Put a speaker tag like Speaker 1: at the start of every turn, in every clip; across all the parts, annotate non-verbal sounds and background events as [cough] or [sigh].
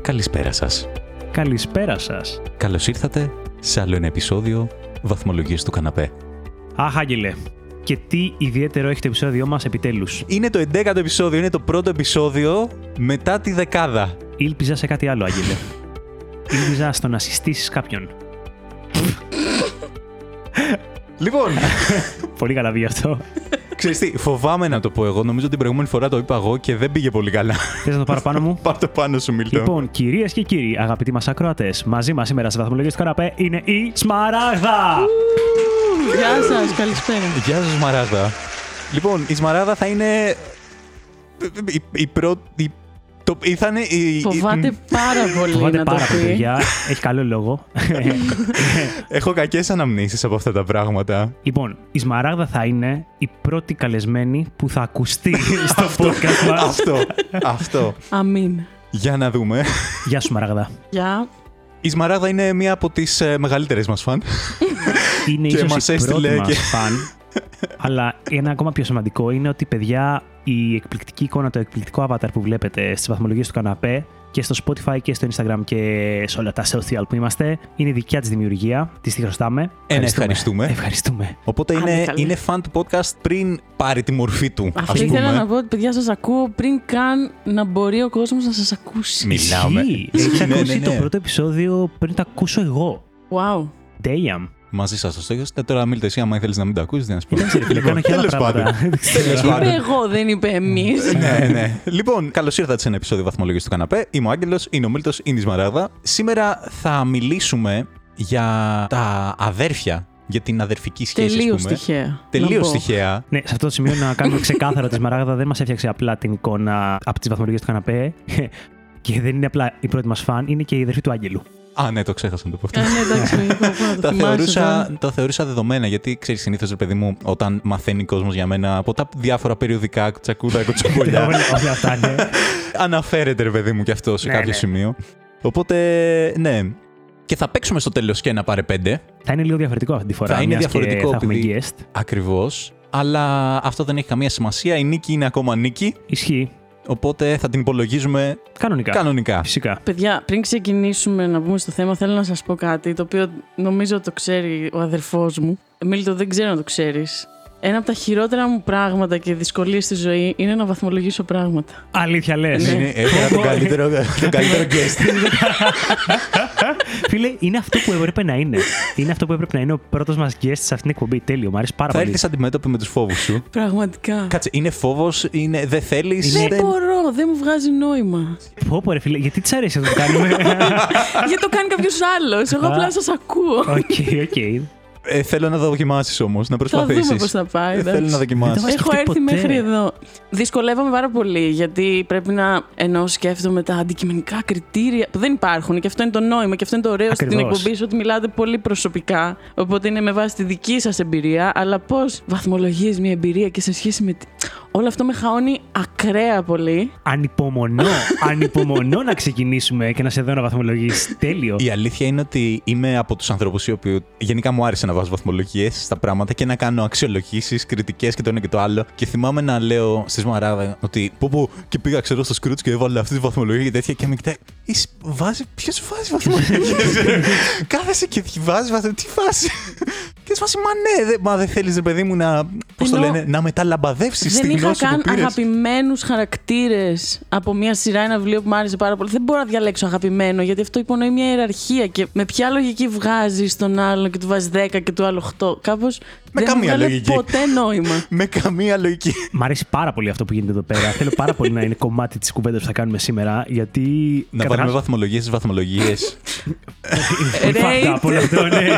Speaker 1: Καλησπέρα σας.
Speaker 2: Καλησπέρα σας.
Speaker 1: Καλώς ήρθατε σε άλλο ένα επεισόδιο βαθμολογίες του καναπέ.
Speaker 2: Αχ, Άγγελε. Και τι ιδιαίτερο έχει το επεισόδιό μας επιτέλους.
Speaker 1: Είναι το 11ο επεισόδιο, είναι το πρώτο επεισόδιο μετά τη δεκάδα.
Speaker 2: Ήλπιζα σε κάτι άλλο, Άγγελε. Ήλπιζα στο να συστήσεις κάποιον.
Speaker 1: Λοιπόν,
Speaker 2: Πολύ καλά βγήκε αυτό.
Speaker 1: [laughs] ξέρεις τι, φοβάμαι να το πω εγώ. Νομίζω την προηγούμενη φορά το είπα εγώ και δεν πήγε πολύ καλά. [laughs]
Speaker 2: Θες να το πάρω πάνω μου.
Speaker 1: Πάρ' το πάνω σου, Μίλτο.
Speaker 2: λοιπόν, κυρίες και κύριοι, αγαπητοί μας ακροατές, μαζί μας σήμερα σε βαθμολογίες του καναπέ είναι η Σμαράγδα!
Speaker 3: Γεια σας, καλησπέρα.
Speaker 1: Γεια σας, Σμαράδα. Λοιπόν, η Σμαράδα θα είναι ε, η, η πρώτη... η- Το, ήτανε η, η-
Speaker 3: Φοβάται πάρα πολύ
Speaker 2: Φοβάται
Speaker 3: να
Speaker 2: πάρα
Speaker 3: το
Speaker 2: πολύ,
Speaker 3: πει.
Speaker 2: παιδιά. Έχει καλό
Speaker 3: [laughs]
Speaker 2: λόγο.
Speaker 1: Έχω κακές αναμνήσεις από αυτά τα
Speaker 2: [laughs]
Speaker 1: πράγματα.
Speaker 2: λοιπόν, η Σμαράγδα θα είναι η πρώτη καλεσμένη που θα ακουστεί στο podcast μας.
Speaker 1: αυτό, αυτό.
Speaker 3: Αμήν.
Speaker 1: Για να δούμε.
Speaker 2: Γεια σου, Σμαράγδα.
Speaker 3: Γεια.
Speaker 1: Η Σμαράδα είναι μία από τις ε, μεγαλύτερες μας φαν.
Speaker 2: είναι
Speaker 1: Και
Speaker 2: ίσως
Speaker 1: μας
Speaker 2: η
Speaker 1: έστειλε
Speaker 2: πρώτη
Speaker 1: και-
Speaker 2: μας φαν. αλλά ένα ακόμα πιο σημαντικό είναι ότι, παιδιά, η εκπληκτική εικόνα, το εκπληκτικό avatar που βλέπετε στις βαθμολογίες του καναπέ και στο Spotify και στο Instagram και σε όλα τα social που είμαστε, είναι η δικιά της δημιουργία. Τη τη χρωστάμε.
Speaker 1: Ένα Ε, ναι, ευχαριστούμε.
Speaker 2: Ευχαριστούμε.
Speaker 1: Οπότε
Speaker 3: Άντε
Speaker 1: είναι,
Speaker 3: καλέ.
Speaker 1: είναι fan του podcast πριν πάρει τη μορφή του.
Speaker 3: ναι, Αυτό
Speaker 1: ας πούμε.
Speaker 3: ήθελα να πω ότι παιδιά σας ακούω πριν καν να μπορεί ο κόσμος να σας ακούσει.
Speaker 1: Μη- Μιλάμε.
Speaker 2: Ισχύει.
Speaker 1: Ισχύει,
Speaker 2: Έχεις
Speaker 1: ναι,
Speaker 2: ακούσει
Speaker 1: ναι, ναι.
Speaker 2: το πρώτο επεισόδιο πριν το ακούσω εγώ.
Speaker 3: Wow.
Speaker 1: [laughs]
Speaker 2: Damn.
Speaker 1: Μαζί σας το στέγιο. Ε, Τώρα μίλτε εσύ, άμα ήθελες να μην τα ακούσεις, δεν α πούμε.
Speaker 2: Εντάξει, ρε φίλε, κάνω και άλλα
Speaker 1: τέλος πάντων.
Speaker 2: [laughs] πράγματα. Δεν ξέρω.
Speaker 1: Τέλος
Speaker 3: Είπε
Speaker 1: πάντων.
Speaker 3: εγώ, δεν είπε εμείς.
Speaker 1: ναι, ναι. Λοιπόν, καλώς ήρθατε σε ένα επεισόδιο βαθμολογίας του καναπέ. Είμαι ο Άγγελος, είναι ο Μίλτος, είναι η Σμαράδα. Σήμερα θα μιλήσουμε για τα αδέρφια, για την αδερφική σχέση.
Speaker 3: Τελείω
Speaker 1: ας πούμε.
Speaker 3: τυχαία.
Speaker 1: Τελείως
Speaker 3: να πω.
Speaker 1: τυχαία.
Speaker 2: Ναι, σε αυτό το σημείο να κάνουμε ξεκάθαρα ότι η Σμαράγδα δεν μας έφτιαξε απλά την εικόνα από τις βαθμολογίες του καναπέ. Και δεν είναι απλά η πρώτη μας φαν, είναι και η αδερφή του Άγγελου.
Speaker 1: Α, ναι, το ξέχασα να το πω αυτό.
Speaker 3: Ε, ναι,
Speaker 1: [laughs]
Speaker 3: εντάξει, εγώ πού να το
Speaker 1: τα,
Speaker 3: θυμάσαι,
Speaker 1: θεωρούσα,
Speaker 3: δεν-
Speaker 1: τα θεωρούσα δεδομένα γιατί ξέρεις συνήθως, ρε παιδί μου, όταν μαθαίνει κόσμος για μένα από τα διάφορα περιοδικά, τσακούτα,
Speaker 2: Όλα
Speaker 1: κοτσοπολιά,
Speaker 2: όλα αυτά, ναι.
Speaker 1: αναφέρεται, ρε παιδί μου, και αυτό σε
Speaker 2: Ναι,
Speaker 1: κάποιο
Speaker 2: ναι.
Speaker 1: σημείο. Οπότε, ναι. Και θα παίξουμε στο τέλος και ένα πάρε πέντε.
Speaker 2: Θα είναι λίγο διαφορετικό αυτή τη φορά.
Speaker 1: Θα είναι
Speaker 2: μιας και
Speaker 1: διαφορετικό,
Speaker 2: Θα έχουμε
Speaker 1: επειδή-
Speaker 2: guest.
Speaker 1: Ακριβώς. Αλλά αυτό δεν έχει καμία σημασία. Η νίκη είναι ακόμα νίκη.
Speaker 2: Ισχύει.
Speaker 1: Οπότε θα την υπολογίζουμε
Speaker 2: Κανονικά.
Speaker 1: κανονικά.
Speaker 2: Φυσικά.
Speaker 3: Παιδιά, πριν ξεκινήσουμε να μπούμε στο θέμα, θέλω να σας πω κάτι το οποίο νομίζω το ξέρει ο αδερφός μου. Μίλτο, δεν ξέρω να το ξέρεις. Ένα από τα χειρότερα μου πράγματα και δυσκολίες στη ζωή είναι να βαθμολογήσω πράγματα.
Speaker 2: Αλήθεια λες.
Speaker 3: Ναι.
Speaker 1: Είναι, έφερα
Speaker 2: [laughs]
Speaker 1: τον καλύτερο, τον καλύτερο guest.
Speaker 2: Φίλε, είναι αυτό που έπρεπε να είναι. Είναι αυτό που έπρεπε να είναι ο πρώτος μας guest σε αυτήν την εκπομπή. Τέλειο, μου αρέσει πάρα
Speaker 1: θα
Speaker 2: πολύ.
Speaker 1: έρθεις αντιμέτωπη με τους φόβους σου.
Speaker 3: Πραγματικά.
Speaker 1: Κάτσε, είναι φόβος, είναι, δεν θέλεις.
Speaker 3: Δεν μπορώ, δεν μου βγάζει
Speaker 2: [laughs]
Speaker 3: νόημα.
Speaker 2: Πω, πω, ρε φίλε, γιατί της αρέσει αυτό που
Speaker 1: [laughs]
Speaker 2: κάνουμε.
Speaker 3: Γιατί το κάνει κάποιος άλλος. Εγώ
Speaker 2: Α.
Speaker 3: απλά σας ακούω.
Speaker 2: Οκ, οκ.
Speaker 1: Ε, θέλω να δοκιμάσεις όμως, να
Speaker 3: Θα
Speaker 1: προσπαθήσεις.
Speaker 3: δούμε πώς θα πάει.
Speaker 1: Ε, Θέλω
Speaker 3: εντάξει.
Speaker 1: να δοκιμάσεις.
Speaker 2: Δεν το
Speaker 3: Έχω
Speaker 2: σκεφτεί ποτέ.
Speaker 3: έρθει μέχρι εδώ. Δυσκολεύομαι πάρα πολύ γιατί πρέπει να ενώ σκέφτομαι τα αντικειμενικά κριτήρια που δεν υπάρχουν και αυτό είναι το νόημα και αυτό είναι το ωραίο στην
Speaker 2: Ακριβώς.
Speaker 3: εκπομπή σου ότι μιλάτε πολύ προσωπικά. Οπότε είναι με βάση τη δική σας εμπειρία. Αλλά πώς βαθμολογείς μια εμπειρία και σε σχέση με. τι- Όλο αυτό με χαώνει ακραία πολύ.
Speaker 1: [laughs]
Speaker 2: Ανυπομονώ, ανυπομονώ να ξεκινήσουμε και να σε δω να βαθμολογήσει. Τέλειο.
Speaker 1: Η αλήθεια είναι ότι είμαι από τους ανθρώπους οι οποίοι γενικά μου άρεσε να βάζω βαθμολογίες στα πράγματα και να κάνω αξιολογήσεις, κριτικές και το ένα και το άλλο. Και θυμάμαι να λέω στη Σμαράδα ότι πω πω και πήγα ξέρω στο Σκρούτ και έβαλα αυτή τη βαθμολογία και τέτοια και με κοιτάει. «Εις, Βάζει, ποιος βάζει [laughs] βαθμολογίες. Κάθεσαι και βάζεις βαθμολογίε. Τι βάζεις. Και σφάσει, μα ναι, δε, μα δεν θέλεις, ρε παιδί μου, να. Πώ το
Speaker 3: Ενώ
Speaker 1: λένε, να μεταλαμπαδεύσεις τη
Speaker 3: Δεν είχα
Speaker 1: γνώση που
Speaker 3: καν
Speaker 1: πήρες.
Speaker 3: αγαπημένους χαρακτήρες από μια σειρά ένα βιβλίο που μου άρεσε πάρα πολύ. Δεν μπορώ να διαλέξω αγαπημένο, γιατί αυτό υπονοεί μια ιεραρχία. Και με ποια λογική βγάζεις τον άλλον και του βάζεις 10 και του άλλου 8. Κάπω. δεν
Speaker 1: καμία
Speaker 3: βγάλε
Speaker 1: λογική.
Speaker 3: ποτέ
Speaker 1: [laughs]
Speaker 3: νόημα.
Speaker 1: Με καμία λογική.
Speaker 2: Μ' αρέσει πάρα πολύ αυτό που γίνεται εδώ πέρα. Θέλω πάρα πολύ να είναι κομμάτι της κουβέντας που θα κάνουμε σήμερα, γιατί.
Speaker 1: Να
Speaker 2: καταρχάς,
Speaker 1: βάλουμε βαθμολογίες στις βαθμολογίες.
Speaker 2: [laughs] πολύ fucked up
Speaker 3: Rate.
Speaker 2: όλο
Speaker 1: [laughs]
Speaker 2: αυτό, ναι.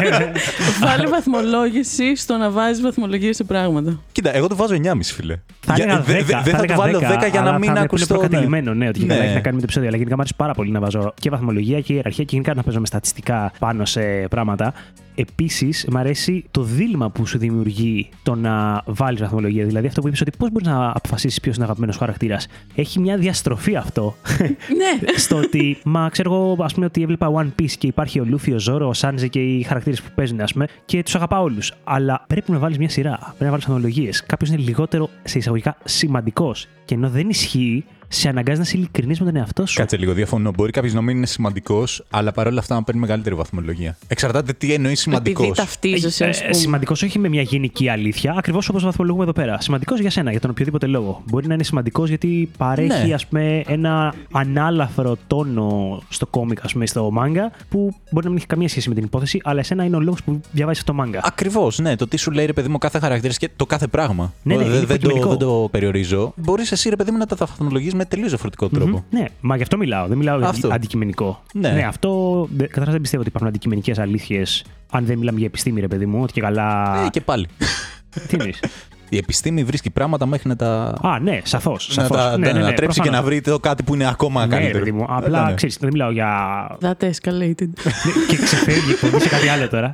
Speaker 3: Βάλε βαθμολόγηση στο να βάζεις βαθμολογίες σε πράγματα.
Speaker 1: Κοίτα, εγώ το βάζω 9,5 φίλε.
Speaker 2: Θα
Speaker 1: Για- ε,
Speaker 2: έλεγα 10.
Speaker 1: δε- δε- Δεν θα,
Speaker 2: έλεγα
Speaker 1: το βάλω 10 για
Speaker 2: αλλά
Speaker 1: να
Speaker 2: θα
Speaker 1: μην
Speaker 2: είναι
Speaker 1: ακουστώ.
Speaker 2: προκατηλημένο, ναι, ότι ναι.
Speaker 1: Ναι.
Speaker 2: έχει να κάνει με το επεισόδιο. Αλλά γενικά μου αρέσει πάρα πολύ να βάζω και βαθμολογία και ιεραρχία και γενικά να παίζω με στατιστικά πάνω σε πράγματα. Επίσης, μου αρέσει το δίλημα που σου δημιουργεί το να βάλεις βαθμολογία. Δηλαδή, αυτό που είπες ότι πώς μπορείς να αποφασίσεις ποιος είναι αγαπημένο χαρακτήρας. Έχει μια διαστροφή αυτό.
Speaker 3: ναι.
Speaker 2: [laughs] στο ότι, μα ξέρω εγώ, ας πούμε, ότι έβλεπα One Piece και υπάρχει ο Λούφι, ο Ζόρο, ο Σάντζε και οι χαρακτήρες που παίζουν, ας πούμε, και τους αγαπάω όλους. Αλλά πρέπει να βάλεις μια σειρά, πρέπει να βάλεις αναλογίε. Κάποιος είναι λιγότερο σε εισαγωγικά σημαντικός. Και ενώ δεν ισχύει, σε αναγκάζει να είσαι ειλικρινή με τον εαυτό σου.
Speaker 1: Κάτσε λίγο, διαφωνώ. Μπορεί κάποιος να μην είναι σημαντικός, αλλά παρόλα αυτά να παίρνει μεγαλύτερη βαθμολογία. Εξαρτάται τι εννοείς σημαντικό.
Speaker 3: Επειδή ταυτίζεσαι, α πούμε.
Speaker 2: Σημαντικός Ε, όχι με μια γενική αλήθεια, ακριβώς όπως βαθμολογούμε εδώ πέρα. Σημαντικός για σένα, για τον οποιοδήποτε λόγο. Μπορεί να είναι σημαντικός γιατί παρέχει
Speaker 1: Ναι.
Speaker 2: ας πούμε, ένα ανάλαφρο τόνο στο κόμικ, ας πούμε, στο μάγκα, που μπορεί να μην έχει καμία σχέση με την υπόθεση, αλλά εσένα είναι ο λόγος που διαβάζεις αυτό το μάγκα.
Speaker 1: Ακριβώς, ναι. Το τι σου λέει ρε παιδί μου κάθε χαρακτήρας και το κάθε πράγμα.
Speaker 2: Ναι, ναι,
Speaker 1: Δε-
Speaker 2: είναι
Speaker 1: δεν, το,
Speaker 2: υποκειμενικό.
Speaker 1: δεν το περιορίζω. Μπορείς εσύ ρε παιδί μου να τα βαθμολογείς με τελείως διαφορετικό τρόπο.
Speaker 2: Ναι, μα γι' αυτό μιλάω. Δεν μιλάω για
Speaker 1: Αυτό.
Speaker 2: αντικειμενικό.
Speaker 1: Ναι.
Speaker 2: αυτό. δε- Καταρχάς δεν πιστεύω ότι υπάρχουν αντικειμενικές αλήθειες, αν δεν μιλάμε για επιστήμη, ρε παιδί μου, ότι και καλά.
Speaker 1: Ε, και πάλι.
Speaker 2: Τι εννοείς?
Speaker 1: Η επιστήμη βρίσκει πράγματα μέχρι να τα.
Speaker 2: Α, ναι, σαφώς.
Speaker 1: να τα να- να τρέψει και να βρει το κάτι που είναι ακόμα
Speaker 2: Ναι,
Speaker 1: καλύτερο.
Speaker 2: ρε παιδί μου.
Speaker 1: Ε,
Speaker 2: Απλά
Speaker 1: ναι.
Speaker 2: ξέρεις, δεν μιλάω για.
Speaker 3: That escalated.
Speaker 2: και ξεφεύγει η εκπομπή σε κάτι άλλο τώρα.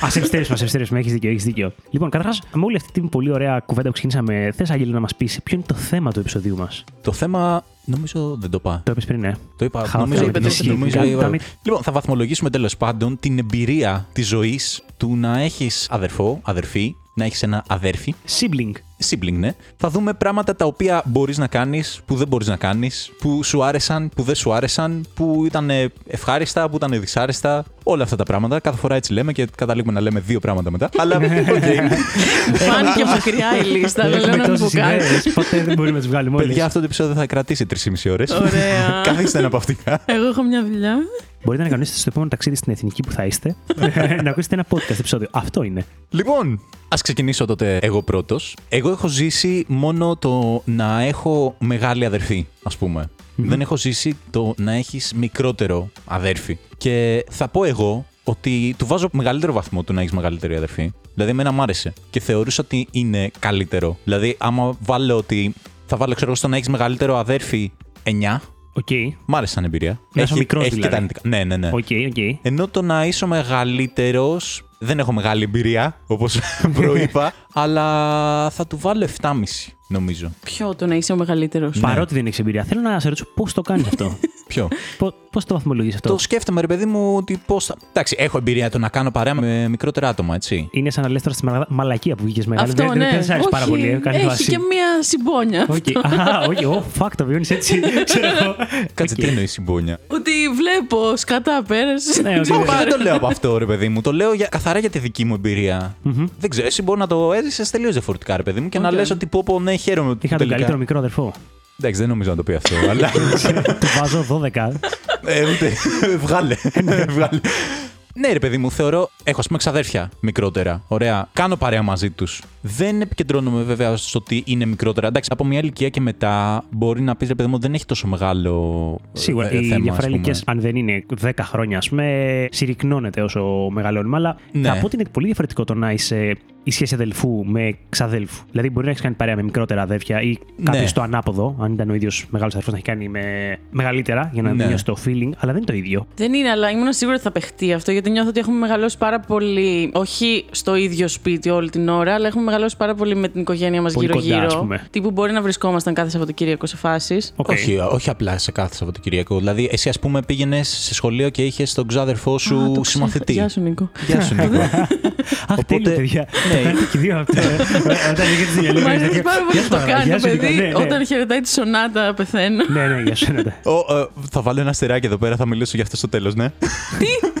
Speaker 2: Α ευστέρησουμε, α ευστέρησουμε. Έχεις δίκιο, έχεις δίκιο. Λοιπόν, καταρχάς, με όλη αυτή την πολύ ωραία κουβέντα που ξεκινήσαμε, θες, Άγγελο, να μας πεις ποιο είναι το θέμα του επεισοδίου μας.
Speaker 1: Το θέμα. Νομίζω δεν το πάω.
Speaker 2: Το είπες πριν, ναι.
Speaker 1: Το είπα.
Speaker 2: Χάθηκα
Speaker 1: νομίζω
Speaker 3: με την
Speaker 1: νομίζω-
Speaker 3: ισχύ.
Speaker 1: νομίζω-
Speaker 2: Got damn it.
Speaker 1: Λοιπόν, θα βαθμολογήσουμε τέλος πάντων την εμπειρία της ζωής του να έχεις αδερφό, αδερφή, να έχεις ένα αδέρφι,
Speaker 2: Sibling.
Speaker 1: sibling, ναι. Θα δούμε πράγματα τα οποία μπορείς να κάνεις, που δεν μπορείς να κάνεις, που σου άρεσαν, που δεν σου άρεσαν, που ήταν ε, ευχάριστα, που ήταν δυσάρεστα. Όλα αυτά τα πράγματα. Κάθε φορά έτσι λέμε και καταλήγουμε να λέμε δύο πράγματα μετά. Αλλά. οκ. Ε,
Speaker 3: [laughs] Φάνηκε μακριά η λίστα,
Speaker 2: Ε,
Speaker 3: αλλά λέω να μην πω
Speaker 2: τόσες
Speaker 3: κάτι.
Speaker 2: ιδέες, Ποτέ δεν μπορεί να τις βγάλουμε όλες.
Speaker 1: Παιδιά, αυτό το επεισόδιο θα κρατήσει 3,5 ώρες.
Speaker 3: Ωραία.
Speaker 1: [laughs] Καθίστε να παυτικά.
Speaker 3: Εγώ έχω μια δουλειά.
Speaker 2: Μπορείτε να κανονίσετε στο επόμενο ταξίδι στην εθνική που
Speaker 1: [laughs]
Speaker 2: θα είστε. να ακούσετε ένα podcast επεισόδιο. Αυτό είναι.
Speaker 1: Λοιπόν, ας ξεκινήσω τότε εγώ πρώτος. Εγώ έχω ζήσει μόνο το να έχω μεγάλη αδερφή, ας πουμε Δεν έχω ζήσει το να έχεις μικρότερο αδέρφη. Και θα πω εγώ ότι του βάζω μεγαλύτερο βαθμό του να έχεις μεγαλύτερη αδερφή. Δηλαδή, εμένα μ' άρεσε και θεωρούσα ότι είναι καλύτερο. Δηλαδή, άμα βάλω ότι θα βάλω, ξέρω εγώ, στο να έχεις μεγαλύτερο αδέρφη 9,
Speaker 2: Οκ.
Speaker 1: μ' άρεσε σαν εμπειρία.
Speaker 2: Να είσαι μικρός
Speaker 1: έχει και
Speaker 2: δηλαδή.
Speaker 1: τα αρνητικά. Ναι, ναι, ναι.
Speaker 2: Οκ, οκ.
Speaker 1: Ενώ το να είσαι μεγαλύτερος. Δεν έχω μεγάλη εμπειρία, όπως [laughs] προείπα, αλλά θα του βάλω 7,5 νομίζω.
Speaker 3: Ποιο το να είσαι ο μεγαλύτερος.
Speaker 2: Παρότι δεν έχεις εμπειρία, θέλω να σε ρωτήσω πώς το κάνεις
Speaker 1: [laughs]
Speaker 2: αυτό. [laughs]
Speaker 1: Ποιο.
Speaker 2: Πώς το βαθμολογείς αυτό.
Speaker 1: Το σκέφτομαι, ρε παιδί μου, ότι πώς θα. Εντάξει, έχω εμπειρία το να κάνω παρέα με μικρότερα άτομα, έτσι.
Speaker 2: Είναι σαν να λες τώρα στη μαλα- μαλακία που βγήκες μεγάλη.
Speaker 3: Αυτό
Speaker 2: δεν,
Speaker 3: ναι.
Speaker 2: δεν σ' άρεσε πάρα
Speaker 3: Όχι,
Speaker 2: πολύ. ε, Κάνει
Speaker 3: Έχει και
Speaker 2: φάση.
Speaker 3: μία συμπόνια.
Speaker 2: Οκ. Α, όχι. Ω, fuck, το βιώνεις
Speaker 3: [laughs]
Speaker 2: έτσι. Ξέρω εγώ.
Speaker 1: Κάτσε,
Speaker 2: Οκ.
Speaker 1: τι εννοείς
Speaker 2: [laughs]
Speaker 1: συμπόνια.
Speaker 3: Ότι βλέπω σκατά πέρασες.
Speaker 2: Ναι, οκ.
Speaker 1: Μα, δεν το λέω από αυτό, ρε παιδί μου. Το λέω για, καθαρά για τη δική μου εμπειρία. Δεν ξέρω, εσύ μπορεί να το έζησες τελείως διαφορετικά, ρε παιδί μου, και να
Speaker 3: Οκ.
Speaker 1: λες ότι πω, πω, ναι, χαίρομαι. που
Speaker 2: Είχα τον
Speaker 1: τελικά-
Speaker 2: καλύτερο μικρό αδερφό.
Speaker 1: Εντάξει, δεν νομίζω να το πει
Speaker 2: [laughs]
Speaker 1: αυτό, αλλά.
Speaker 2: Του βάζω 12.
Speaker 1: Ε, ούτε. [laughs] Βγάλε. Βγάλε. Ναι, ρε παιδί μου, θεωρώ. Έχω ας πούμε ξαδέρφια μικρότερα. Ωραία. Κάνω παρέα μαζί τους. Δεν επικεντρώνομαι βέβαια στο ότι είναι μικρότερα. Εντάξει, από μια ηλικία και μετά μπορεί να πεις ρε παιδί μου δεν έχει τόσο μεγάλο. ε,
Speaker 2: Σίγουρα
Speaker 1: ε,
Speaker 2: οι
Speaker 1: θέμα, ας
Speaker 2: διαφορά
Speaker 1: πούμε.
Speaker 2: ηλικίες, αν δεν είναι 10 χρόνια, ας πούμε, συρρυκνώνεται όσο μεγαλώνουμε. Αλλά
Speaker 1: Ναι.
Speaker 2: θα πω ότι είναι πολύ διαφορετικό το να είσαι η σχέση αδελφού με ξαδέλφου. Δηλαδή, μπορεί να έχεις κάνει παρέα με μικρότερα αδέρφια ή κάποιο
Speaker 1: Ναι.
Speaker 2: το ανάποδο, αν ήταν ο ίδιος μεγάλος αδερφός να έχει κάνει με μεγαλύτερα για να
Speaker 1: Ναι.
Speaker 2: νιώσει το feeling, αλλά δεν είναι το ίδιο.
Speaker 3: Δεν είναι, αλλά ήμουν σίγουρη ότι θα παιχτεί αυτό γιατί νιώθω ότι έχουμε μεγαλώσει πάρα πολύ. Όχι στο ίδιο σπίτι όλη την ώρα, αλλά έχουμε μεγαλώσει πάρα πολύ με την οικογένεια μας
Speaker 2: Πολύ κοντά, ας
Speaker 3: γύρω-γύρω.
Speaker 2: πούμε.
Speaker 3: Τι που μπορεί να βρισκόμασταν κάθε Σαββατοκύριακο σε φάσεις.
Speaker 2: Οκ.
Speaker 1: Όχι, όχι απλά σε κάθε Σαββατοκυριακό. Δηλαδή, εσύ, ας πούμε, πήγαινες σε σχολείο και είχες τον ξάδερφό
Speaker 3: Α, το
Speaker 1: σου
Speaker 3: ξέχα-
Speaker 1: συμμαθητή.
Speaker 3: Γεια σου, Νίκο.
Speaker 1: Γεια σου, Νίκο.
Speaker 2: [laughs] Αχ,
Speaker 1: Οπότε-
Speaker 2: τέλειο, παιδιά.
Speaker 1: Ναι.
Speaker 2: Το κάνετε και
Speaker 1: [laughs]
Speaker 2: δύο αυτό. ε. Όταν έχετε τη
Speaker 3: Μ'
Speaker 2: διαλέγει.
Speaker 3: αρέσει πάρα πολύ που το κάνει, παιδί. Όταν
Speaker 2: Όταν...
Speaker 3: χαιρετάει τη σονάτα, πεθαίνω.
Speaker 2: Ναι, ναι, για σένα. τα-
Speaker 1: Ω, ε, θα βάλω ένα αστεράκι εδώ πέρα, θα μιλήσω για αυτό στο τέλος, ναι.
Speaker 2: Ναι.
Speaker 3: [laughs]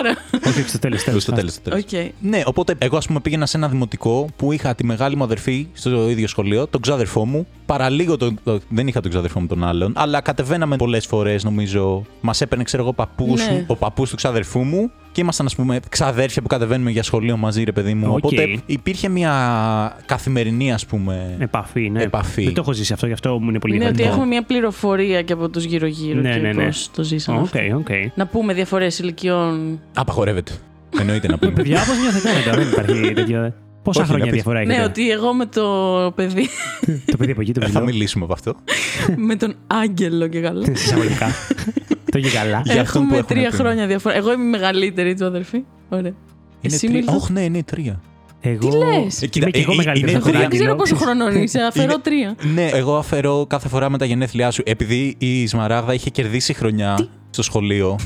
Speaker 3: Τώρα.
Speaker 2: Όχι, όχι, στο τέλος.
Speaker 1: στο τέλος. Στο τέλος.
Speaker 3: Οκ.
Speaker 1: Ναι, οπότε εγώ ας πούμε πήγαινα σε ένα δημοτικό που είχα τη μεγάλη μου αδερφή στο ίδιο σχολείο, τον ξάδερφό μου. Παραλίγο τον. το- δεν είχα τον ξάδερφό μου τον άλλον, αλλά κατεβαίναμε πολλές φορές νομίζω. Μας έπαιρνε, ξέρω εγώ, παππούς,
Speaker 3: Ναι.
Speaker 1: ο παππούς του ξαδερφού μου και ήμασταν ας πούμε ξαδέρφια που κατεβαίνουμε για σχολείο μαζί, ρε παιδί μου.
Speaker 2: Οκ.
Speaker 1: Οπότε υπήρχε μια καθημερινή ας πούμε.
Speaker 2: Επαφή, ναι.
Speaker 1: Επαφή.
Speaker 2: Δεν το έχω ζήσει αυτό, γι' αυτό μου είναι πολύ
Speaker 3: Ναι, ότι
Speaker 2: διαφορετικό.
Speaker 3: έχουμε μια πληροφορία και από τους γύρω-γύρω
Speaker 2: Ναι,
Speaker 3: και
Speaker 2: ναι,
Speaker 3: ναι,
Speaker 2: ναι.
Speaker 3: το ζήσαμε. αυτό.
Speaker 2: Οκ, οκ.
Speaker 3: Να πούμε διαφορές ηλικιών.
Speaker 1: Απαγορεύεται. Εννοείται να πούμε.
Speaker 2: Ε, Παιδιά, πώ νιώθετε μετά, δεν υπάρχει τέτοιο. ε? Πόσα
Speaker 1: Όχι,
Speaker 2: χρόνια
Speaker 1: να πεις.
Speaker 2: διαφορά έχετε.
Speaker 3: Ναι, ότι εγώ με το παιδί,
Speaker 2: Το παιδί από εκεί, το
Speaker 1: Δεν Ε, θα
Speaker 2: παιδί.
Speaker 1: μιλήσουμε από αυτό.
Speaker 3: με τον Άγγελο και καλά.
Speaker 2: Συσσαγωγικά. Το είχε καλά.
Speaker 1: Για αυτόν που
Speaker 3: Έχουμε
Speaker 1: έχουμε
Speaker 3: τρία
Speaker 1: πει.
Speaker 3: χρόνια διαφορά. Εγώ είμαι η μεγαλύτερη του αδερφή. Ωραία.
Speaker 1: Είναι
Speaker 3: Εσύ
Speaker 1: τρία.
Speaker 3: μιλάς-
Speaker 1: Όχι, ναι, είναι τρία.
Speaker 2: Εγώ.
Speaker 3: λες?
Speaker 1: Ε, κοίτα,
Speaker 2: Είμαι και εγώ
Speaker 1: ε, ε,
Speaker 2: μεγαλύτερο.
Speaker 1: είναι
Speaker 3: Εγώ δεν
Speaker 1: Τριάντα.
Speaker 3: ξέρω πόσο χρονών
Speaker 1: [laughs]
Speaker 3: είσαι. Αφαιρώ τρία.
Speaker 1: Ναι, εγώ αφαιρώ κάθε φορά με τα γενέθλιά σου. Επειδή η Σμαράγδα είχε κερδίσει χρονιά στο σχολείο,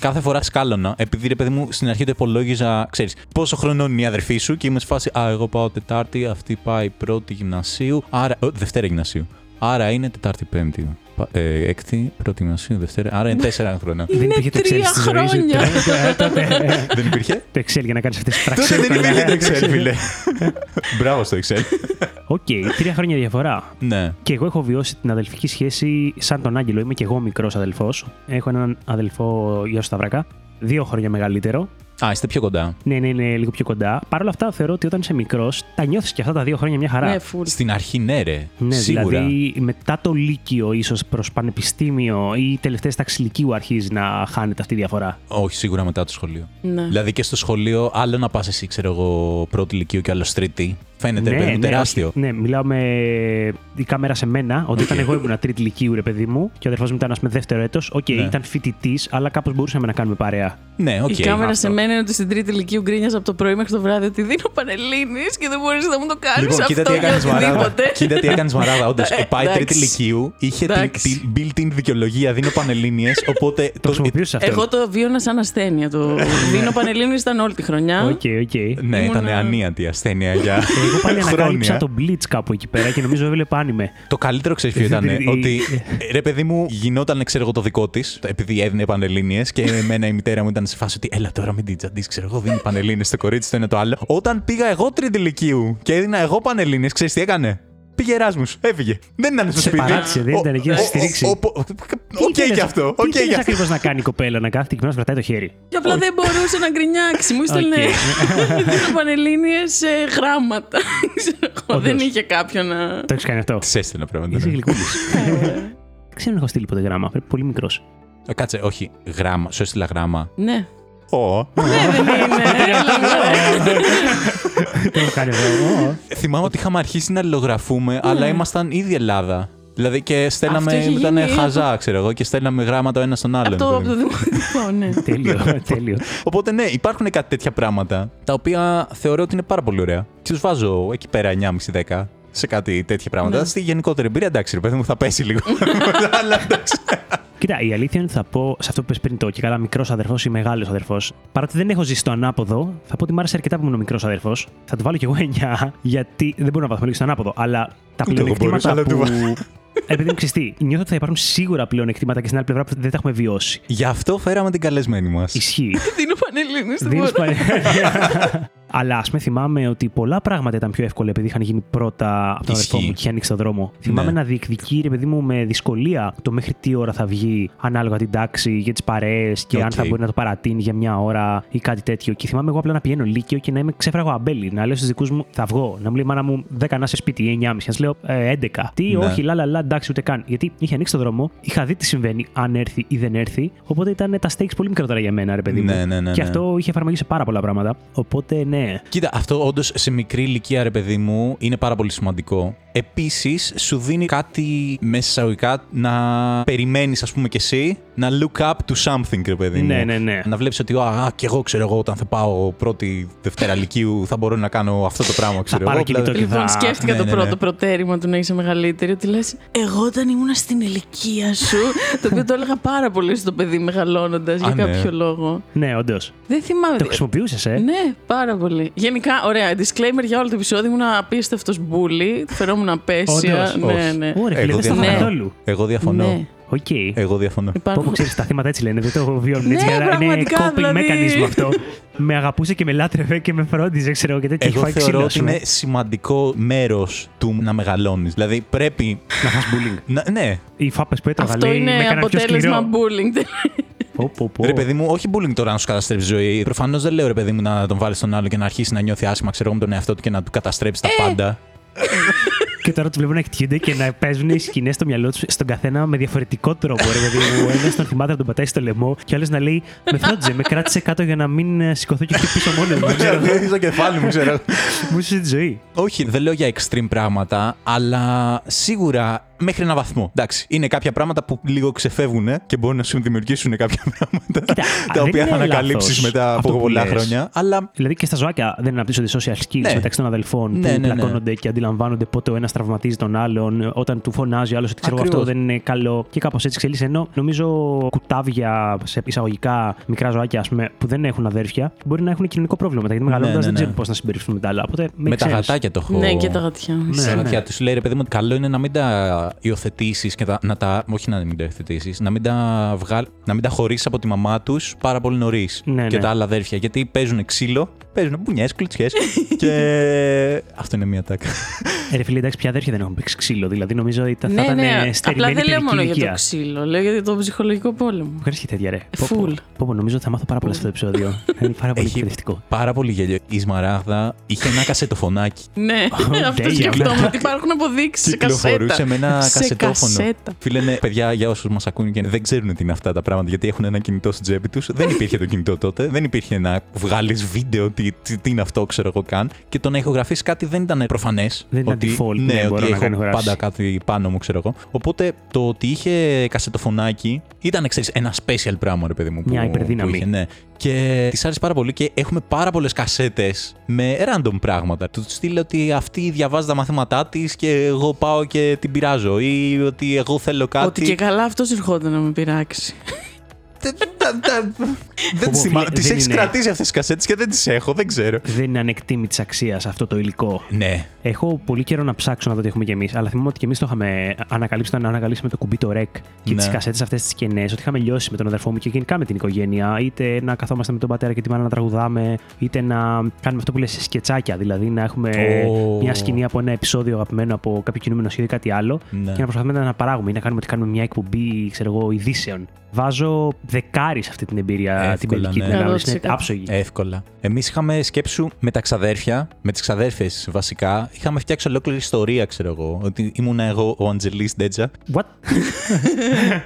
Speaker 1: κάθε φορά σκάλωνα. Επειδή ρε παιδί μου στην αρχή το υπολόγιζα, ξέρεις πόσο χρονών είναι η αδερφή σου και είμαι σε φάση Α, εγώ πάω Τετάρτη, αυτή πάει πρώτη γυμνασίου, άρα. Ω, Δευτέρα γυμνασίου. Άρα είναι Τετάρτη Πέμπτη. ε, έκτη, πρώτη μεσή, δευτέρα. Άρα είναι τέσσερα χρόνια.
Speaker 2: Δεν
Speaker 3: Είναι
Speaker 2: υπήρχε το
Speaker 3: τρία
Speaker 2: Excel στη ζωή σου.
Speaker 3: χρόνια.
Speaker 2: Τότε- τότε-
Speaker 1: δεν υπήρχε.
Speaker 2: Το Excel για να κάνεις αυτές τις πράξει.
Speaker 1: Τότε Ναι. δεν υπήρχε το Excel, φίλε. Μπράβο στο Excel.
Speaker 2: ναι. Οκ, τρία χρόνια διαφορά.
Speaker 1: ναι.
Speaker 2: Και εγώ έχω βιώσει την αδελφική σχέση σαν τον Άγγελο. Είμαι και εγώ μικρός αδελφός. Έχω έναν αδελφό Γιώργο Σταυράκα. Δύο χρόνια μεγαλύτερο.
Speaker 1: Α, είστε πιο κοντά.
Speaker 2: Ναι, ναι, είναι λίγο πιο κοντά. Παρ' όλα αυτά, θεωρώ ότι όταν είσαι μικρός, τα νιώθεις και αυτά τα δύο χρόνια μια χαρά.
Speaker 3: Ναι, φουλ.
Speaker 1: Στην αρχή, ναι, ρε.
Speaker 2: Ναι,
Speaker 1: Σίγουρα.
Speaker 2: δηλαδή μετά το Λύκειο, ίσως προς πανεπιστήμιο ή τελευταίε ταξιλικίου αρχίζει να χάνεται αυτή η διαφορά.
Speaker 1: Όχι, σίγουρα μετά το σχολείο.
Speaker 3: Ναι.
Speaker 1: Δηλαδή και στο σχολείο, άλλο να πας εσύ, ξέρω εγώ, πρώτη ηλικίου και άλλο τρίτη. Φαίνεται, ρε παιδί μου,
Speaker 2: ναι,
Speaker 1: τεράστιο.
Speaker 2: όχι. Ναι, μιλάω με η κάμερα σε μένα, ότι όταν εγώ ήμουν τρίτη ηλικίου, ρε παιδί μου, και ο αδερφός μου ήταν, ας πούμε, δεύτερο έτος, οκ,
Speaker 1: Ναι.
Speaker 2: ήταν φοιτητής, αλλά κάπως μπορούσαμε να κάνουμε παρέα.
Speaker 1: Ναι, οκ.
Speaker 3: Η κάμερα
Speaker 2: αυτό.
Speaker 3: σε μένα είναι ότι στην τρίτη ηλικίου γκρίνιαζα από το πρωί μέχρι το βράδυ ότι δίνω πανελίνη και δεν μπορείς να μου το κάνεις
Speaker 1: Λοιπόν,
Speaker 3: αυτό
Speaker 1: κοίτα τι
Speaker 3: ή
Speaker 1: έκανες μαράδα.
Speaker 3: οτιδήποτε.
Speaker 1: Κοίτα τι έκανες μαράδα. Όντως,
Speaker 3: Ε,
Speaker 1: πάει τρίτη
Speaker 3: εντάξει.
Speaker 1: ηλικίου, είχε την,
Speaker 3: Εντάξει.
Speaker 1: την built-in δικαιολογία, δίνω πανελλήνιες, οπότε.
Speaker 2: Το χρησιμοποιούσες αυτό.
Speaker 3: Ε, Εγώ το βίωνα σαν ασθένεια. Το δίνω πανελίνη ήταν όλη τη χρονιά.
Speaker 2: Οκ, οκ.
Speaker 1: Ναι,
Speaker 3: Ήμουνα-
Speaker 1: ήταν ανίατη ασθένεια για
Speaker 2: Εγώ πάλι ανακάλυψα
Speaker 1: χρόνια.
Speaker 2: τον Blitz κάπου εκεί πέρα και νομίζω έβλεπα άνιμε.
Speaker 1: Το καλύτερο ξέρει ποιο ήταν.
Speaker 2: Δηλαδή- [laughs]
Speaker 1: ότι ρε παιδί μου γινόταν, ξέρω εγώ, το δικό της, επειδή έδινε πανελίνες και εμένα η μητέρα μου ήταν σε φάση ότι έλα τώρα μην την τζαντίσει, ξέρω εγώ, δίνει πανελίνε στο κορίτσι, το ένα το άλλο. Όταν πήγα εγώ τρίτη ηλικίου και έδινα εγώ πανελίνε, ξέρεις τι έκανε. Πήγε Εράσμους, έφυγε. Δεν ήταν στο
Speaker 2: Σε
Speaker 1: σπίτι.
Speaker 2: παράτησε, δεν
Speaker 1: Ο-
Speaker 2: ήταν εκεί να
Speaker 1: ο-
Speaker 2: σε στηρίξει.
Speaker 1: ο- ο- ο- Οκ
Speaker 2: Τι ήθελες-
Speaker 1: και αυτό.
Speaker 2: Τι
Speaker 1: Οκ
Speaker 2: ήθελες
Speaker 1: και αυτό.
Speaker 2: ακριβώς να κάνει η κοπέλα, να κάθεται εκεί πέρα να κρατάει το χέρι.
Speaker 3: Και απλά δεν μπορούσε να γκρινιάξει. Μου έστελνε [laughs] δίνω πανελίνη σε ε, γράμματα. [laughs] Ξέρω εγώ,
Speaker 2: Όντως.
Speaker 3: Δεν είχε κάποιον να.
Speaker 2: Το έχεις κάνει αυτό.
Speaker 1: Τη έστειλα πράγματα.
Speaker 2: Είσαι
Speaker 1: ναι.
Speaker 2: γλυκούλης. Δεν ξέρω αν έχω στείλει ποτέ γράμμα. Πρέπει πολύ μικρός.
Speaker 1: Ε, Κάτσε, όχι, γράμμα. Σου έστειλα γράμμα.
Speaker 3: Ναι.
Speaker 1: Ω.
Speaker 3: Ναι, δεν
Speaker 1: [laughs]
Speaker 3: είναι. Έλα, ναι.
Speaker 2: Τι έχω κάνει εδώ.
Speaker 1: Θυμάμαι ότι είχαμε αρχίσει να
Speaker 3: Ναι.
Speaker 1: λογραφούμε, αλλά ήμασταν ήδη Ελλάδα. Δηλαδή και στέλναμε.
Speaker 3: Αυτό είχε
Speaker 1: Ήταν
Speaker 3: γίνει
Speaker 1: χαζά, ξέρω εγώ, και στέλναμε γράμματα ο ένας στον άλλον.
Speaker 3: Από το- από
Speaker 1: παιδί
Speaker 3: το
Speaker 1: μου.
Speaker 3: δημοτικό,
Speaker 1: [laughs]
Speaker 3: ναι.
Speaker 2: Τέλειο, τέλειο.
Speaker 1: Οπότε ναι, υπάρχουν κάτι τέτοια πράγματα τα οποία θεωρώ ότι είναι πάρα πολύ ωραία. Και τους βάζω εκεί πέρα 9,5-10 σε κάτι τέτοια πράγματα.
Speaker 3: Ναι.
Speaker 1: Στη γενικότερη εμπειρία, εντάξει, ρε παιδί μου, θα πέσει
Speaker 3: [laughs]
Speaker 1: λίγο. αλλά εντάξει.
Speaker 2: Κοίτα, η αλήθεια είναι ότι θα πω σε αυτό που πες πριν το και καλά μικρός αδερφός ή μεγάλος αδερφός. Παρά ότι δεν έχω ζήσει το ανάποδο, θα πω ότι μου άρεσε αρκετά που ήμουν μικρός αδερφός. Θα του βάλω κι εγώ 9, γιατί δεν μπορώ να βαθμολογήσω το ανάποδο. Αλλά τα
Speaker 1: Ούτε εγώ μπορούσα,
Speaker 2: πλεονεκτήματα
Speaker 1: αλλά του
Speaker 2: που. Επειδή είμαι ξυστή, νιώθω ότι θα υπάρχουν σίγουρα πλεονεκτήματα και στην άλλη πλευρά που δεν τα έχουμε βιώσει.
Speaker 1: Γι' αυτό φέραμε την καλεσμένη μας.
Speaker 2: Ισχύει.
Speaker 3: Δίνω πανελίνη στην
Speaker 2: Δίνεις
Speaker 3: πορεία.
Speaker 2: πα- [laughs] Αλλά ας πούμε, θυμάμαι ότι πολλά πράγματα ήταν πιο εύκολα επειδή είχαν γίνει πρώτα από τον
Speaker 1: Ισχύει. Ναι.
Speaker 2: αδερφό μου και είχε ανοίξει το δρόμο. Θυμάμαι να διεκδικεί, ρε παιδί μου, με δυσκολία το μέχρι τι ώρα θα βγει ανάλογα την τάξη για τις παρέες και αν
Speaker 1: Οκ.
Speaker 2: θα μπορεί να το παρατείνει για μια ώρα ή κάτι τέτοιο. Και θυμάμαι εγώ απλά να πηγαίνω λύκειο και να είμαι ξέφραγο αμπέλι. Να λέω στους δικούς μου θα βγω. Να μου λέει η μάνα μου 10 να είσαι σπίτι, 9.30. Να λέω «Ε, 11. Τι,
Speaker 1: Ναι.
Speaker 2: όχι, λα, λα, λα, εντάξει, ούτε καν. Γιατί είχε ανοίξει το δρόμο, είχα δει τι συμβαίνει, αν έρθει ή δεν έρθει. Οπότε ήταν τα stakes πολύ μικρότερα για μένα, ρε παιδί μου.
Speaker 1: Ναι, ναι, ναι,
Speaker 2: και
Speaker 1: ναι.
Speaker 2: αυτό είχε εφαρμογή σε πάρα πολλά πράγματα. Οπότε ναι.
Speaker 1: Κοίτα, αυτό όντως σε μικρή ηλικία, ρε παιδί μου, είναι πάρα πολύ σημαντικό. Επίσης, σου δίνει κάτι μέσα εισαγωγικά να περιμένεις, ας πούμε, κι εσύ να look up to something, ρε παιδί μου.
Speaker 2: Ναι, ναι, ναι.
Speaker 1: Να βλέπεις ότι, α, α, κι εγώ ξέρω εγώ, όταν θα πάω πρώτη Δευτέρα Λυκείου, θα μπορώ να κάνω αυτό το πράγμα, ξέρω
Speaker 2: πάρω
Speaker 1: εγώ.
Speaker 2: κινητό
Speaker 1: Απλά-
Speaker 2: και θα-
Speaker 3: Λοιπόν, σκέφτηκα
Speaker 1: Ναι,
Speaker 3: το
Speaker 1: ναι,
Speaker 3: πρώτο
Speaker 1: ναι.
Speaker 3: προτέρημα του να είσαι μεγαλύτερη. Ότι λες, Εγώ όταν ήμουν στην ηλικία σου. το οποίο το έλεγα πάρα πολύ στο παιδί μεγαλώνοντας για
Speaker 1: Α, ναι.
Speaker 3: κάποιο λόγο.
Speaker 2: Ναι, όντως.
Speaker 3: Δεν θυμάμαι.
Speaker 2: Το χρησιμοποιούσες, ε.
Speaker 3: Ναι, πάρα πολύ. Γενικά, ωραία. Disclaimer για όλο το επεισόδιο. Ήμουν απίστευτος μπουλί. Φερόμουν απέσια.
Speaker 2: Όντως,
Speaker 3: ναι,
Speaker 1: όχι.
Speaker 3: ναι.
Speaker 2: Ωραία, φίλε,
Speaker 1: Εγώ
Speaker 2: δεν σταματά
Speaker 3: διαφωνώ.
Speaker 2: καθόλου.
Speaker 1: Εγώ διαφωνώ.
Speaker 3: Ναι.
Speaker 2: Οκ.
Speaker 1: Εγώ διαφωνώ.
Speaker 2: Πω, πω,
Speaker 3: Υπάρχουν.
Speaker 2: ξέρεις, τα θύματα έτσι λένε, δεν το βιώνουν έτσι.
Speaker 3: Ναι,
Speaker 2: αλλά είναι
Speaker 3: πραγματικά,
Speaker 2: coping
Speaker 3: δηλαδή.
Speaker 2: mechanism αυτό. με αγαπούσε και με λάτρευε και με φρόντιζε, ξέρω και τέτοια.
Speaker 1: Εγώ
Speaker 2: Είχα φάει
Speaker 1: θεωρώ
Speaker 2: ξύλο,
Speaker 1: ότι
Speaker 2: ας πούμε.
Speaker 1: είναι σημαντικό μέρος του να μεγαλώνεις. Δηλαδή πρέπει.
Speaker 2: Να φας bullying.
Speaker 1: να- ναι,
Speaker 2: Οι φάπες που έτρωγα
Speaker 3: Αυτό
Speaker 2: λέει, με
Speaker 3: είναι
Speaker 2: έκαναν πιο
Speaker 3: αποτέλεσμα
Speaker 2: σκληρό.
Speaker 3: bullying.
Speaker 2: Πω, πω, πω.
Speaker 1: Ρε παιδί μου, όχι bullying τώρα να σου καταστρέψει τη ζωή. Προφανώς δεν λέω ρε παιδί μου να τον βάλεις στον άλλο και να αρχίσει να νιώθει άσχημα, ξέρω εγώ, με τον εαυτό του και να του
Speaker 2: Ε.
Speaker 1: καταστρέψει τα πάντα.
Speaker 2: Και τώρα του βλέπω να εκτιούνται και να παίζουν οι σκηνές στο μυαλό τους στον καθένα με διαφορετικό τρόπο. Ρε παιδί μου, ένας τον θυμάται να τον πατάει στο λαιμό και άλλος να λέει Με φρόντιζε, με κράτησε κάτω για να μην ε, σηκωθώ και χτυπήσω μόνος μου. ξέρω.
Speaker 1: το κεφάλι μου, ξέρω.
Speaker 2: Μου είσαι τη ζωή.
Speaker 1: [laughs] Όχι, δεν λέω για extreme πράγματα, αλλά σίγουρα μέχρι ένα βαθμό. Εντάξει, είναι κάποια πράγματα που λίγο ξεφεύγουν και μπορεί να σου δημιουργήσουν κάποια πράγματα τα
Speaker 2: δεν
Speaker 1: οποία θα
Speaker 2: είναι
Speaker 1: ανακαλύψεις
Speaker 2: λάθος
Speaker 1: μετά
Speaker 2: αυτό
Speaker 1: από
Speaker 2: που
Speaker 1: πολλά
Speaker 2: λες.
Speaker 1: χρόνια. Αλλά
Speaker 2: Δηλαδή και στα ζωάκια δεν αναπτύσσονται social skills
Speaker 1: Ναι.
Speaker 2: μεταξύ των αδελφών
Speaker 1: Ναι,
Speaker 2: που
Speaker 1: ναι, ναι.
Speaker 2: πλακώνονται και αντιλαμβάνονται πότε ο ένας τραυματίζει τον άλλον, όταν του φωνάζει ο άλλος ότι ξέρω εγώ, αυτό
Speaker 1: Ακριβώς.
Speaker 2: δεν είναι καλό. Και κάπως έτσι εξελίσσεται. Ενώ νομίζω κουτάβια σε εισαγωγικά μικρά ζωάκια ας πούμε, που δεν έχουν αδέρφια μπορεί να έχουν κοινωνικό πρόβλημα. μετά, Γιατί μεγαλώντα
Speaker 1: ναι,
Speaker 2: δεν
Speaker 1: ναι.
Speaker 2: ξέρουν πώς να συμπεριφθούν με τα άλλα. Οπότε
Speaker 1: με τα
Speaker 2: makes sense.
Speaker 1: γατάκια το έχω.
Speaker 3: ναι, και τα γατιά.
Speaker 2: Ναι,
Speaker 1: Ναι,
Speaker 2: ναι.
Speaker 1: Τους λέει ρε παιδί μου, καλό είναι να μην τα τα υιοθετήσεις και τα, να τα. Όχι να μην τα υιοθετήσεις, να μην τα, βγάλ, να μην τα χωρίσεις από τη μαμά τους πάρα πολύ νωρίς.
Speaker 2: Ναι,
Speaker 1: και
Speaker 2: ναι.
Speaker 1: τα άλλα αδέρφια. Γιατί παίζουν ξύλο, παίζουν μπουνιές, κλουτσιές.
Speaker 2: [laughs]
Speaker 1: και. Αυτό είναι μία τάκα.
Speaker 2: Ε, Ρε φίλε, εντάξει, πια αδέρφια δεν έχουν παίξει ξύλο. Δηλαδή, νομίζω ότι θα
Speaker 3: ναι,
Speaker 2: ήταν
Speaker 3: ναι.
Speaker 2: στερημένη
Speaker 3: Απλά δεν
Speaker 2: παιδική
Speaker 3: λέω μόνο για το
Speaker 2: ηλικία.
Speaker 3: ξύλο, λέω για το ψυχολογικό πόλεμο.
Speaker 2: Μου κάνεις και τέτοια, ρε.
Speaker 3: Full.
Speaker 2: Πω, πω, νομίζω ότι θα μάθω πάρα πολλά σε αυτό το επεισόδιο. Θα είναι πάρα πολύ
Speaker 1: Έχει-
Speaker 2: εκπαιδευτικό.
Speaker 1: Πάρα πολύ γέλιο. Η Σμαράγδα είχε ένα κασετοφωνάκι.
Speaker 3: Ναι, [laughs] αυτό
Speaker 2: damn.
Speaker 3: σκεφτόμουν ότι υπάρχουν αποδείξεις σε κασέτα.
Speaker 1: Κυκλοφορούσε με ένα
Speaker 3: σε
Speaker 1: κασετόφωνο.
Speaker 3: κασέτα.
Speaker 1: Φίλε, ναι, παιδιά, για όσους μας ακούν και δεν ξέρουν τι είναι αυτά τα πράγματα, γιατί έχουν ένα κινητό στην τσέπη τους. Δεν υπήρχε το κινητό τότε. Δεν υπήρχε να βγάλεις βίντεο, τι, τι, τι είναι αυτό, ξέρω εγώ καν. Και το να ηχογραφήσει κάτι δεν ήταν προφανές.
Speaker 2: Δεν ήταν default, ναι,
Speaker 1: Ναι,
Speaker 2: μπορώ
Speaker 1: ότι
Speaker 2: να
Speaker 1: έχω
Speaker 2: κάνω ηχογράφηση.
Speaker 1: πάντα κάτι πάνω μου, ξέρω εγώ. Οπότε το ότι είχε κασετοφωνάκι ήταν ξέρεις, ένα special πράγμα, ρε παιδί μου.
Speaker 2: Μια
Speaker 1: που-
Speaker 2: υπερδύναμη.
Speaker 1: που είχε, ναι. Και της άρεσε πάρα πολύ και έχουμε πάρα πολλές κασέτες με random πράγματα. Του στείλει ότι αυτή διαβάζει τα μαθήματά της και εγώ πάω και την πειράζω. Ή ότι εγώ θέλω κάτι.
Speaker 3: Ότι και καλά αυτός ερχόταν να με πειράξει.
Speaker 1: Τε- τα- [laughs] τα- Δεν τις
Speaker 2: Πω, πω,
Speaker 1: θυμάμαι.
Speaker 2: φίλε,
Speaker 1: Τις
Speaker 2: δεν
Speaker 1: έχεις
Speaker 2: είναι.
Speaker 1: κρατήσει αυτές τις κασέτες και δεν τις έχω, δεν ξέρω.
Speaker 2: Δεν είναι ανεκτήμητης αξίας αυτό το υλικό.
Speaker 1: Ναι.
Speaker 2: Έχω πολύ καιρό να ψάξω να δω τι έχουμε κι εμείς. Αλλά θυμάμαι ότι κι εμείς το είχαμε ανακαλύψει όταν ανακαλύψαμε το κουμπί το REC και
Speaker 1: Ναι.
Speaker 2: τι κασέτες αυτές τις κενέ. Ότι είχαμε λιώσει με τον αδερφό μου και γενικά με την οικογένεια. Είτε να καθόμαστε με τον πατέρα και τη μάνα να τραγουδάμε, είτε να κάνουμε αυτό που λες σκετσάκια. Δηλαδή να έχουμε
Speaker 1: Ω.
Speaker 2: μια σκηνή από ένα επεισόδιο αγαπημένο από κάποιο κινούμενο σχέδιο ή κάτι άλλο
Speaker 1: Ναι.
Speaker 2: και να προσπαθούμε να παράγουμε ή να κάνουμε ότι κάνουμε μια εκπομπή ξέρω εγώ, ειδήσεων. Βάζω δεκάρις σε αυτή την εμπειρία την
Speaker 1: Εύκολα,
Speaker 2: παιδική
Speaker 1: ναι. Ε,
Speaker 2: την ανάμεση. Είναι
Speaker 3: 100%.
Speaker 2: άψογη.
Speaker 1: Εύκολα. Εμείς είχαμε σκέψου με τα ξαδέρφια, με τις ξαδέρφες βασικά. Είχαμε φτιάξει ολόκληρη ιστορία, ξέρω εγώ. Ότι ήμουν εγώ ο Αντζελής Ντέτζα
Speaker 2: What?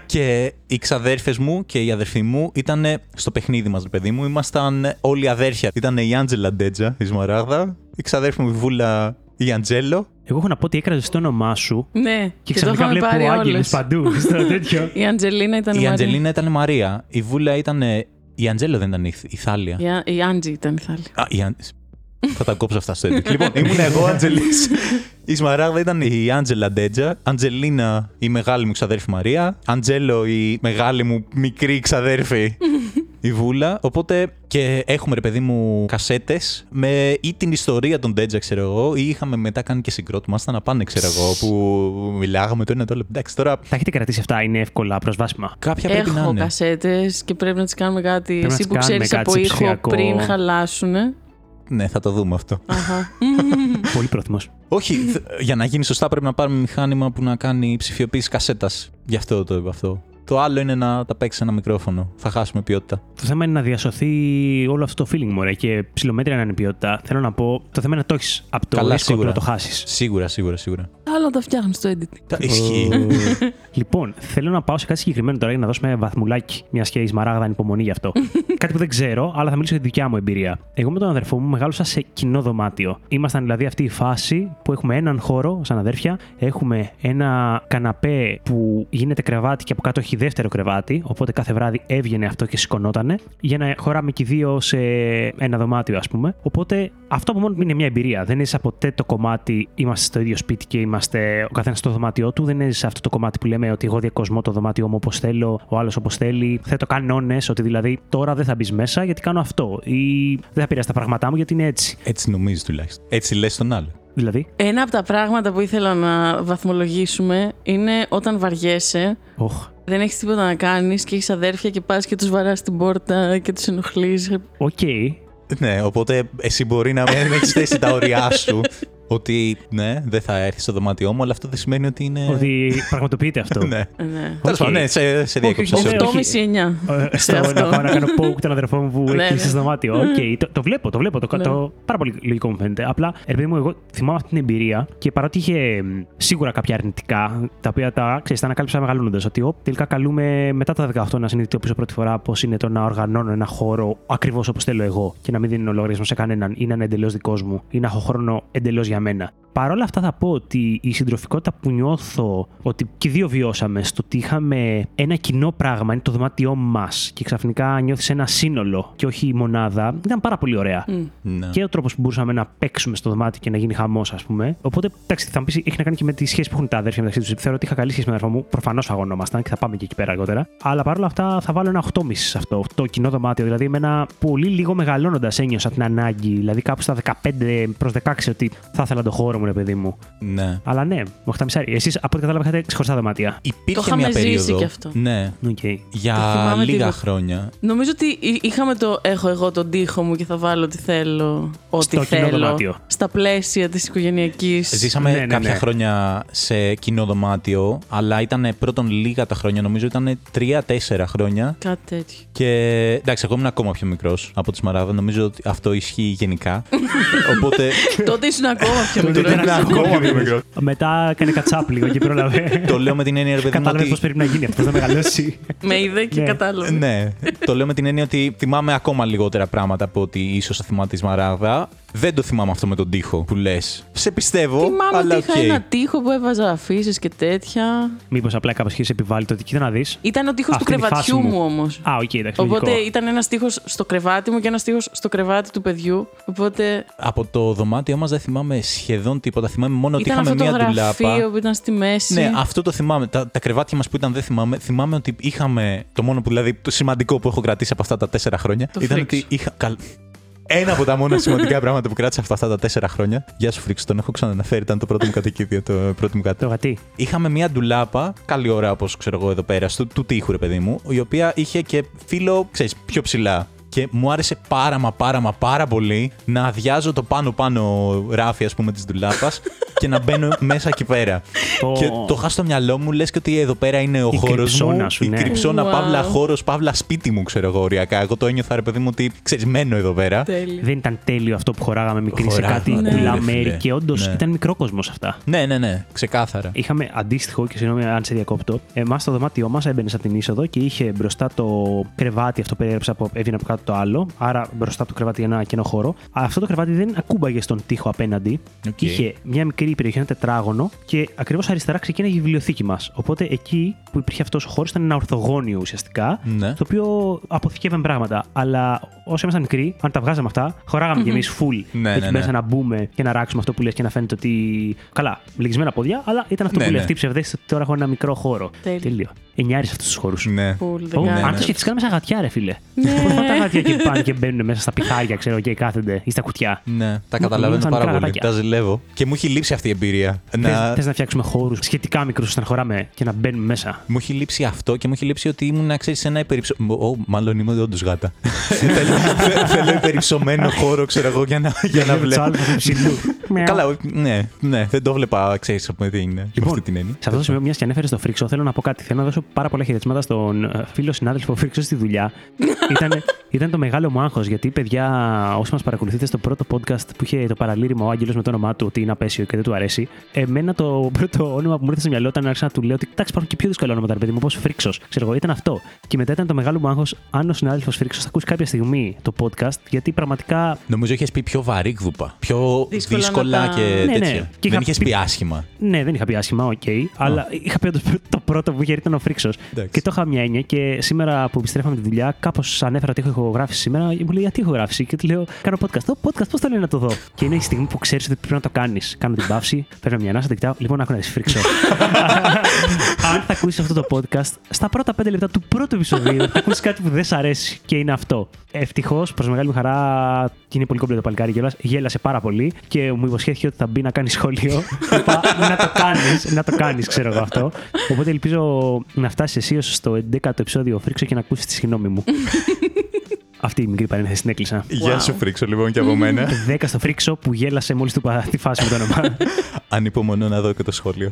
Speaker 1: Και οι ξαδέρφες μου και οι αδερφοί μου ήταν στο παιχνίδι μας, παιδί μου. Ήμασταν όλοι αδέρφια. Ήταν η Άντζελα Ντέτζα, η Σμαράγδα, η ξαδέρφη μου η Βούλα, η Αντζέλο.
Speaker 2: Εγώ έχω να πω ότι έκραζε το όνομά σου
Speaker 3: Ναι,
Speaker 2: και
Speaker 3: και, το
Speaker 2: ξαφνικά
Speaker 3: είχαμε
Speaker 2: βλέπω
Speaker 3: πάρει όλε.
Speaker 2: άγγελους παντού
Speaker 3: [laughs]
Speaker 2: στο τέτοιο.
Speaker 3: Η Αντζελίνα ήταν
Speaker 1: Η
Speaker 3: Μαρία.
Speaker 1: Αντζελίνα ήταν η Μαρία. Η Βούλα ήταν. Η Αντζέλο δεν ήταν η, η Θάλια.
Speaker 3: Η Α- Η Άντζη ήταν η Θάλη.
Speaker 1: Α, η Αν- Θα τα κόψω αυτά στο edit. λοιπόν, [laughs] ήμουν εγώ ο Αντζελής. Η Σμαράγδα ήταν η Άντζελα Ντέτζα. Αντζελίνα η μεγάλη μου ξαδέρφη Μαρία. Αντζέλο η μεγάλη μου μικρή ξαδέρφη η Βούλα. Οπότε και έχουμε ρε παιδί μου κασέτες με ή την ιστορία των Ντέτζα, ξέρω εγώ, ή είχαμε μετά κάνει και συγκρότημα. Στα να πάνε, ξέρω εγώ, που μιλάγαμε το ένα το άλλο. Εντάξει, τώρα
Speaker 2: Τα έχετε κρατήσει αυτά, είναι εύκολα προσβάσιμα.
Speaker 1: κάποια πρέπει να
Speaker 3: Έχω
Speaker 1: είναι.
Speaker 3: κασέτες και πρέπει να τις κάνουμε κάτι.
Speaker 2: να
Speaker 3: Εσύ
Speaker 2: τις
Speaker 3: που
Speaker 2: κάνουμε
Speaker 3: ξέρεις
Speaker 2: κάτι
Speaker 3: από
Speaker 2: σε
Speaker 3: ήχο
Speaker 2: ψηφιακό.
Speaker 3: πριν χαλάσουνε.
Speaker 1: Ναι, θα το δούμε αυτό.
Speaker 3: Αχα. [laughs]
Speaker 2: Πολύ πρόθυμος.
Speaker 1: Όχι, θ- για να γίνει σωστά πρέπει να πάρουμε μηχάνημα που να κάνει ψηφιοποίηση κασέτας. Γι' αυτό το είπα αυτό. Το άλλο είναι να τα παίξεις ένα μικρόφωνο. Θα χάσουμε ποιότητα.
Speaker 2: Το θέμα είναι να διασωθεί όλο αυτό το feeling μου, ρε, και ψηλομέτρια να είναι ποιότητα. Θέλω να πω, το θέμα είναι να το έχεις από το
Speaker 1: Καλά,
Speaker 2: ρίσκο του
Speaker 1: σίγουρα.
Speaker 2: να το χάσεις.
Speaker 1: Σίγουρα, σίγουρα, σίγουρα.
Speaker 3: Αλλά τα φτιάχνεις στο edit.
Speaker 1: Τα
Speaker 2: Ε,
Speaker 1: ισχύει.
Speaker 2: λοιπόν, θέλω να πάω σε κάτι συγκεκριμένο τώρα για να δώσουμε βαθμουλάκι, μιας και η Σμαράγδα είναι υπομονή γι' αυτό. κάτι που δεν ξέρω, αλλά θα μιλήσω για τη δικιά μου εμπειρία. Εγώ με τον αδερφό μου μεγάλωσα σε κοινό δωμάτιο. Ήμασταν δηλαδή αυτή η φάση που έχουμε έναν χώρο σαν αδέρφια, έχουμε ένα καναπέ που γίνεται κρεβάτι και από κάτω έχει δεύτερο κρεβάτι, οπότε κάθε βράδυ έβγαινε αυτό και σηκωνότανε, για να χωράμε και οι δύο σε ένα δωμάτιο, ας πούμε. Οπότε αυτό από μόνο του είναι μια εμπειρία. Δεν έζησα ποτέ το κομμάτι είμαστε στο ίδιο σπίτι και είμαστε ο καθένας στο δωμάτιό του. Δεν έζησα αυτό το κομμάτι που λέμε ότι εγώ διακοσμώ το δωμάτιό μου όπως θέλω, ο άλλος όπως θέλει. Θέτω κανόνες ότι δηλαδή τώρα δεν θα μπεις μέσα γιατί κάνω αυτό. Ή δεν θα πειράσει τα πράγματά μου γιατί είναι έτσι.
Speaker 1: Έτσι νομίζεις τουλάχιστον. Έτσι λες τον άλλο.
Speaker 2: Δηλαδή.
Speaker 3: Ένα από τα πράγματα που ήθελα να βαθμολογήσουμε είναι όταν βαριέσαι,
Speaker 2: Οχ.
Speaker 3: δεν έχεις τίποτα να κάνεις και έχεις αδέρφια και πας και τους βαράς την πόρτα και Ε, τους ενοχλείς.
Speaker 2: Οκ.
Speaker 1: Ναι, οπότε εσύ μπορεί να μην έχεις θέσει τα όρια σου. Ότι ναι, δεν θα έρθει στο δωμάτιό μου, αλλά αυτό δεν σημαίνει ότι είναι.
Speaker 2: Ότι πραγματοποιείται αυτό.
Speaker 1: Ναι.
Speaker 3: [laughs] Ναι.
Speaker 1: Τέλος πάντων, ναι, σε, σε διέκοψα.
Speaker 2: όχι,
Speaker 1: sorry.
Speaker 2: όχι.
Speaker 3: 8,5-9.
Speaker 2: Ε,
Speaker 3: Σε
Speaker 2: στο να
Speaker 3: αυτό.
Speaker 2: πάω να κάνω poke τον αδερφό μου που
Speaker 3: Ναι,
Speaker 2: έχει
Speaker 3: ναι.
Speaker 2: κλείσει στο δωμάτιο. Οκ, το, το βλέπω, το βλέπω. Το,
Speaker 3: Ναι.
Speaker 2: το, πάρα πολύ λογικό μου φαίνεται. Απλά, ρε παιδί μου, εγώ θυμάμαι αυτή την εμπειρία και παρότι είχε μ, σίγουρα κάποια αρνητικά, τα οποία τα, ξέρεις, τα ανακάλυψα μεγαλώνοντας. Ότι ο, τελικά καλούμε μετά τα 18 να συνειδητοποιήσω πρώτη φορά πώς είναι το να οργανώνω ένα χώρο ακριβώς όπως θέλω εγώ και να μην δίνω λογαριασμό σε κανέναν ή να είναι εντελώς δικός μου ή να έχω χρόνο εντελώς για μένα. Παρ' όλα αυτά θα πω ότι η συντροφικότητα που νιώθω ότι και οι δύο βιώσαμε στο ότι είχαμε ένα κοινό πράγμα, είναι το δωμάτιό μας και ξαφνικά νιώθεις ένα σύνολο και όχι η μονάδα, ήταν πάρα πολύ ωραία.
Speaker 1: Ναι.
Speaker 2: Και ο τρόπος που μπορούσαμε να παίξουμε στο δωμάτιο και να γίνει χαμός, ας πούμε. Οπότε, εντάξει, θα μου πεις, έχει να κάνει και με τη σχέση που έχουν τα αδέρφια μεταξύ τους. Θεωρώ ότι είχα καλή σχέση με τον αδερφό μου. Προφανώς αγωνόμασταν και θα πάμε και εκεί πέρα αργότερα. Αλλά παρόλα αυτά θα βάλω ένα 8,5 σε αυτό το κοινό δωμάτιο. Δηλαδή, εμένα πολύ λίγο μεγαλώνοντας ένιωσα την ανάγκη. Δηλαδή, κάπου στα 15 προ 16 ότι θα ήθελα το χώρο μου ρε παιδί μου.
Speaker 1: Ναι.
Speaker 2: Αλλά ναι, 8,5. Εσείς από ό,τι κατάλαβα είχατε ξεχωριστά δωμάτια.
Speaker 1: Υπήρχε
Speaker 3: είχαμε
Speaker 1: μια
Speaker 3: ζήσει
Speaker 1: περίοδο.
Speaker 3: κι αυτό.
Speaker 1: Ναι.
Speaker 2: Οκ.
Speaker 3: Το
Speaker 1: Για
Speaker 3: θυμάμαι
Speaker 1: λίγα
Speaker 3: λίγο.
Speaker 1: χρόνια.
Speaker 3: Νομίζω ότι εί- είχαμε το έχω εγώ τον τοίχο μου και θα βάλω ό,τι θέλω. Ό,τι
Speaker 2: Στο κοινό
Speaker 3: θέλω.
Speaker 2: δωμάτιο.
Speaker 3: Στα πλαίσια της οικογενειακής.
Speaker 1: Ζήσαμε
Speaker 2: Ναι, ναι,
Speaker 1: κάποια
Speaker 2: ναι.
Speaker 1: χρόνια σε κοινό δωμάτιο, αλλά ήταν πρώτον λίγα τα χρόνια, νομίζω ήταν τρία-τέσσερα χρόνια.
Speaker 3: Κάτι τέτοιο.
Speaker 1: Και εντάξει, εγώ ήμουν ακόμα πιο μικρός από τη Σμαράδα. Νομίζω ότι αυτό ισχύει
Speaker 2: [laughs]
Speaker 1: γενικά. Οπότε.
Speaker 3: [laughs] Τότε ήσουν ακόμα πιο
Speaker 1: Τότε
Speaker 3: μικρό.
Speaker 1: ήταν ακόμα πιο μικρό.
Speaker 2: Μετά έκανε κατσάπ λίγο και πρόλαβε.
Speaker 1: Το λέω με την έννοια, ρε παιδί μου,
Speaker 2: Κατάλαβε
Speaker 1: ότι
Speaker 2: πώς πρέπει να γίνει αυτό, να μεγαλώσει.
Speaker 3: Με είδε και
Speaker 2: Ναι.
Speaker 3: κατάλαβε.
Speaker 1: Ναι. το λέω με την έννοια ότι θυμάμαι ακόμα λιγότερα πράγματα από ότι ίσως θα θυμάμαι τη Σμαράδα. Δεν το θυμάμαι αυτό με τον τοίχο που λες. Σε πιστεύω,
Speaker 3: Θυμάμαι
Speaker 1: αλλά
Speaker 3: ότι είχα ένα
Speaker 1: οκ.
Speaker 3: τοίχο που έβαζα αφήσεις και τέτοια.
Speaker 2: Μήπως απλά κάπω είχε επιβάλει το ότι κοίτα να δεις.
Speaker 3: Ήταν ο τοίχος του
Speaker 2: Αυτή είναι η φάση
Speaker 3: κρεβατιού
Speaker 2: μου.
Speaker 3: μου, όμως.
Speaker 2: Α, οκ, εντάξει.
Speaker 3: Οπότε
Speaker 2: λογικό.
Speaker 3: ήταν ένας τοίχος στο κρεβάτι μου και ένας τοίχος στο κρεβάτι του παιδιού. Οπότε
Speaker 1: Από το δωμάτιό μας δεν θυμάμαι σχεδόν τίποτα. Θυμάμαι μόνο ότι
Speaker 3: ήταν αυτό
Speaker 1: είχαμε
Speaker 3: το
Speaker 1: μία
Speaker 3: γραφείο
Speaker 1: ντουλάπα.
Speaker 3: που ήταν στη μέση.
Speaker 1: Ναι, αυτό το θυμάμαι. Τα, τα κρεβάτια μας που ήταν δεν θυμάμαι. Θυμάμαι ότι είχαμε. Το μόνο που δηλαδή. Το σημαντικό που έχω κρατήσει από αυτά τα τέσσερα χρόνια.
Speaker 3: Το
Speaker 1: ήταν
Speaker 3: Freaks.
Speaker 1: ότι είχα. καλ- Ένα από τα μόνα σημαντικά πράγματα που κράτησα από αυτά τα τέσσερα χρόνια. Γεια σου, Φρίξ, τον έχω ξαναναφέρει. Ήταν το πρώτο μου κατοικίδιο, το πρώτο μου κάτω.
Speaker 2: Το γατί.
Speaker 1: Είχαμε μία ντουλάπα, καλή ώρα όπως ξέρω εγώ εδώ πέρα, στο, του τείχου ρε παιδί μου, η οποία είχε και φύλλο, ξέρεις, πιο ψηλά. Και μου άρεσε πάρα μα πάρα μα πάρα πολύ να αδειάζω το πάνω πάνω ράφι, ας πούμε, της ντουλάπας και να μπαίνω μέσα εκεί πέρα.
Speaker 2: Ω.
Speaker 1: και το είχα στο μυαλό μου, λες και ότι εδώ πέρα είναι ο
Speaker 2: Η
Speaker 1: χώρος μου.
Speaker 2: κρυψώνα σου, ναι.
Speaker 1: Η κρυψώνα,
Speaker 3: Wow.
Speaker 1: παύλα χώρος, παύλα σπίτι μου, ξέρω εγώ οριακά. Εγώ το ένιωθα, ρε παιδί μου, ότι ξέρεις, μένω εδώ πέρα.
Speaker 3: Τέλειο.
Speaker 2: Δεν ήταν τέλειο αυτό που χωράγαμε μικρή σε
Speaker 1: Χωράγαμε,
Speaker 2: κάτι
Speaker 1: ναι,
Speaker 2: πουλά
Speaker 1: ρε φίλε.
Speaker 2: μέρη και όντως
Speaker 1: Ναι.
Speaker 2: ήταν μικρό κόσμος αυτά.
Speaker 1: Ναι, ναι, ναι, ξεκάθαρα.
Speaker 2: Είχαμε αντίστοιχο, και συγγνώμη αν σε διακόπτω, εμάς στο δωμάτιό μας έμπαινε από την είσοδο και είχε μπροστά το κρεβάτι, αυτό που έγραψε από, έβγαινε από κάτω το άλλο. Άρα μπροστά από το κρεβάτι ένα κενό χώρο. Αυτό το κρεβάτι δεν ακούμπαγε στον τοίχο απέναντι.
Speaker 1: Οκ.
Speaker 2: Είχε μια μικρή περιοχή, ένα τετράγωνο και ακριβώς αριστερά ξεκίνησε η βιβλιοθήκη μας. Οπότε εκεί που υπήρχε αυτός ο χώρος ήταν ένα ορθογώνιο ουσιαστικά,
Speaker 1: Ναι.
Speaker 2: το οποίο αποθηκεύαν πράγματα. Αλλά όσο ήμασταν μικροί, αν τα βγάζαμε αυτά, χωράγαμε κι εμείς full.
Speaker 1: Ναι,
Speaker 2: έτσι
Speaker 1: ναι,
Speaker 2: μέσα
Speaker 1: ναι.
Speaker 2: να μπούμε και να ράξουμε αυτό που λες και να φαίνεται ότι. Καλά, λυγισμένα ποδιά, αλλά ήταν αυτό
Speaker 1: Ναι, ναι.
Speaker 2: που λέει αυτή η ψευδέστηση ότι τώρα έχω ένα μικρό χώρο.
Speaker 3: Τέλειο.
Speaker 2: Εννιάρις αυτούς τους χώρους.
Speaker 1: Ναι.
Speaker 3: Πουλ, δεν
Speaker 2: Ω,
Speaker 3: κάνω.
Speaker 2: αν
Speaker 1: ναι.
Speaker 2: το σχετικά με σαν γατιά, ρε φίλε.
Speaker 3: Ναι.
Speaker 2: Πώ πάνε τα γατιά και πάνε και μπαίνουν μέσα στα πιχάρια, ξέρω, και κάθονται ή στα κουτιά.
Speaker 1: Ναι, τα καταλαβαίνω
Speaker 2: σαν
Speaker 1: πάρα πολύ.
Speaker 2: κραγατάκια.
Speaker 1: Τα ζηλεύω. Και μου έχει λείψει αυτή η εμπειρία.
Speaker 2: Να...
Speaker 1: Να...
Speaker 2: Θες να φτιάξουμε χώρους σχετικά μικρούς ώστε να χωράμε και να μπαίνουμε μέσα.
Speaker 1: Μου έχει λείψει αυτό και μου έχει λείψει ότι ήμουν, να ξέρεις, σε ένα υπερυψωμένο. Ω, μάλλον είμαι όντως
Speaker 2: [laughs]
Speaker 1: γάτα. Θέλω- θε- Θέλω υπερυψωμένο χώρο, ξέρω εγώ, για να, για να βλέπω.
Speaker 2: Τσάλπα του ψηλού. Μιαου.
Speaker 1: Καλά, όχι, ναι, ναι, δεν το βλέπα, ξέρεις από τι είναι.
Speaker 2: Λοιπόν,
Speaker 1: με αυτή την έννοια.
Speaker 2: Σε αυτό το σημείο, μιας και ανέφερες στο Φρίξο, θέλω να πω κάτι. Θέλω να δώσω πάρα πολλά χαιρετισμάτα στον ε, φίλο συνάδελφο Φρίξο στη δουλειά. ήταν, ήταν το μεγάλο μου άγχος, γιατί παιδιά, όσοι μας παρακολουθείτε στο πρώτο podcast που είχε το παραλήρημα ο Άγγελος με το όνομά του, ότι είναι απέσιο και δεν του αρέσει. Εμένα το πρώτο όνομα που μου ήρθε στο μυαλό ήταν άρχισα να του λέω ότι εντάξει, υπάρχουν και πιο δύσκολα ονόματα, ρε παιδί μου, όπως Φρίξος. Ξέρω εγώ, ήταν αυτό. Και μετά ήταν το μεγάλο μου άγχος, αν ο συνάδελφος Φρίξος θα ακούσει κάποια στιγμή το podcast, γιατί πραγματικά
Speaker 1: Νομίζω είχες πει πιο βαρύγδουπα. Πιο
Speaker 3: Δύσκολα
Speaker 1: δύσκολα,
Speaker 3: να τα-
Speaker 1: και
Speaker 2: Ναι, ναι.
Speaker 1: τέτοια.
Speaker 2: Και
Speaker 1: Δεν
Speaker 2: είχα
Speaker 1: είχες
Speaker 2: πει-
Speaker 1: πει άσχημα.
Speaker 2: Ναι, δεν είχα πει άσχημα, οκ. αλλά είχα πει ότι το πρώτο που είχε έρθει ήταν ο Φρίξος.
Speaker 1: Εντάξει.
Speaker 2: Και το είχα μια έννοια. Και σήμερα που επιστρέφαμε τη δουλειά, κάπως ανέφερα ότι έχω ηχογράφηση σήμερα. και Μου λέει Γιατί ηχογράφηση, και του λέω Κάνω podcast. Το podcast, πώ το λέει να το δω. και είναι η στιγμή που ξέρεις ότι πρέπει να το κάνεις. Κάνω την παύση, παίρνω μια ανάσα, την κοιτάω. Λοιπόν, άκου να δεις Φρίξο. Αν θα ακούσεις αυτό το podcast, στα πρώτα πέντε λεπτά του πρώτου επεισοδίου Δηλαδή, θα ακούσεις κάτι που δεν σ' αρέσει και είναι αυτό. Ευτυχώς, προς μεγάλη μου χαρά, και είναι πολύ κόμπλε το παλικάρι κιόλα, γέλασε πάρα πολύ και μου υποσχέθηκε ότι θα μπει να κάνει σχόλιο. Είπα, να το κάνεις, να το κάνεις, ξέρω εγώ αυτό. Οπότε ελπίζω να φτάσεις εσύ ως στο 11ο επεισόδιο Φρίξο και να ακούσεις τη συγγνώμη μου. Αυτή η μικρή παρένθεση την έκλεισα.
Speaker 1: Γεια σου, Φρίξο, λοιπόν, και από μένα.
Speaker 2: 10 στο Φρίξο που γέλασε μόλις του είπα τη φάση με το
Speaker 1: [laughs]
Speaker 2: όνομα.
Speaker 1: Ανυπομονώ να δω και το
Speaker 2: [laughs]
Speaker 1: σχόλιο.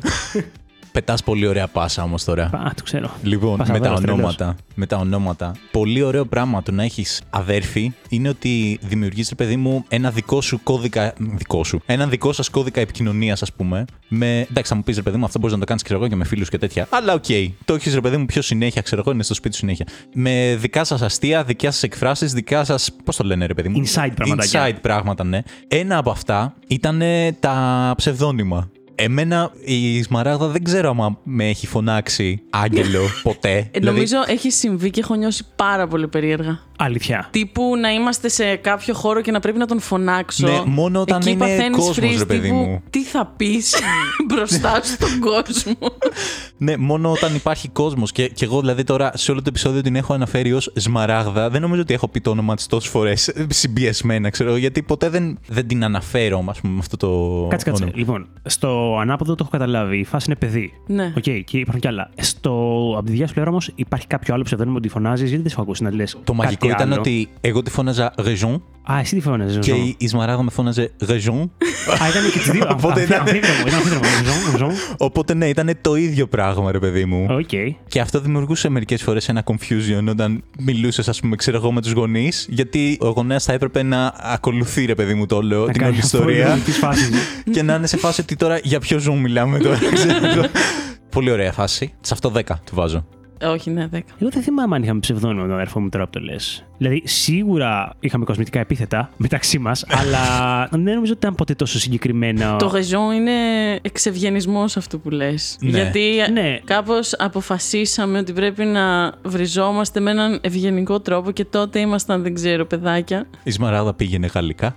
Speaker 1: Πετάς πολύ ωραία πάσα όμως τώρα.
Speaker 2: Α, το ξέρω.
Speaker 1: Λοιπόν,
Speaker 2: Πάσα
Speaker 1: με τα,
Speaker 2: δώρας, τρελός.
Speaker 1: ονόματα, με τα ονόματα. Πολύ ωραίο πράγμα το να έχεις αδέρφη είναι ότι δημιουργείς, ρε παιδί μου, ένα δικό σου κώδικα. Δικό σου. Έναν δικό σας κώδικα επικοινωνίας, ας πούμε. Με, εντάξει, θα μου πεις, ρε παιδί μου, αυτό μπορείς να το κάνεις, ξέρω εγώ, και με φίλους και τέτοια. Αλλά οκ. Το έχεις, ρε παιδί μου, πιο συνέχεια, ξέρω εγώ, είναι στο σπίτι σου συνέχεια. Με δικά σας αστεία, δικιά σας εκφράσεις, δικά σας. Πώς το λένε, ρε παιδί μου.
Speaker 2: Inside πραγματάκια.
Speaker 1: Inside πράγματα, ναι. Ένα από αυτά ήταν ε, τα ψευδόνυμα. Εμένα η Σμαράγδα δεν ξέρω άμα με
Speaker 2: [laughs]
Speaker 1: έχει φωνάξει άγγελο ποτέ.
Speaker 3: Ε,
Speaker 1: Δηλαδή,
Speaker 3: Νομίζω έχει συμβεί και έχω νιώσει πάρα πολύ περίεργα.
Speaker 2: Αλήθεια.
Speaker 3: Τύπου να είμαστε σε κάποιο χώρο και να πρέπει να τον φωνάξω.
Speaker 1: Ναι, μόνο όταν
Speaker 3: Εκεί
Speaker 1: είναι
Speaker 3: παθαίνεις
Speaker 1: κόσμος,
Speaker 3: freeze,
Speaker 1: ρε παιδί
Speaker 3: τύπου,
Speaker 1: μου.
Speaker 3: Τι θα πεις
Speaker 1: [laughs]
Speaker 3: μπροστά στον κόσμο.
Speaker 1: Ναι, μόνο όταν υπάρχει κόσμος. Και, και εγώ δηλαδή τώρα σε όλο το επεισόδιο την έχω αναφέρει ως Σμαράγδα. Δεν νομίζω ότι έχω πει το όνομα της τόσες φορές [laughs] συμπιεσμένα, ξέρω, γιατί ποτέ δεν, δεν την αναφέρω, ας πούμε, με αυτό το.
Speaker 2: Κάτσε, κάτσε.
Speaker 1: όνομα.
Speaker 2: Λοιπόν, στο ανάποδο το έχω καταλάβει. Η φάση είναι παιδί.
Speaker 3: Ναι.
Speaker 2: Οκ, και υπάρχουν κι άλλα. Στο από τη δικιά σου πλευρά όμω υπάρχει κάποιο άλλο ψευδόνιμο που τη φωνάζεις, γιατί δεν σου έχω ακούσει να λες.
Speaker 1: Το μαγικό ήταν ότι εγώ τη φώναζα Ρεζόν
Speaker 2: Α, εσύ τι φωνάζει,
Speaker 1: και η- η Σμαράγδα με φώναζε
Speaker 2: [laughs]
Speaker 1: Ρεζόν.
Speaker 2: Α, ήταν και τις δύο.
Speaker 1: [laughs] Οπότε
Speaker 2: Αμφί-
Speaker 1: ήταν-
Speaker 2: αμφίδρομο, Ήταν αμφίδρομο. Ζω,
Speaker 1: [laughs]
Speaker 2: ζω.
Speaker 1: Οπότε ναι, ήταν το ίδιο πράγμα, ρε παιδί μου.
Speaker 2: Οκ.
Speaker 1: Και αυτό δημιουργούσε μερικές φορές ένα confusion όταν μιλούσες, ας πούμε, ξέρω εγώ, με τους γονείς. Γιατί ο γονέας θα έπρεπε να ακολουθεί, ρε παιδί μου, το όλο, την όλη ιστορία.
Speaker 2: Τη φάση.
Speaker 1: και να είναι σε φάση ότι τώρα για ποιο Zoom μιλάμε τώρα.
Speaker 2: [laughs]
Speaker 1: ξέρω. Πολύ ωραία φάση. Σε αυτό 10 του βάζω.
Speaker 3: Ε, Όχι, ναι, 10.
Speaker 2: Εγώ δεν θυμάμαι αν είχαμε ψευδόνιμο τον αδερφό μου τώρα που το λες. Δηλαδή, σίγουρα είχαμε κοσμητικά επίθετα μεταξύ μας,
Speaker 1: [laughs]
Speaker 2: αλλά δεν νομίζω ότι ήταν ποτέ τόσο συγκεκριμένα.
Speaker 3: Το γεζόν είναι εξευγενισμός αυτό που λες.
Speaker 1: Ναι.
Speaker 3: Γιατί
Speaker 2: Ναι.
Speaker 3: κάπως αποφασίσαμε ότι πρέπει να βριζόμαστε με έναν ευγενικό τρόπο και τότε ήμασταν, δεν ξέρω, παιδάκια.
Speaker 1: Η Σμαράδα πήγαινε γαλλικά.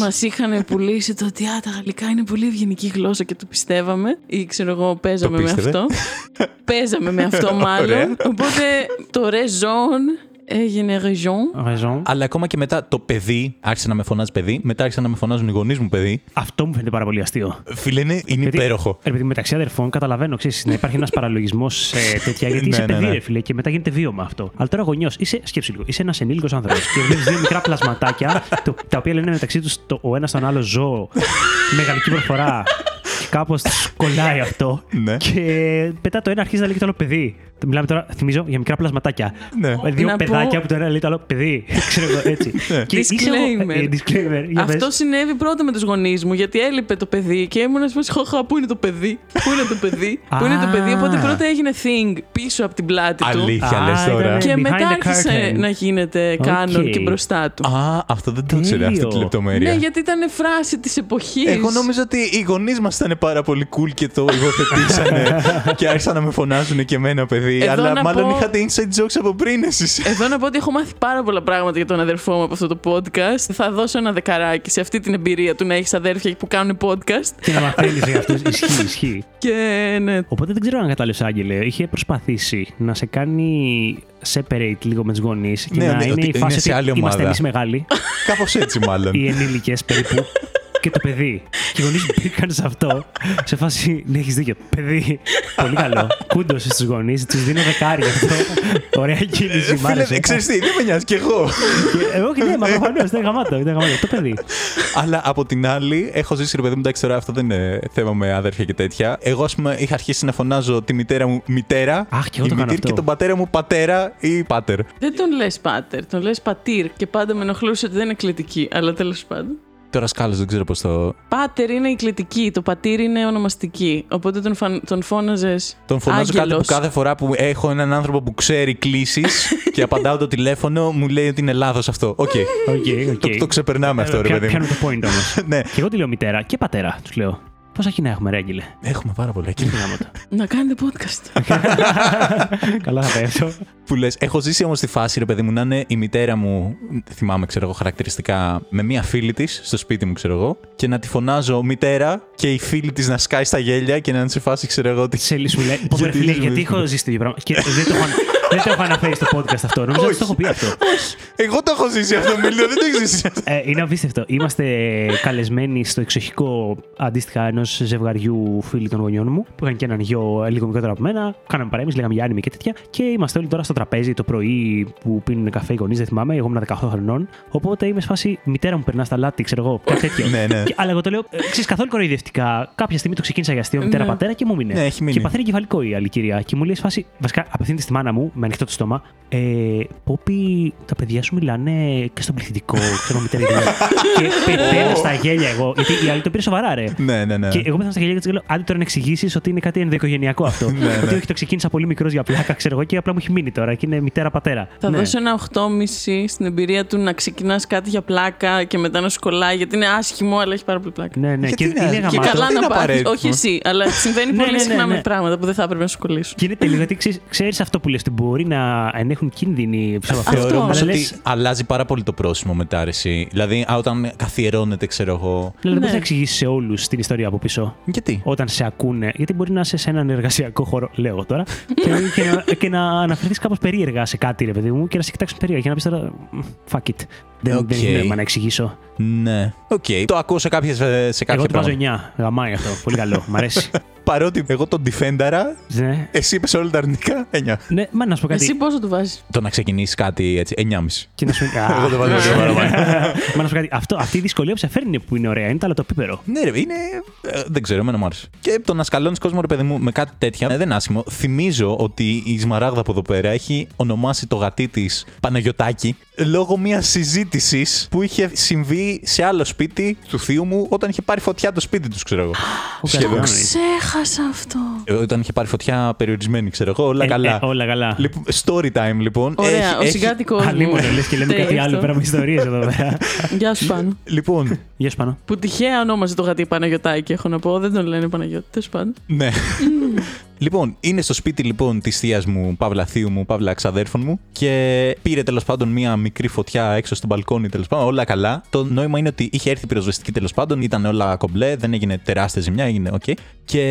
Speaker 3: Μα είχαν πουλήσει το ότι α, τα γαλλικά είναι πολύ ευγενική γλώσσα και το πιστεύαμε. Ή ξέρω εγώ, παίζαμε
Speaker 1: Το
Speaker 3: με
Speaker 1: πίστευε.
Speaker 3: αυτό. παίζαμε με
Speaker 1: [laughs]
Speaker 3: αυτό
Speaker 1: Ωραία.
Speaker 3: μάλλον. Οπότε το ρεζόν έγινε ρεζόν.
Speaker 2: Γαζόν.
Speaker 1: Αλλά ακόμα και μετά το παιδί άρχισε να με φωνάζει παιδί. Μετά άρχισαν να με φωνάζουν οι γονείς μου παιδί.
Speaker 2: Αυτό μου φαίνεται πάρα πολύ αστείο.
Speaker 1: Φίλε, είναι, είναι υπέροχο.
Speaker 2: Επειδή μεταξύ αδερφών καταλαβαίνω, ξέρεις, να υπάρχει ένας παραλογισμός σε τέτοια. Γιατί είσαι
Speaker 1: Ναι, ναι,
Speaker 2: παιδί,
Speaker 1: ναι.
Speaker 2: ρε φίλε, και μετά γίνεται βίωμα αυτό. Αλλά τώρα γονιός, είσαι, σκέψη λίγο, είσαι ένας ενήλικος άνθρωπος και βλέπεις δύο μικρά πλασματάκια το- τα οποία λένε μεταξύ τους το, ο ένας τον άλλο ζώο με γαλλική προφορά. Και κάπως του κολλάει αυτό.
Speaker 1: Ναι.
Speaker 2: Και μετά το ένα αρχίζει να λέει και το άλλο παιδί. Μιλάμε τώρα, θυμίζω, για μικρά πλασματάκια. Ε,
Speaker 1: Ναι.
Speaker 2: Δύο
Speaker 3: Να πω-
Speaker 2: παιδάκια που το ένα λέει το άλλο παιδί. [laughs] Ξέρω εγώ έτσι. Και είσαι εγώ-
Speaker 3: Disclaimer.
Speaker 2: ε, disclaimer, για πες.
Speaker 3: Αυτό συνέβη πρώτα με τους γονείς μου, γιατί έλειπε το παιδί και ήμουν σε φάση, Πού είναι το παιδί, Πού είναι το παιδί, Πού είναι το παιδί.
Speaker 2: Α.
Speaker 3: Οπότε πρώτα έγινε thing πίσω από την πλάτη του.
Speaker 1: Αλήθεια,
Speaker 2: Α,
Speaker 1: λε
Speaker 2: ήταν-
Speaker 1: τώρα.
Speaker 3: Και
Speaker 2: Behind
Speaker 3: μετά
Speaker 2: the
Speaker 3: άρχισε
Speaker 2: curtain.
Speaker 3: να γίνεται
Speaker 2: Οκ.
Speaker 3: κάνον και μπροστά του.
Speaker 1: Α, αυτό δεν το ήξερα
Speaker 2: Τέλειο.
Speaker 1: αυτή τη λεπτομέρεια.
Speaker 3: Ναι, γιατί ήταν φράση της εποχής.
Speaker 1: Εγώ νόμιζα ότι οι γονείς μας ήταν πάρα πολύ cool και το [laughs] υιοθετήσανε και άρχισαν να με φωνάζουν και εμένα παιδί.
Speaker 3: Εδώ
Speaker 1: αλλά
Speaker 3: να
Speaker 1: μάλλον
Speaker 3: πω-
Speaker 1: είχατε inside jokes από πριν εσείς. [laughs]
Speaker 3: Εδώ να πω ότι έχω μάθει πάρα πολλά πράγματα για τον αδερφό μου από αυτό το podcast. Θα δώσω ένα δεκαράκι σε αυτή την εμπειρία του να έχεις αδέρφια που κάνουν podcast.
Speaker 2: Και να μαθαίνεις για αυτούς. Ισχύει, ισχύει.
Speaker 3: Και ναι,
Speaker 2: Οπότε δεν ξέρω αν κατάλαβες, Άγγελε. Είχε προσπαθήσει να σε κάνει separate λίγο με του γονείς και
Speaker 1: Ναι,
Speaker 2: να
Speaker 1: ναι,
Speaker 2: είναι
Speaker 1: ότι
Speaker 2: η
Speaker 1: είναι
Speaker 2: φάση
Speaker 1: σε
Speaker 2: ότι
Speaker 1: άλλη ομάδα.
Speaker 2: είμαστε εμεί οι μεγάλοι,
Speaker 1: Κάπως έτσι, μάλλον.
Speaker 2: οι ενήλικες περίπου, και το παιδί. Και οι γονείς μπήκαν σε αυτό. Σε φάση, ναι, έχεις δίκιο. Παιδί, πολύ καλό. Κούντωσε στους γονείς, τους δίνω δεκάρι γι' αυτό. Ωραία κίνηση, μ' άρεσε.
Speaker 1: Ε, Φίλε, ξέρεις τι, δεν με νοιάζει κι εγώ.
Speaker 2: Και- Όχι, ναι, μα προφανώς ήταν γαμάτο. Ήταν γαμάτο. Το παιδί.
Speaker 1: [laughs] Αλλά από την άλλη, έχω ζήσει ρε παιδί μου, εντάξει τώρα αυτό δεν είναι θέμα με αδέρφια και τέτοια. Εγώ, ας πούμε, είχα αρχίσει να φωνάζω τη μητέρα μου μητέρα.
Speaker 2: Αχ, και εγώ
Speaker 1: η
Speaker 2: το κάνω
Speaker 1: μητήρ
Speaker 2: αυτό.
Speaker 1: και τον πατέρα μου πατέρα ή πάτερ.
Speaker 3: Δεν τον λες πάτερ, τον λες πατήρ και πάντα με ενοχλούσε ότι δεν είναι κλητική, αλλά τέλος πάντων.
Speaker 1: Τώρα σκάλος, δεν ξέρω πώς το.
Speaker 3: Πάτερ είναι η κλητική, το πατήρ είναι ονομαστική. Οπότε τον, φαν... τον φώναζες.
Speaker 1: Τον φωνάζω κάτι που
Speaker 3: Άγγελος.
Speaker 1: κάθε φορά που έχω έναν άνθρωπο που ξέρει κλήσεις
Speaker 2: [laughs]
Speaker 1: και απαντάω το τηλέφωνο, μου λέει ότι είναι λάθος αυτό. Οκ.
Speaker 2: Οκ, οκ.
Speaker 1: Το, το ξεπερνάμε αυτό, ρε
Speaker 2: Πια-
Speaker 1: παιδί μου.
Speaker 2: Πιάνουμε το point όμως.
Speaker 1: [laughs] Ναι,
Speaker 2: Και εγώ τη λέω μητέρα και πατέρα, τους λέω. Πόσα κοινά έχουμε, ρε, Άγγελε.
Speaker 1: έχουμε πάρα πολλά εκεί.
Speaker 2: Τι γάμο το.
Speaker 3: Να κάνετε
Speaker 1: [laughs]
Speaker 3: podcast.
Speaker 2: Καλά θα πέσω.
Speaker 1: που λες. Έχω ζήσει όμως τη φάση, ρε παιδί μου, να είναι η μητέρα μου, θυμάμαι, ξέρω εγώ, χαρακτηριστικά, με μία φίλη της στο σπίτι μου, ξέρω εγώ, και να τη φωνάζω μητέρα και η φίλη της να σκάει στα γέλια και να είναι σε φάση, ξέρω εγώ, ότι.
Speaker 2: Σε σου λέει. Πω, ρε,
Speaker 1: Γιατί
Speaker 2: φίλε,
Speaker 1: δεν
Speaker 2: γιατί
Speaker 1: με-
Speaker 2: έχω ζήσει το ίδιο πράγμα. Και δεν το έχω, δεν το έχω αναφέρει στο podcast αυτό. Νομίζω ότι
Speaker 1: Όχι.
Speaker 2: το έχω πει αυτό.
Speaker 1: Εγώ το έχω ζήσει αυτό, Μίλιο, δεν το έχεις ζήσει.
Speaker 2: [laughs] Ε, είναι απίστευτο. Είμαστε καλεσμένοι στο εξοχικό αντίστοιχα ενός ζευγαριού φίλου των γονιών μου, που είχαν και έναν γιο ε, λίγο μικρότερο από μένα. Κάναμε παρέμβαση, λέγαμε για άνιμη και τέτοια. Και είμαστε όλοι τώρα στο τραπέζι το πρωί που πίνουν καφέ οι γονείς, δεν θυμάμαι. Εγώ ήμουν 18 χρονών. Οπότε είμαι σε φάση μητέρα μου περνά στα λάτι, ξέρω εγώ, κάτι τέτοιο.
Speaker 1: Ναι, ναι.
Speaker 2: Και- αλλά εγώ το λέω, ε, ξέρεις καθόλου κοροϊδευτικά. Κάποια στιγμή το ξεκίνησα για αστείο μητέρα-πατέρα και μου μείνε.
Speaker 1: Ναι, έχει μείνει.
Speaker 2: Και παθαίνει κεφαλικό η άλλη κυρία. Και μου λέει σε φάση, βασικά απευθύνεται στη μάνα μου με ανοιχτό το στόμα. Ε, Πόπι, τα παιδιά σου μιλάνε και στον πληθυντικό. Ξέρω
Speaker 1: [laughs]
Speaker 2: μητέρα γιατί λέω. Και πεταίνω στα γέλια εγώ. Γιατί η άλλη το πήρε σοβαρά, ρε.
Speaker 1: ναι, ναι, ναι.
Speaker 2: Και εγώ πέθανα στα γέλια και της λέω: Άντε τώρα να εξηγήσεις ότι είναι κάτι ενδοοικογενειακό αυτό.
Speaker 1: Ναι, ναι.
Speaker 2: Ότι όχι, το ξεκίνησα πολύ μικρός για πλάκα, ξέρω εγώ, και απλά μου έχει μείνει τώρα και είναι μητέρα-πατέρα.
Speaker 3: Θα
Speaker 2: Ναι.
Speaker 3: δώσω ένα 8,5 στην εμπειρία του να ξεκινάς κάτι για πλάκα και μετά να σου κολλάει γιατί είναι άσχημο, αλλά έχει πάρα πολύ πλάκα.
Speaker 2: Ναι, ναι,
Speaker 1: Γιατί
Speaker 2: και
Speaker 1: είναι-
Speaker 2: είναι
Speaker 1: και
Speaker 3: και
Speaker 2: γαμάτο.
Speaker 3: καλά
Speaker 1: Δεν
Speaker 3: να
Speaker 1: είναι
Speaker 3: πάθεις.
Speaker 1: απαραίτητο.
Speaker 3: Όχι εσύ, αλλά συμβαίνει
Speaker 2: Ναι, ναι,
Speaker 3: πολύ
Speaker 2: ναι,
Speaker 3: συχνά
Speaker 2: ναι.
Speaker 3: με πράγματα που δεν θα έπρεπε να σου κολλήσουν.
Speaker 2: Και είναι τέλειο, γιατί ξέρεις, ξέρεις αυτό που λες, ότι μπορεί να ενέχουν κίνδυνοι ψευδαφέως,
Speaker 1: Θεωρώ
Speaker 3: Αυτό.
Speaker 1: όμω
Speaker 2: αλλά
Speaker 1: ότι
Speaker 2: λες,
Speaker 1: αλλάζει πάρα πολύ το πρόσημο μετά, ρε, εσύ. Δηλαδή, α, όταν καθιερώνεται, ξέρω εγώ.
Speaker 2: ναι, δεν μπορείς
Speaker 3: Ναι.
Speaker 2: να εξηγήσεις σε όλους την ιστορία από πίσω.
Speaker 1: Γιατί.
Speaker 2: Όταν σε ακούνε, γιατί μπορεί να είσαι σε έναν εργασιακό χώρο, λέω εγώ τώρα, και, και, να, και να αναφερθείς κάπως περίεργα σε κάτι, ρε παιδί μου, και να σε κοιτάξουν περίεργα και να πεις τώρα, «Μμ, fuck it, δεν, δεν έχει
Speaker 1: Οκ.
Speaker 2: νόημα να εξηγήσω.
Speaker 1: Ναι. Οκ. Το ακούω σε, κάποιες, ε, σε
Speaker 2: Εγώ
Speaker 1: κάποια
Speaker 2: του βάζω
Speaker 1: πράγματα.
Speaker 2: 9, γαμάει αυτό, πολύ καλό, μ' αρέσει.
Speaker 1: Παρότι εγώ τον defendera,
Speaker 2: ναι.
Speaker 1: εσύ είπες όλα τα αρνητικά. 9.
Speaker 2: ναι, μα να σου πω κάτι.
Speaker 3: Εσύ πόσο του βάζεις.
Speaker 1: Το να ξεκινήσεις κάτι έτσι. 9,5.
Speaker 2: Και να σου... Α, ναι.
Speaker 1: Εγώ το βάζω λίγο παραπάνω.
Speaker 2: Μα να σου πω κάτι. Αυτό, αυτή η δυσκολία που σε φέρνει είναι που είναι ωραία είναι το αλατοπίπερο.
Speaker 1: Ναι, ρε, είναι. ε, δεν ξέρω, εμένα μου άρεσε. Και το να σκαλώνεις κόσμο, ρε παιδί μου, με κάτι τέτοια ε, δεν είναι άσχημο. Θυμίζω ότι η Σμαράγδα από εδώ πέρα έχει ονομάσει το γατί της Παναγιοτάκη λόγω μιας συζήτησης που είχε συμβεί σε άλλο σπίτι του θείου μου όταν είχε πάρει φωτιά το σπίτι τους, ξέρω εγώ. Σχεδόν.
Speaker 3: Ξέχασα αυτό.
Speaker 1: Ε, Όταν είχε πάρει φωτιά περιορισμένη, ξέρω εγώ, όλα
Speaker 2: Ε,
Speaker 1: καλά.
Speaker 2: ε, όλα καλά.
Speaker 1: Λοιπόν, story time, λοιπόν.
Speaker 3: Ωραία,
Speaker 1: Έχει-
Speaker 3: ο
Speaker 1: έχει-
Speaker 3: συγκάτοικος.
Speaker 2: Αλλήμον λες και λέμε κάτι άλλο πέρα από ιστορίες εδώ πέρα.
Speaker 3: Γεια σου πάνω.
Speaker 1: Λοιπόν,
Speaker 2: Γεια σου πάνω.
Speaker 3: [laughs] Που τυχαία ονόμαζε το γατί Παναγιωτάκη, έχω να πω. Δεν τον λένε Παναγιώτη, τέλος πάντων.
Speaker 2: [laughs]
Speaker 1: Ναι. λοιπόν, είναι στο σπίτι λοιπόν της θείας μου, παύλα θείου μου, παύλα ξαδέρφων μου και πήρε τέλος πάντων μία μικρή φωτιά έξω στο μπαλκόνι τέλος πάντων. Όλα καλά. Το νόημα είναι ότι είχε έρθει πυροσβεστική τέλος πάντων, ήταν όλα κομπλέ, δεν έγινε τεράστια ζημιά, έγινε οκ. Και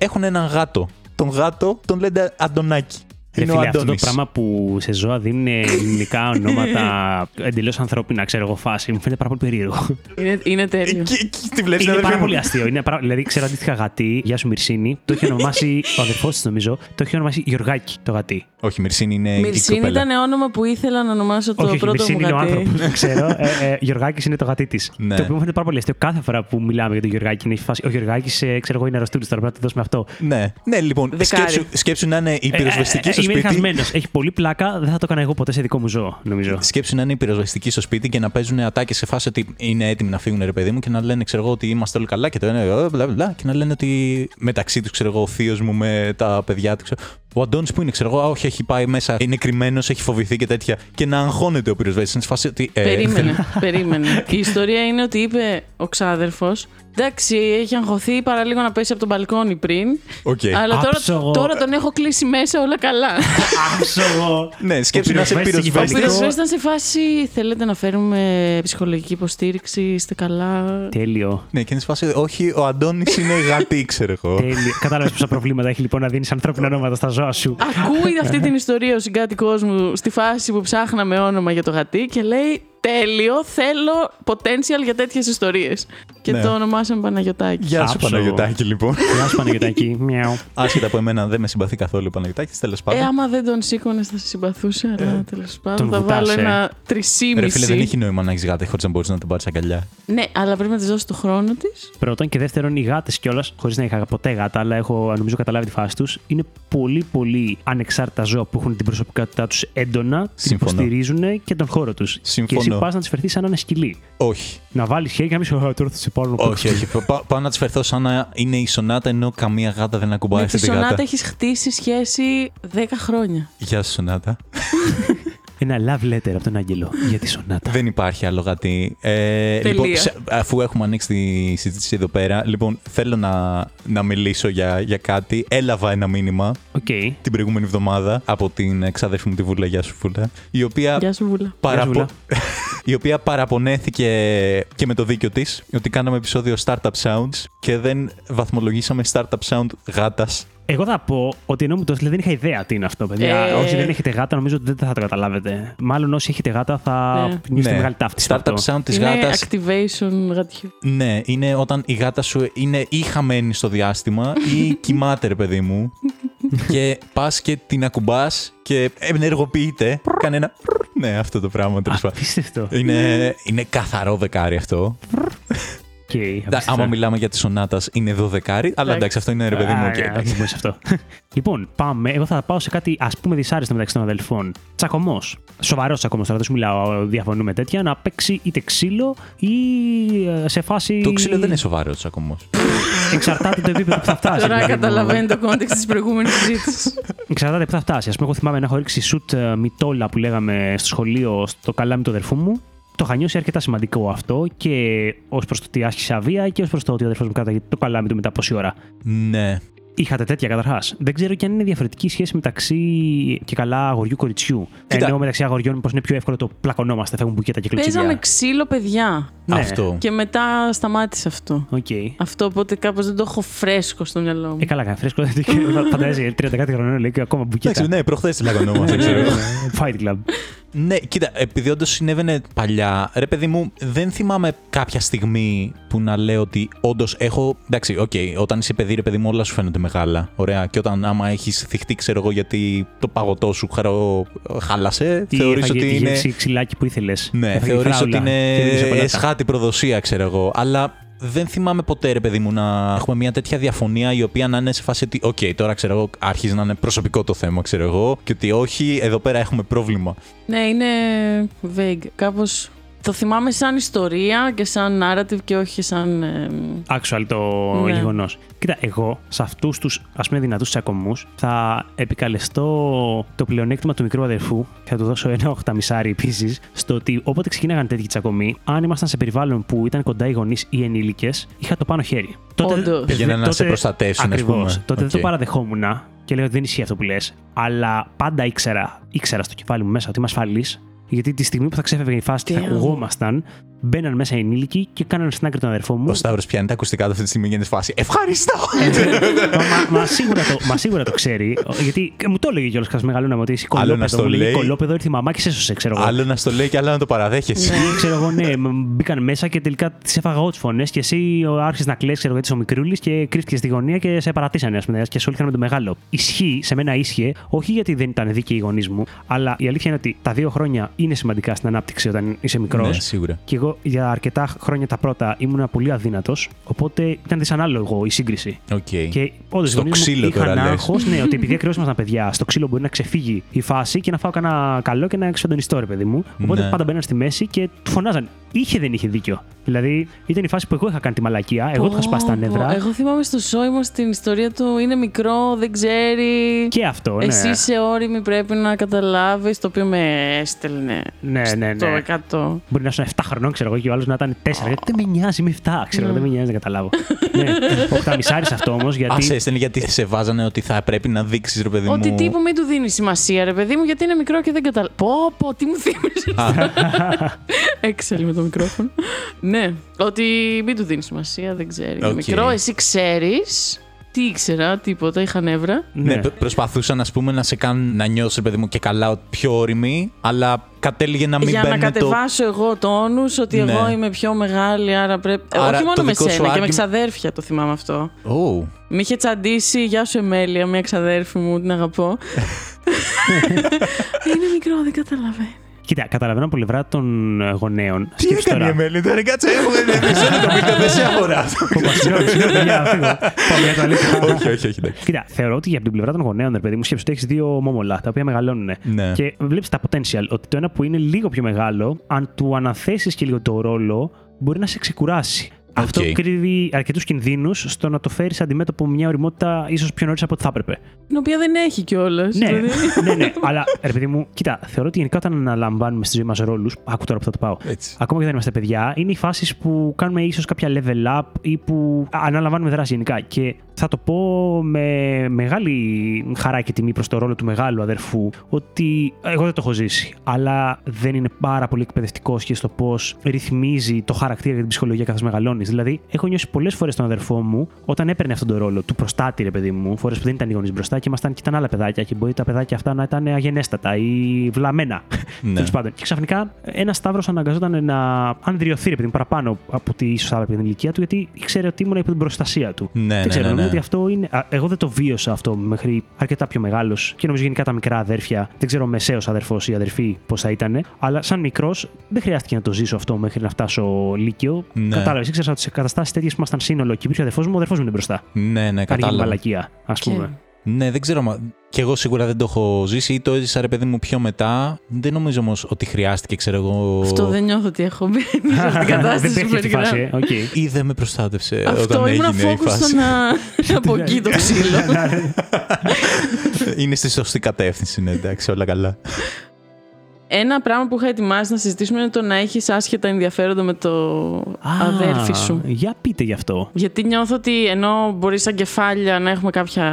Speaker 1: έχουν έναν γάτο. Τον γάτο τον λένε Αντωνάκη.
Speaker 2: Ρε
Speaker 1: είναι
Speaker 2: Ε,
Speaker 1: ο
Speaker 2: φίλε, αυτό το
Speaker 1: Αντώνης.
Speaker 2: πράγμα που σε ζώα δίνουν ελληνικά
Speaker 1: [laughs]
Speaker 2: ονόματα εντελώς ανθρώπινα, ξέρω εγώ, φάση, μου φαίνεται πάρα πολύ περίεργο.
Speaker 3: Είναι, είναι
Speaker 1: Ε,
Speaker 3: τέλειο.
Speaker 1: και- και- τη βλέπει την
Speaker 2: Είναι
Speaker 1: αδερφή
Speaker 2: πάρα
Speaker 1: μου.
Speaker 2: πολύ αστείο. Είναι πάρα... Δηλαδή, ξέρω αντίστοιχα γατί, Γεια σου Μυρσίνη, το έχει
Speaker 1: [laughs]
Speaker 2: ονομάσει ο αδερφός της, νομίζω, το έχει ονομάσει Γιωργάκη το γατί.
Speaker 1: Όχι, Μυρσίνη είναι η
Speaker 3: Μυρσίνη
Speaker 1: κοπέλα.
Speaker 3: ήταν όνομα που ήθελα να ονομάσω το
Speaker 2: όχι, όχι,
Speaker 3: πρώτο μου
Speaker 2: Μυρσίνη είναι ο
Speaker 3: γατί.
Speaker 2: άνθρωπος, δεν ξέρω. Ε, ε, Γιωργάκης είναι το γατί της.
Speaker 1: Ναι.
Speaker 2: Το οποίο μου φαίνεται πάρα πολύ αστείο. Κάθε φορά που μιλάμε για τον Γιωργάκη, είναι η φάση. Ο Γιωργάκης, ε, ξέρω εγώ, είναι αρρωστούλης τώρα, πρέπει να του δώσουμε αυτό.
Speaker 1: Ναι. ναι, λοιπόν,
Speaker 3: Δεκάρι.
Speaker 1: σκέψου, σκέψου να είναι η πυροσβεστική
Speaker 2: Ε, ε,
Speaker 1: στο
Speaker 2: ε,
Speaker 1: σπίτι.
Speaker 2: Είμαι χασμένος. Έχει πολύ πλάκα. Δεν θα το έκανα εγώ ποτέ σε δικό μου ζώο, νομίζω.
Speaker 1: Σκέψου να είναι οι πυροσβεστικοί στο σπίτι και να παίζουν ατάκες σε φάση ότι είναι έτοιμοι να φύγουν, ρε παιδί μου, και να λένε, ξέρω εγώ, ότι είμαστε όλοι καλά και το ένα, ε, μπλα, μπλα, και να λένε ότι μεταξύ τους, ξέρω εγώ, ο θείος μου με τα παιδιά τους. ξέρω, Ο Αντώνης που είναι, ξέρω εγώ, «Α, όχι, έχει πάει μέσα, είναι κρυμμένος, έχει φοβηθεί και τέτοια. Και να αγχώνεται ο πυροσβέστη. Είναι σε φάση ότι. ε,
Speaker 3: [laughs] Περίμενε, περίμενε. Η ιστορία είναι ότι είπε ο ξάδερφος. Εντάξει, έχει αγχωθεί παρά λίγο να πέσει από τον μπαλκόνι πριν.
Speaker 1: [laughs] Οκ.
Speaker 3: Αλλά τώρα,
Speaker 2: Άψογο.
Speaker 3: τώρα τον έχω κλείσει μέσα όλα καλά.
Speaker 1: [laughs]
Speaker 2: Άψογο.
Speaker 1: Ναι, σκέψου να είσαι
Speaker 2: Ο πυροσβέστης
Speaker 3: Ο
Speaker 1: πυροσβέστη.
Speaker 2: κυβερνητικός.
Speaker 3: πυροσβέστη ήταν σε φάση. Θέλετε να φέρουμε ψυχολογική υποστήριξη, είστε καλά.
Speaker 2: Τέλειο.
Speaker 1: Ναι, και είναι σε φάση, όχι, ο Αντώνης είναι γατή, ξέρω εγώ.
Speaker 2: Τέλειο. Κατάλαβες πόσα προβλήματα έχει λοιπόν να δίνεις ανθρώπινα ονόματα στα ζώα σου.
Speaker 3: Ακούει αυτή την ιστορία ο συγκάτοικός μου στη φάση που ψάχναμε όνομα για το γατί και λέει Τέλειο, θέλω potential για τέτοιες ιστορίες. Και
Speaker 1: Ναι.
Speaker 3: το ονομάσαμε Παναγιοτάκη.
Speaker 1: Γεια σου,
Speaker 2: Άψογο.
Speaker 1: Παναγιωτάκη, λοιπόν.
Speaker 2: Γεια σου Παναγιωτάκη. Μιαου.
Speaker 1: Άσχετα από εμένα, δεν με συμπαθεί καθόλου ο Παναγιωτάκη, τέλος πάντων.
Speaker 3: Ε, άμα δεν τον σήκωνες, θα σε συμπαθούσε,
Speaker 1: Ε,
Speaker 3: αλλά τέλος πάντων.
Speaker 2: τον
Speaker 3: Θα
Speaker 2: βουτάς,
Speaker 3: βάλω
Speaker 2: ε.
Speaker 3: ένα
Speaker 1: Ρε φίλε, δεν έχει
Speaker 3: τρισήμιση.
Speaker 1: νόημα να έχεις γάτα χωρίς να μπορείς να τον πάρεις αγκαλιά.
Speaker 3: Ναι, αλλά πρέπει να της δώσεις το χρόνο της.
Speaker 2: Πρώτον και δεύτερον, οι γάτες κιόλας, χωρίς να είχα ποτέ γάτα, αλλά έχω νομίζω καταλάβει τη φάση τους, είναι πολύ πολύ ανεξάρτητα ζώα που έχουν την προσωπικότητά τους έντονα, την
Speaker 1: Συμφωνώ.
Speaker 2: υποστηρίζουν και τον χώρο τους. Και
Speaker 1: Συμφωνώ.
Speaker 2: εσύ πας να του φερθείς σαν ένα σκυλί.
Speaker 1: Όχι.
Speaker 2: Να βάλεις χέρι και να μην σου «Α, τώρα θα σε πάρω να
Speaker 1: Όχι,
Speaker 2: παίξω».
Speaker 1: όχι. Πα- πάω να της φερθώ σαν να είναι η σονάτα ενώ καμία γάτα δεν ακουμπάει
Speaker 3: Με τη
Speaker 1: αυτή τη γάτα.
Speaker 3: Σονάτα έχεις χτίσει σχέση 10 χρόνια.
Speaker 1: Γεια σου, Σονάτα.
Speaker 2: Ένα love letter από τον Άγγελο για τη σονάτα.
Speaker 1: δεν υπάρχει άλλο γατί. Ε,
Speaker 3: Τελεία.
Speaker 1: λοιπόν, σε- αφού έχουμε ανοίξει τη συζήτηση εδώ πέρα, λοιπόν, θέλω να, να μιλήσω για, για κάτι. Έλαβα ένα μήνυμα
Speaker 2: Οκ.
Speaker 1: την προηγούμενη εβδομάδα από την ξάδερφη μου τη Βούλα, Γεια σου, Βούλα, η οποία
Speaker 3: Γεια σου, Βούλα.
Speaker 1: Παραπο-
Speaker 2: Γεια σου,
Speaker 1: [laughs] η οποία παραπονέθηκε και με το δίκιο της ότι κάναμε επεισόδιο Startup Sounds και δεν βαθμολογήσαμε Startup Sound γάτας.
Speaker 2: Εγώ θα πω ότι ενώ μου το έστειλε δεν είχα ιδέα τι είναι αυτό, παιδιά.
Speaker 3: Ε.
Speaker 2: Όσοι δεν έχετε γάτα, νομίζω ότι δεν θα το καταλάβετε. Μάλλον όσοι έχετε γάτα θα
Speaker 3: Ναι.
Speaker 2: νιώσετε μεγάλη ταύτιση. με
Speaker 1: Startup
Speaker 2: αυτό.
Speaker 1: Sound της
Speaker 3: Είναι
Speaker 1: γάτας
Speaker 3: activation γατιού.
Speaker 1: Ναι, είναι όταν η γάτα σου είναι ή χαμένη στο διάστημα ή κοιμάται, ρε παιδί μου. και πας και την ακουμπάς και ενεργοποιείται. Κανένα. ναι, αυτό το πράγμα τέλο πάντων.
Speaker 2: Απίστευτο. Οκ.
Speaker 1: Είναι, είναι καθαρό δεκάρι αυτό.
Speaker 2: απίστευτο.
Speaker 1: Εντά- Άμα μιλάμε για τη σονάτας, είναι δωδεκάρι. Αλλά εντάξει, αυτό είναι ρε παιδί μου.
Speaker 2: Α,
Speaker 1: οκ,
Speaker 2: ναι,
Speaker 1: εντάξει.
Speaker 2: δεν μπορείς αυτό. [laughs] λοιπόν, πάμε. Εγώ θα πάω σε κάτι ας πούμε δυσάρεστο μεταξύ των αδελφών. Τσακωμός. Σοβαρός τσακωμός τώρα, δεν σου μιλάω. Διαφωνούμε τέτοια. Να παίξει είτε ξύλο ή ε, σε φάση.
Speaker 1: Το ξύλο δεν είναι σοβαρός ακόμα.
Speaker 2: Εξαρτάται το επίπεδο που
Speaker 3: [laughs]
Speaker 2: θα φτάσει.
Speaker 3: Τώρα
Speaker 2: δηλαδή, μου.
Speaker 3: καταλαβαίνει το κόντεξ
Speaker 2: [laughs]
Speaker 3: της προηγούμενης συζήτησης.
Speaker 2: Εξαρτάται που θα φτάσει. Ας πούμε, εγώ θυμάμαι να έχω ρίξει σουτ ε, μητόλα που λέγαμε στο σχολείο στο καλάμι του αδερφού μου. Το είχα νιώσει αρκετά σημαντικό αυτό και ως προς το ότι άσκησε αβία και ως προς το ότι ο αδερφός μου κάταγε το καλάμι του μετά από πόση ώρα.
Speaker 1: Ναι.
Speaker 2: Είχατε τέτοια καταρχάς. Δεν ξέρω και αν είναι διαφορετική η σχέση μεταξύ και καλά αγοριού κοριτσιού.
Speaker 1: Κοίτα.
Speaker 2: Ενώ μεταξύ αγοριών, πώς είναι πιο εύκολο το πλακωνόμαστε, φεύγουν μπουκέτα και κλωτσίδια.
Speaker 3: Παίζαμε ξύλο παιδιά.
Speaker 2: Ναι.
Speaker 1: Αυτό.
Speaker 3: Και μετά σταμάτησε αυτό.
Speaker 2: Οκ.
Speaker 3: Αυτό οπότε κάπως δεν το έχω φρέσκο στο μυαλό μου.
Speaker 2: Ε, καλά, κάνει φρέσκο. [laughs] δεν το ξέρω. Φα- Φαντάζει 30 κάτι χρονών λέει και ακόμα μπουκέτα.
Speaker 1: Εντάξει, ναι, προχθές λαγωνόμαστε,
Speaker 2: Ναι, [laughs] ναι,
Speaker 1: ξέρω.
Speaker 2: ναι, ναι. Fight Club.
Speaker 1: Ναι, κοίτα, επειδή όντως συνέβαινε παλιά, ρε παιδί μου, δεν θυμάμαι κάποια στιγμή που να λέω ότι όντως έχω. Εντάξει, οκ, όταν είσαι παιδί, ρε παιδί μου, όλα σου φαίνονται μεγάλα. Ωραία. Και όταν άμα έχεις θυχτεί, ξέρω εγώ, γιατί το παγωτό σου χαρό, χάλασε,
Speaker 2: Ή
Speaker 1: θεωρεί
Speaker 2: έφαγε
Speaker 1: ότι
Speaker 2: τη
Speaker 1: είναι.
Speaker 2: γεύση ξυλάκι που ήθελες.
Speaker 1: Ναι, θεωρείς ότι είναι εσχάτη προδοσία, ξέρω εγώ. Αλλά δεν θυμάμαι ποτέ, ρε παιδί μου, να έχουμε μια τέτοια διαφωνία η οποία να είναι σε φάση ότι, οκ, τώρα ξέρω εγώ, άρχιζει να είναι προσωπικό το θέμα, ξέρω εγώ, και ότι όχι, εδώ πέρα έχουμε πρόβλημα.
Speaker 3: Ναι, είναι vague. Κάπως το θυμάμαι σαν ιστορία και σαν narrative και όχι σαν. ε,
Speaker 2: actual το
Speaker 3: Ναι.
Speaker 2: γεγονός. Κοίτα, εγώ σε αυτούς τους ας πούμε δυνατούς τσακωμούς θα επικαλεστώ το πλεονέκτημα του μικρού αδερφού και θα του δώσω ένα οχταμισάρι επίσης στο ότι όποτε ξεκίναγαν τέτοιοι τσακωμοί, αν ήμασταν σε περιβάλλον που ήταν κοντά οι γονείς ή ενήλικες, είχα το πάνω χέρι.
Speaker 3: Όντως.
Speaker 1: Πήγαιναν να
Speaker 2: τότε-
Speaker 1: σε προστατεύσουν, ας
Speaker 2: ακριβώς.
Speaker 1: πούμε.
Speaker 2: Τότε δεν το
Speaker 1: Οκ.
Speaker 2: παραδεχόμουν και λέω ότι δεν ισχύει αυτό που λες. Αλλά πάντα ήξερα, ήξερα στο κεφάλι μου μέσα ότι είμαι ασφαλής. Γιατί τη στιγμή που θα ξέφευγε η φάση και θα
Speaker 3: Damn.
Speaker 2: ακουγόμασταν, μπαίναν μέσα οι ενήλικοι και κάνανε στην άκρη τον αδερφό μου.
Speaker 1: Ο Σταύρος πιάνει τα ακουστικά του αυτή τη στιγμή και είναι σε φάση. Ευχαριστώ!
Speaker 2: Ε, ναι,
Speaker 1: [laughs]
Speaker 2: μα, μα, σίγουρα το, μα σίγουρα το ξέρει. Γιατί και μου το έλεγε κιόλας καθώ μεγαλώναμε ότι είσαι
Speaker 1: Άλλο να
Speaker 2: κολόπεδο.
Speaker 1: στο
Speaker 2: Μου λέει
Speaker 1: λέει.
Speaker 2: κολόπεδο, ήρθε η μαμά και σε έσωσε, ξέρω εγώ.
Speaker 1: άλλο να στο λέει και άλλο να το παραδέχεσαι.
Speaker 3: Ναι.
Speaker 2: Ή ξέρω εγώ, ναι, μ, μπήκαν μέσα και τελικά τις έφαγα εγώ τις φωνές και εσύ ο, άρχισες να κλαις ξέρω εγώ, έτσι ο μικρούλης και κρύφτηκες στη γωνία και σε παρατήσανε, ας πούμε, και σου με το μεγάλο. Ισχύει, σε μένα ίσχυε, όχι γιατί δεν ήταν δίκαιοι οι γονείς μου, αλλά η αλήθεια είναι ότι τα δύο χρόνια είναι σημαντικά στην ανάπτυξη όταν είσαι μικρός.
Speaker 1: Ναι, σίγουρα.
Speaker 2: Και εγώ για αρκετά χρόνια τα πρώτα ήμουνα πολύ αδύνατος, οπότε ήταν δυσανάλογο η σύγκριση.
Speaker 1: Οκ.
Speaker 2: Και όντω
Speaker 1: Στο ξύλο τώρα, λες.
Speaker 2: άγχος, ναι, ότι επειδή ακριβώ ήμασταν παιδιά, στο ξύλο μπορεί να ξεφύγει η φάση και να φάω κανένα καλό και να εξοντωνιστώ, ρε παιδί μου. Οπότε
Speaker 1: Ναι.
Speaker 2: πάντα μπαίναν στη μέση και του φωνάζαν. Είχε δεν είχε δίκιο. Δηλαδή ήταν η φάση που εγώ είχα κάνει τη μαλακία, εγώ του είχα
Speaker 3: πω,
Speaker 2: σπάσει τα
Speaker 3: πω.
Speaker 2: νεύρα.
Speaker 3: Εγώ θυμάμαι στο σόι μα την ιστορία του είναι μικρό, δεν ξέρει.
Speaker 2: Και αυτό, ναι.
Speaker 3: Εσύ είσαι όρημη, πρέπει να καταλάβεις. Το οποίο με έστελνε
Speaker 2: Ναι, ναι,
Speaker 3: στο
Speaker 2: ναι.
Speaker 3: 100.
Speaker 2: Μπορεί να ήσουν 7 χρονών, ξέρω εγώ, και ο άλλος να ήταν 4. Γιατί δεν με νοιάζει, είμαι 7. Ξέρω, εγώ, δεν με νοιάζει, δεν καταλάβω. ναι. Οχταμισάρι αυτό
Speaker 1: [laughs]
Speaker 2: όμως,
Speaker 1: Α, σε
Speaker 2: γιατί.
Speaker 1: έστελνε γιατί σε βάζανε ότι θα πρέπει να δείξεις, ρε παιδί μου.
Speaker 3: Ότι τύπου μην του δίνεις σημασία, ρε παιδί μου, γιατί είναι μικρό και δεν καταλαβαίνει. Πω, πω, τι μου θύμισε.
Speaker 1: Α,
Speaker 3: [laughs] Έξαλλη με το μικρόφωνο. ναι, ότι μην του δίνεις σημασία, δεν ξέρει. Είναι
Speaker 1: Οκ.
Speaker 3: Μικρό, εσύ ξέρεις. Τι ήξερα, τίποτα, είχα νεύρα.
Speaker 1: ναι, προ- προσπαθούσαν ας πούμε, να σε κάνουν να νιώσει, ρε παιδί μου, και καλά ότι πιο όρημη, αλλά κατέληγε να μην
Speaker 3: για να
Speaker 1: μπαίνει το.
Speaker 3: κατεβάσω εγώ τόνους, ότι
Speaker 1: Ναι.
Speaker 3: εγώ είμαι πιο μεγάλη, άρα πρέπει. Ε,
Speaker 1: Άρα
Speaker 3: Όχι
Speaker 1: το
Speaker 3: μόνο με
Speaker 1: δικό σου
Speaker 3: σένα, και με
Speaker 1: άργημα-
Speaker 3: ξαδέρφια το θυμάμαι αυτό.
Speaker 1: Ω,
Speaker 3: Μ' είχε τσαντήσει, γεια σου Εμέλεια, μια ξαδέρφη μου,
Speaker 1: [laughs]
Speaker 3: την αγαπώ. είναι μικρό, δεν καταλαβαίνει.
Speaker 2: Κοίτα, καταλαβαίνω από πλευρά των ε, γονέων.
Speaker 1: Τι
Speaker 2: Σκέψου
Speaker 1: έκανε η
Speaker 2: τώρα.
Speaker 1: Εμέλη, τώρα κάτσε, έχουμε μισό να το πείτε, δεν σε αφορά.
Speaker 2: Πω, συγγνώμη, συγγνώμη, παιδιά, φύγω. Πάμε για το αλήθεια.
Speaker 1: [laughs] Όχι, όχι, όχι. εντάξει.
Speaker 2: Κοίτα, θεωρώ ότι από την πλευρά των γονέων, ρε παιδί μου, σκέψου ότι έχεις δύο μόμολα τα οποία μεγαλώνουν.
Speaker 1: Ναι.
Speaker 2: Και βλέπεις τα potential. Ότι το ένα που είναι λίγο πιο μεγάλο, αν του αναθέσεις και λίγο το ρόλο, μπορεί να σε ξεκουράσει. Αυτό κρύβει αρκετούς κινδύνους στο να το φέρεις αντιμέτωπο με μια οριμότητα ίσως πιο νωρίς από ό,τι θα έπρεπε.
Speaker 3: Την οποία δεν έχει δηλαδή. κιόλας.
Speaker 2: Ναι, ναι, ναι. Αλλά ρε παιδί μου, κοίτα, θεωρώ ότι γενικά όταν αναλαμβάνουμε στη ζωή μας ρόλους. Άκου τώρα που θα το πάω.
Speaker 1: Έτσι.
Speaker 2: Ακόμα και όταν είμαστε παιδιά, είναι οι φάσεις που κάνουμε ίσως κάποια level up ή που αναλαμβάνουμε δράση γενικά. Και θα το πω με μεγάλη χαρά και τιμή προς το ρόλο του μεγάλου αδερφού ότι εγώ δεν το έχω ζήσει. Αλλά δεν είναι πάρα πολύ εκπαιδευτικός και στο πώς ρυθμίζει το χαρακτήρα και την ψυχολογία καθώς μεγαλώνεις. Δηλαδή, έχω νιώσει πολλές φορές τον αδερφό μου όταν έπαιρνε αυτόν τον ρόλο του προστάτη, ρε παιδί μου, φορές που δεν ήταν οι γονείς μπροστά και ήμασταν και ήταν άλλα παιδάκια και μπορεί τα παιδάκια αυτά να ήταν αγενέστατα ή βλαμμένα.
Speaker 1: Ναι.
Speaker 2: Τέλος πάντων. Και ξαφνικά ένας Σταύρος αναγκαζόταν να ανδριωθεί, ρε παιδί μου, παραπάνω από ότι ίσω θα έπρεπε την ηλικία του, γιατί ήξερε ότι ήμουν υπό την προστασία του.
Speaker 1: Ναι, ναι,
Speaker 2: δεν ξέρω,
Speaker 1: ναι,
Speaker 2: νομίζω
Speaker 1: ναι.
Speaker 2: ότι αυτό είναι. α, Εγώ δεν το βίωσα αυτό μέχρι αρκετά πιο μεγάλος και νομίζω γενικά τα μικρά αδέρφια. Δεν ξέρω, μεσαίος αδερφός ή αδερφή πώς θα ήταν. Αλλά σαν μικρός δεν χρειάστηκε να το ζήσω αυτό μέχρι να φτάσω λύκειο.
Speaker 1: Ναι.
Speaker 2: Κατάλαβες, ήξερα ότι σε καταστάσεις τέτοιες που ήμασταν σύνολο και υπήρχε ο αδερφός μου, ο αδερφός μου είναι μπροστά.
Speaker 1: Ναι, ναι,
Speaker 2: Κάνει και την
Speaker 1: κατάλαβα.
Speaker 2: μαλακία, ας πούμε.
Speaker 1: Ναι, δεν ξέρω. Μα... Κι εγώ σίγουρα δεν το έχω ζήσει ή το έζησα, ρε παιδί μου, πιο μετά. Δεν νομίζω όμως ότι χρειάστηκε, ξέρω εγώ.
Speaker 3: [laughs] Αυτό δεν νιώθω ότι έχω μπει σε αυτήν την
Speaker 2: [laughs] δεν
Speaker 3: κατάσταση
Speaker 2: παίχτηκε
Speaker 3: που
Speaker 2: αυτή η φάση. ε. Οκ.
Speaker 1: Ή δεν με προστάτευσε
Speaker 3: Αυτό
Speaker 1: όταν
Speaker 3: ήμουν
Speaker 1: έγινε η
Speaker 3: αφόκου
Speaker 1: φάση.
Speaker 3: στο να
Speaker 2: [laughs]
Speaker 3: απογγεί το ξύλο.
Speaker 1: [laughs] Είναι στη σωστή κατεύθυνση, ναι, εντάξει, όλα καλά.
Speaker 3: Ένα πράγμα που είχα ετοιμάσει να συζητήσουμε είναι το να έχεις άσχετα ενδιαφέροντα με το
Speaker 2: Α,
Speaker 3: αδέρφι σου.
Speaker 2: Για πείτε γι' αυτό.
Speaker 3: Γιατί νιώθω ότι ενώ μπορεί σαν κεφάλια να έχουμε κάποια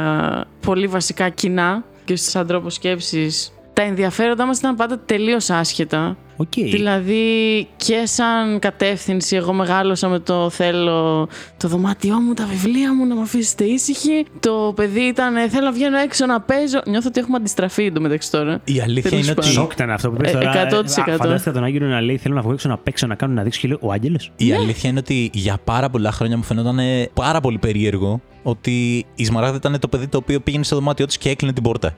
Speaker 3: πολύ βασικά κοινά και σαν τρόπο σκέψης, τα ενδιαφέροντά μας ήταν πάντα τελείως άσχετα.
Speaker 2: Οκ.
Speaker 3: Δηλαδή και σαν κατεύθυνση εγώ μεγάλωσα με το θέλω το δωμάτιό μου, τα βιβλία μου να με αφήσετε ήσυχη. Το παιδί ήταν «Ε, θέλω να βγαίνω έξω να παίζω. Νιώθω ότι έχουμε αντιστραφεί εντωμεταξύ τώρα.
Speaker 1: Η αλήθεια
Speaker 3: Τέλος
Speaker 1: είναι ότι.
Speaker 3: πάντων.
Speaker 2: Σοκ ήταν αυτό που πες
Speaker 3: Ε,
Speaker 2: τώρα.
Speaker 3: 100%.
Speaker 2: Α, Φαντάστηκα τον Άγγελο να λέει: Θέλω να βγω έξω να παίξω, να κάνω να δείξω. Και λέω: Ο Άγγελος.
Speaker 3: [laughs] Ναι.
Speaker 1: Η αλήθεια είναι ότι για πάρα πολλά χρόνια μου φαινόταν ε, πάρα πολύ περίεργο ότι η Σμαράγδα ήταν το παιδί το οποίο πήγαινε στο δωμάτιό της και έκλεινε την
Speaker 3: [laughs]
Speaker 1: πόρτα.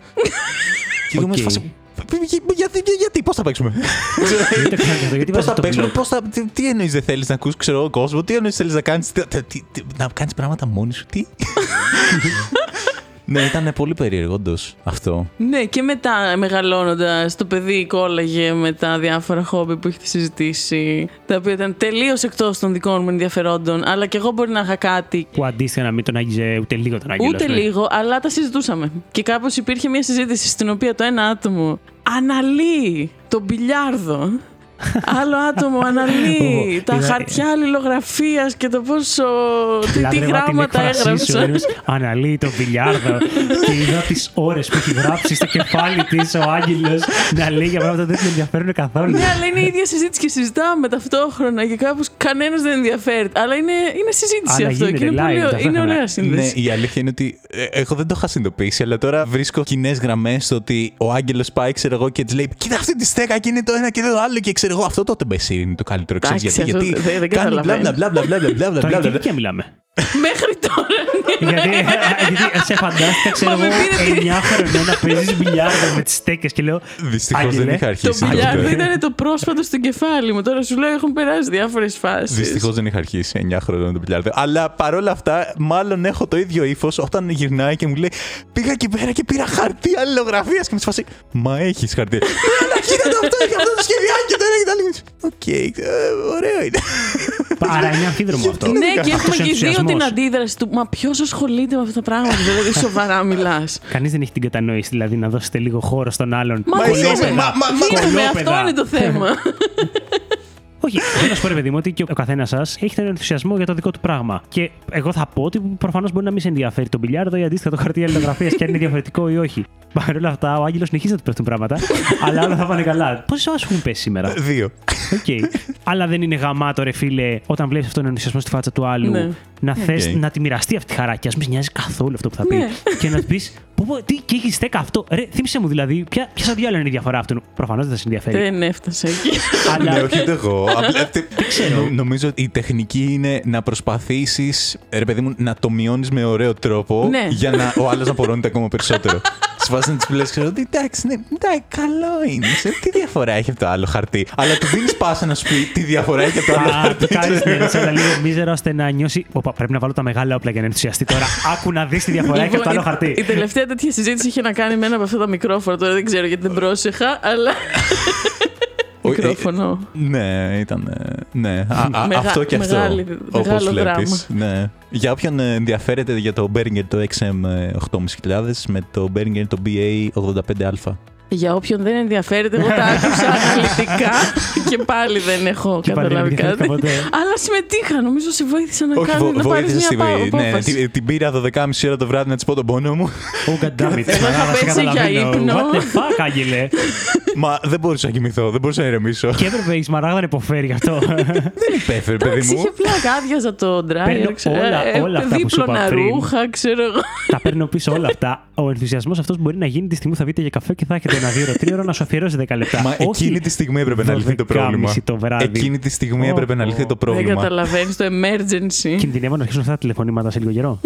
Speaker 1: και δούμε
Speaker 2: Οκ.
Speaker 1: σε φάση. «Για- Γιατί, για- γιατί πώς θα παίξουμε.
Speaker 2: Γιατί
Speaker 1: πώς
Speaker 2: βάζεις
Speaker 1: θα
Speaker 2: αυτό το
Speaker 1: παίξουμε,
Speaker 2: blog?
Speaker 1: πώς θα, τι, τι εννοείς δεν θέλεις να ακούς ξέρω, κόσμο, τι εννοείς θέλεις να κάνεις. Να κάνεις πράγματα μόνη σου, τι. [laughs] ναι, ήταν πολύ περίεργο, όντως αυτό.
Speaker 3: Ναι, και μετά μεγαλώνοντας, το παιδί κόλλαγε με τα διάφορα χόμπι που έχετε συζητήσει, τα οποία ήταν τελείως εκτός των δικών μου ενδιαφερόντων. Αλλά και εγώ μπορεί να είχα κάτι.
Speaker 2: Που αντίστοιχα να μην τον άγγιζε ούτε λίγο τον Άγγελο.
Speaker 3: Ούτε
Speaker 2: ας πούμε.
Speaker 3: λίγο, αλλά τα συζητούσαμε. Και κάπως υπήρχε μια συζήτηση στην οποία το ένα άτομο αναλύει τον
Speaker 2: [laughs]
Speaker 3: μπιλιάρδο. Άλλο άτομο αναλύει
Speaker 2: Ω,
Speaker 3: τα
Speaker 2: είδα-
Speaker 3: χαρτιά αλληλογραφίας και το πόσο. τι- τι,
Speaker 2: Λάτρευα την
Speaker 3: γράμματα
Speaker 2: έκφρασή σου,
Speaker 3: έγραψα.
Speaker 2: Ένωση. Αναλύει τον πιλιάρδο και είδα τις ώρες που έχει γράψει στο κεφάλι της ο Άγγελος να λέει για πράγματα που δεν την ενδιαφέρουν καθόλου.
Speaker 3: [laughs] Ναι, αλλά είναι η ίδια συζήτηση και συζητάμε ταυτόχρονα και κάπω κανένας δεν ενδιαφέρεται. Αλλά είναι, είναι συζήτηση
Speaker 2: Αλλά
Speaker 3: αυτό και
Speaker 2: γίνεται
Speaker 3: είναι,
Speaker 2: live
Speaker 3: πολύ, είναι
Speaker 2: ταυτόχρονα.
Speaker 3: ωραία
Speaker 1: Ναι,
Speaker 3: σύνδεση.
Speaker 1: η αλήθεια είναι ότι ε, εγώ δεν το είχα συνειδητοποιήσει, αλλά τώρα βρίσκω κοινές γραμμές στο ότι ο Άγγελος πάει, ξέρω εγώ, και της λέει: Κοίτα αυτή τη στέκα και είναι το ένα και το άλλο. Και ξέρω εγώ, αυτό το τεμπεσί είναι το καλύτερο. Ξέρεις
Speaker 3: Εντάξει,
Speaker 1: γιατί,
Speaker 3: αυτό
Speaker 1: γιατί
Speaker 3: δεν- δεν
Speaker 1: κάνει μπλα μπλα μπλα μπλα μπλα μπλα μπλα,
Speaker 2: Τώρα
Speaker 1: μπλα,
Speaker 2: τι
Speaker 1: μπλα.
Speaker 2: ηλικία μιλάμε.
Speaker 3: [laughs] Μέχρι τώρα. ναι.
Speaker 2: [laughs] γιατί, ε, γιατί σε φαντάστηκα, ξέρω
Speaker 3: Μα
Speaker 2: εγώ,
Speaker 3: με πήρε
Speaker 2: 9 χρονών να παίζεις μπιλιάρδο με τις στέκες και λέω.
Speaker 1: Δυστυχώς δεν
Speaker 2: Άγγελε,
Speaker 1: είχα
Speaker 3: Το
Speaker 1: αρχίσει.
Speaker 3: μπιλιάρδο ήταν το πρόσφατο στο κεφάλι μου. Τώρα σου λέω έχουν περάσει διάφορες φάσεις.
Speaker 1: Δυστυχώς δεν είχα αρχίσει 9 χρόνια το πιλιάρδο. Αλλά παρόλα αυτά, μάλλον έχω το ίδιο ύφος όταν γυρνάει και μου λέει: Πήγα εκεί πέρα και πήρα χαρτί αλληλογραφίας. Και μου σφασί. Μα έχεις χαρτί. [laughs] «Ναι, Αλλά κοίτα το αυτό, έχει αυτό το σχεδιάκι. Το ένα και το άλλο. Οκ, ε, ωραίο είναι.
Speaker 2: Άρα είναι
Speaker 3: [laughs]
Speaker 2: αμφίδρομο αυτό.
Speaker 3: Ναι, και έχουμε
Speaker 2: Αυτός ο
Speaker 3: και οι δύο την
Speaker 2: ενθουσιασμός.
Speaker 3: αντίδραση του. Μα ποιος ασχολείται με αυτά τα πράγματα, δηλαδή [laughs] σοβαρά μιλάς.
Speaker 2: Κανείς δεν έχει την κατανόηση, δηλαδή να δώσετε λίγο χώρο στον άλλον.
Speaker 3: Μα
Speaker 1: Κολόπεδα.
Speaker 3: δίνουμε,
Speaker 1: Μα- μα- μα-
Speaker 3: δίνουμε, αυτό
Speaker 2: κολόπεδα.
Speaker 3: είναι το θέμα.
Speaker 1: [laughs]
Speaker 2: Όχι, θέλω να σου πω, ρε παιδί μου, ότι και ο καθένας σας έχει τον ενθουσιασμό για το δικό του πράγμα. Και εγώ θα πω ότι προφανώς μπορεί να μην σε ενδιαφέρει το μπιλιάρδο ή αντίστοιχα το χαρτί αλληλογραφίας και αν είναι διαφορετικό ή όχι. Παρ' όλα αυτά, ο Άγγελος συνεχίζει να του πέφτουν πράγματα,
Speaker 3: [laughs]
Speaker 2: αλλά όλα θα πάνε καλά. Πόσες ώρες έχουν πέσει σήμερα.
Speaker 1: Δύο. [laughs]
Speaker 3: [laughs]
Speaker 2: Οκ. Αλλά δεν είναι γαμάτο, ρε φίλε, όταν βλέπεις αυτόν τον ενθουσιασμό στη φάτσα του άλλου,
Speaker 3: Ναι.
Speaker 2: να θες
Speaker 1: Οκ.
Speaker 2: να τη μοιραστεί αυτή τη χαρά και ας μην σε νοιάζει καθόλου αυτό που θα πει.
Speaker 3: Ναι.
Speaker 2: και να του πεις, πω, πω, τι, και έχεις στέκα αυτό. Ρε, θύμισε μου δηλαδή, ποια, ποια σαν διάλογο είναι η διαφορά αυτού. Προφανώς δεν θα σε ενδιαφέρει.
Speaker 3: Δεν έφτασα εκεί.
Speaker 2: αλλά
Speaker 1: Ναι, όχι ούτε εγώ. [laughs] Απλά τε- Νο- Νομίζω ότι η τεχνική είναι να προσπαθήσεις, ρε παιδί μου, να το μειώνεις με ωραίο τρόπο
Speaker 3: Ναι.
Speaker 1: για να ο άλλος να πορώνεται ακόμα περισσότερο. [laughs] Σε βάση να της πει, ξέρω ότι εντάξει, ναι, εντάξει, καλό είναι. Σε τι διαφορά έχει από το άλλο χαρτί. Αλλά του δίνεις πάσα να σου πει τι διαφορά έχει από το άλλο
Speaker 2: Α,
Speaker 1: χαρτί. [laughs]
Speaker 2: του κάνει την ερώτηση, αλλά λίγο μίζερα ώστε να νιώσει. Οπα, πρέπει να βάλω τα μεγάλα όπλα για να ενθουσιαστεί τώρα. Άκου να δεις τη διαφορά και από το άλλο
Speaker 3: Λοιπόν, Η, η
Speaker 2: χαρτί.
Speaker 3: τελευταία τέτοια συζήτηση είχε να κάνει με ένα από αυτά τα μικρόφωνα. Τώρα δεν ξέρω γιατί δεν πρόσεχα, αλλά.
Speaker 1: Ο- ε,
Speaker 3: μικρόφωνο.
Speaker 1: Ναι, ήταν. ε, Ναι, Α, α,
Speaker 3: Μεγα-
Speaker 1: αυτό και αυτό.
Speaker 3: μεγάλη-
Speaker 1: όπως
Speaker 3: μεγάλο
Speaker 1: βλέπεις, Ναι. Για όποιον ε, ενδιαφέρεται για το Behringer το XM8500 με το Behringer το BA85α.
Speaker 3: Για όποιον δεν ενδιαφέρεται, εγώ τα
Speaker 2: [laughs]
Speaker 3: άκουσα αναλυτικά και πάλι δεν έχω
Speaker 2: Και πάλι δεν
Speaker 3: καταλάβει
Speaker 2: ενδιαφέρθηκα
Speaker 3: κάτι. [laughs]
Speaker 2: ποτέ.
Speaker 3: Αλλά συμμετείχα, νομίζω σε βοήθησα να
Speaker 1: Όχι,
Speaker 3: κάνω
Speaker 1: βο-
Speaker 3: να πάρεις
Speaker 1: βοήθησε
Speaker 3: μια
Speaker 1: στη-
Speaker 3: πα-
Speaker 1: ναι, ναι,
Speaker 3: απόφαση.
Speaker 1: την, την πήρα 12.30 ώρα το βράδυ να της πω τον πόνο
Speaker 3: [laughs]
Speaker 1: μου.
Speaker 2: Oh, god damn it. Μαράδα, σε
Speaker 3: παίξει για
Speaker 2: καταλαβαίνω.
Speaker 3: ύπνο.
Speaker 2: What the fuck, Άγγελε.
Speaker 1: Μα δεν μπορούσα να κοιμηθώ, δεν μπορούσα να ηρεμήσω.
Speaker 2: Και έπρεπε η Σμαράγδα να υποφέρει γι' αυτό.
Speaker 1: δεν [laughs] υπέφερε, παιδί
Speaker 3: Εντάξει,
Speaker 1: μου.
Speaker 3: είχε πλάκα, άδειαζα το ντράιερ,
Speaker 2: Παίρνω
Speaker 3: ξέρω.
Speaker 2: όλα-
Speaker 3: ε,
Speaker 2: όλα αυτά που σου είπα
Speaker 3: δίπλωνα
Speaker 2: πριν.
Speaker 3: ρούχα, ξέρω εγώ.
Speaker 2: Τα παίρνω πίσω όλα αυτά. Ο ενθουσιασμός αυτός μπορεί να γίνει τη στιγμή που θα βγείτε για καφέ και θα έχετε ένα δύο τρία ώρα να σου αφιερώσει 10 λεπτά.
Speaker 1: Μα
Speaker 2: Όχι
Speaker 1: εκείνη τη στιγμή έπρεπε να λυθεί το
Speaker 2: 12.30
Speaker 1: πρόβλημα.
Speaker 2: το βράδυ.
Speaker 1: Εκείνη τη στιγμή έπρεπε να λυθεί το
Speaker 3: Δεν
Speaker 1: πρόβλημα.
Speaker 3: καταλαβαίνεις το emergency.
Speaker 2: Κινδυνεύω να αρχίσουν αυτά τα τηλεφωνήματα σε λίγο καιρό.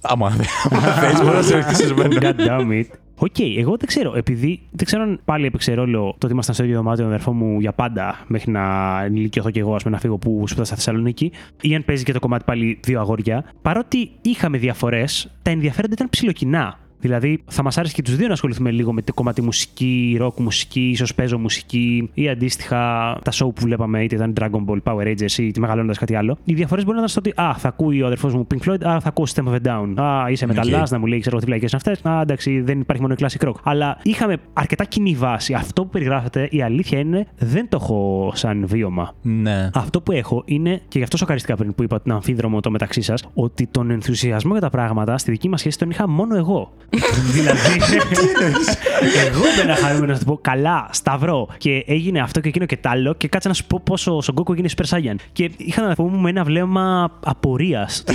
Speaker 1: Άμα
Speaker 3: [laughs]
Speaker 1: θε, μπορεί να σε ρωτήσει
Speaker 2: [laughs] God
Speaker 1: εμένα.
Speaker 2: damn it. Οκ, εγώ δεν ξέρω. Επειδή δεν ξέρω αν πάλι έπαιξε ρόλο το ότι ήμασταν στο ίδιο δωμάτιο με τον αδερφό μου για πάντα, μέχρι να ενηλικιωθώ κι εγώ, ας πούμε, να φύγω που σπούδασα στη Θεσσαλονίκη, ή αν παίζει και το κομμάτι πάλι δύο αγόρια. Παρότι είχαμε διαφορές, τα ενδιαφέροντα ήταν ψιλοκοινά. Δηλαδή, θα μας άρεσε και τους δύο να ασχοληθούμε λίγο με το κομμάτι μουσική, ροκ μουσική, ίσως παίζω μουσική ή αντίστοιχα τα show που βλέπαμε, είτε ήταν Dragon Ball, Power Rangers ή μεγαλώνοντας κάτι άλλο. Οι διαφορές μπορεί να ήταν στο ότι Α, θα ακούει ο αδερφός μου Pink Floyd, Α, θα ακούω System of a Down. Α, είσαι μεταλλά, να μου λέει, ξέρω εγώ τι πλακέ είναι αυτές. Α, εντάξει, δεν υπάρχει μόνο η classic rock. Αλλά είχαμε αρκετά κοινή βάση. Αυτό που περιγράφεται, η αλήθεια είναι, δεν το έχω σαν βίωμα.
Speaker 1: Ναι.
Speaker 2: Αυτό που έχω είναι, και γι' αυτό σοκαριστικά πριν που είπα την αμφίδρομο το μεταξύ σας, ότι τον ενθουσιασμό για τα πράγματα στη δική μας σχέση τον είχα μόνο εγώ. δηλαδή. εγώ δεν χαρούμενο να σου πω καλά, σταυρό. Και έγινε αυτό και εκείνο και τ' άλλο. Και κάτσε να σου πω πόσο ο Σογκόκο έγινε Super Saiyan. Και είχα να πω με ένα βλέμμα απορίας.
Speaker 1: [laughs]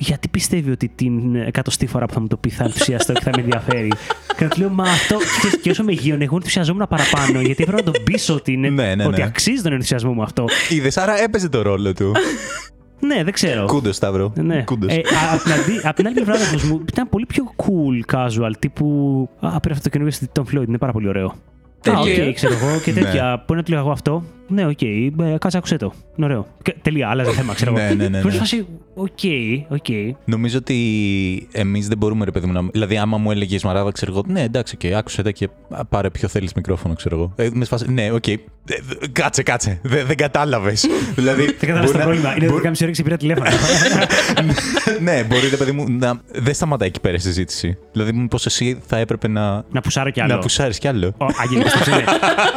Speaker 2: Γιατί πιστεύει ότι την εκατοστή φορά που θα μου το πει θα ενθουσιαστώ και θα με ενδιαφέρει. και να του λέω, Μα αυτό. ξέρεις, Και όσο με γύρωνε, εγώ ενθουσιαζόμουν παραπάνω. Γιατί έπρεπε να τον πείσω ότι, είναι,
Speaker 1: Ναι, ναι,
Speaker 2: ότι
Speaker 1: ναι.
Speaker 2: αξίζει τον ενθουσιασμό μου αυτό.
Speaker 1: Είδες, άρα έπαιζε το ρόλο του.
Speaker 2: Ναι, δεν ξέρω.
Speaker 1: Κούντο, Σταύρο.
Speaker 2: Ναι.
Speaker 1: Κούντος.
Speaker 2: Ε, α- απ' την αντί- απ' την άλλη πλευρά, όμως, μου ήταν πολύ πιο cool casual. Τύπου. Α, πήρα αυτό το καινούργιο στη Tom Floyd, είναι πάρα πολύ ωραίο. Α, οκ,
Speaker 1: Τέλεια.
Speaker 2: ξέρω εγώ και
Speaker 1: Ναι.
Speaker 2: τέτοια. Μπορεί να του λέω εγώ αυτό. Ναι, οκ, ε, κάτσε, άκουσε το. Είναι Ωραίο. Και, τελεία, άλλαζε θέμα, ξέρω εγώ.
Speaker 1: Ναι, ναι, ναι, ναι.
Speaker 2: Μου είναι φάση, οκ, οκ.
Speaker 1: Νομίζω ότι εμείς δεν μπορούμε, ρε παιδί μου, να. Δηλαδή, άμα μου έλεγες Μαράδα, ξέρω εγώ. Ναι, εντάξει, και άκουσε τα και α, πάρε ποιο θέλεις μικρόφωνο, ξέρω εγώ. Ε, με σφάση, ναι, οκ. Ε, δε- κάτσε, κάτσε. Δε- δεν κατάλαβες.
Speaker 2: [laughs]
Speaker 1: δηλαδή.
Speaker 2: Δεν κατάλαβα
Speaker 1: μπορεί
Speaker 2: το
Speaker 1: να-
Speaker 2: πρόβλημα. Είναι
Speaker 1: μπορεί-
Speaker 2: 12.30 ώρα και σε πήρα τηλέφωνο.
Speaker 1: [laughs] ναι, μπορεί, ρε παιδί μου, να. Δεν σταματάει εκεί πέρα η συζήτηση. Δηλαδή, μήπω εσύ θα έπρεπε να.
Speaker 2: [laughs] Να πουσάρω κι άλλο.
Speaker 1: Να πουσάρεις κι άλλο.
Speaker 2: Ο Άγγελε, πώς το λένε.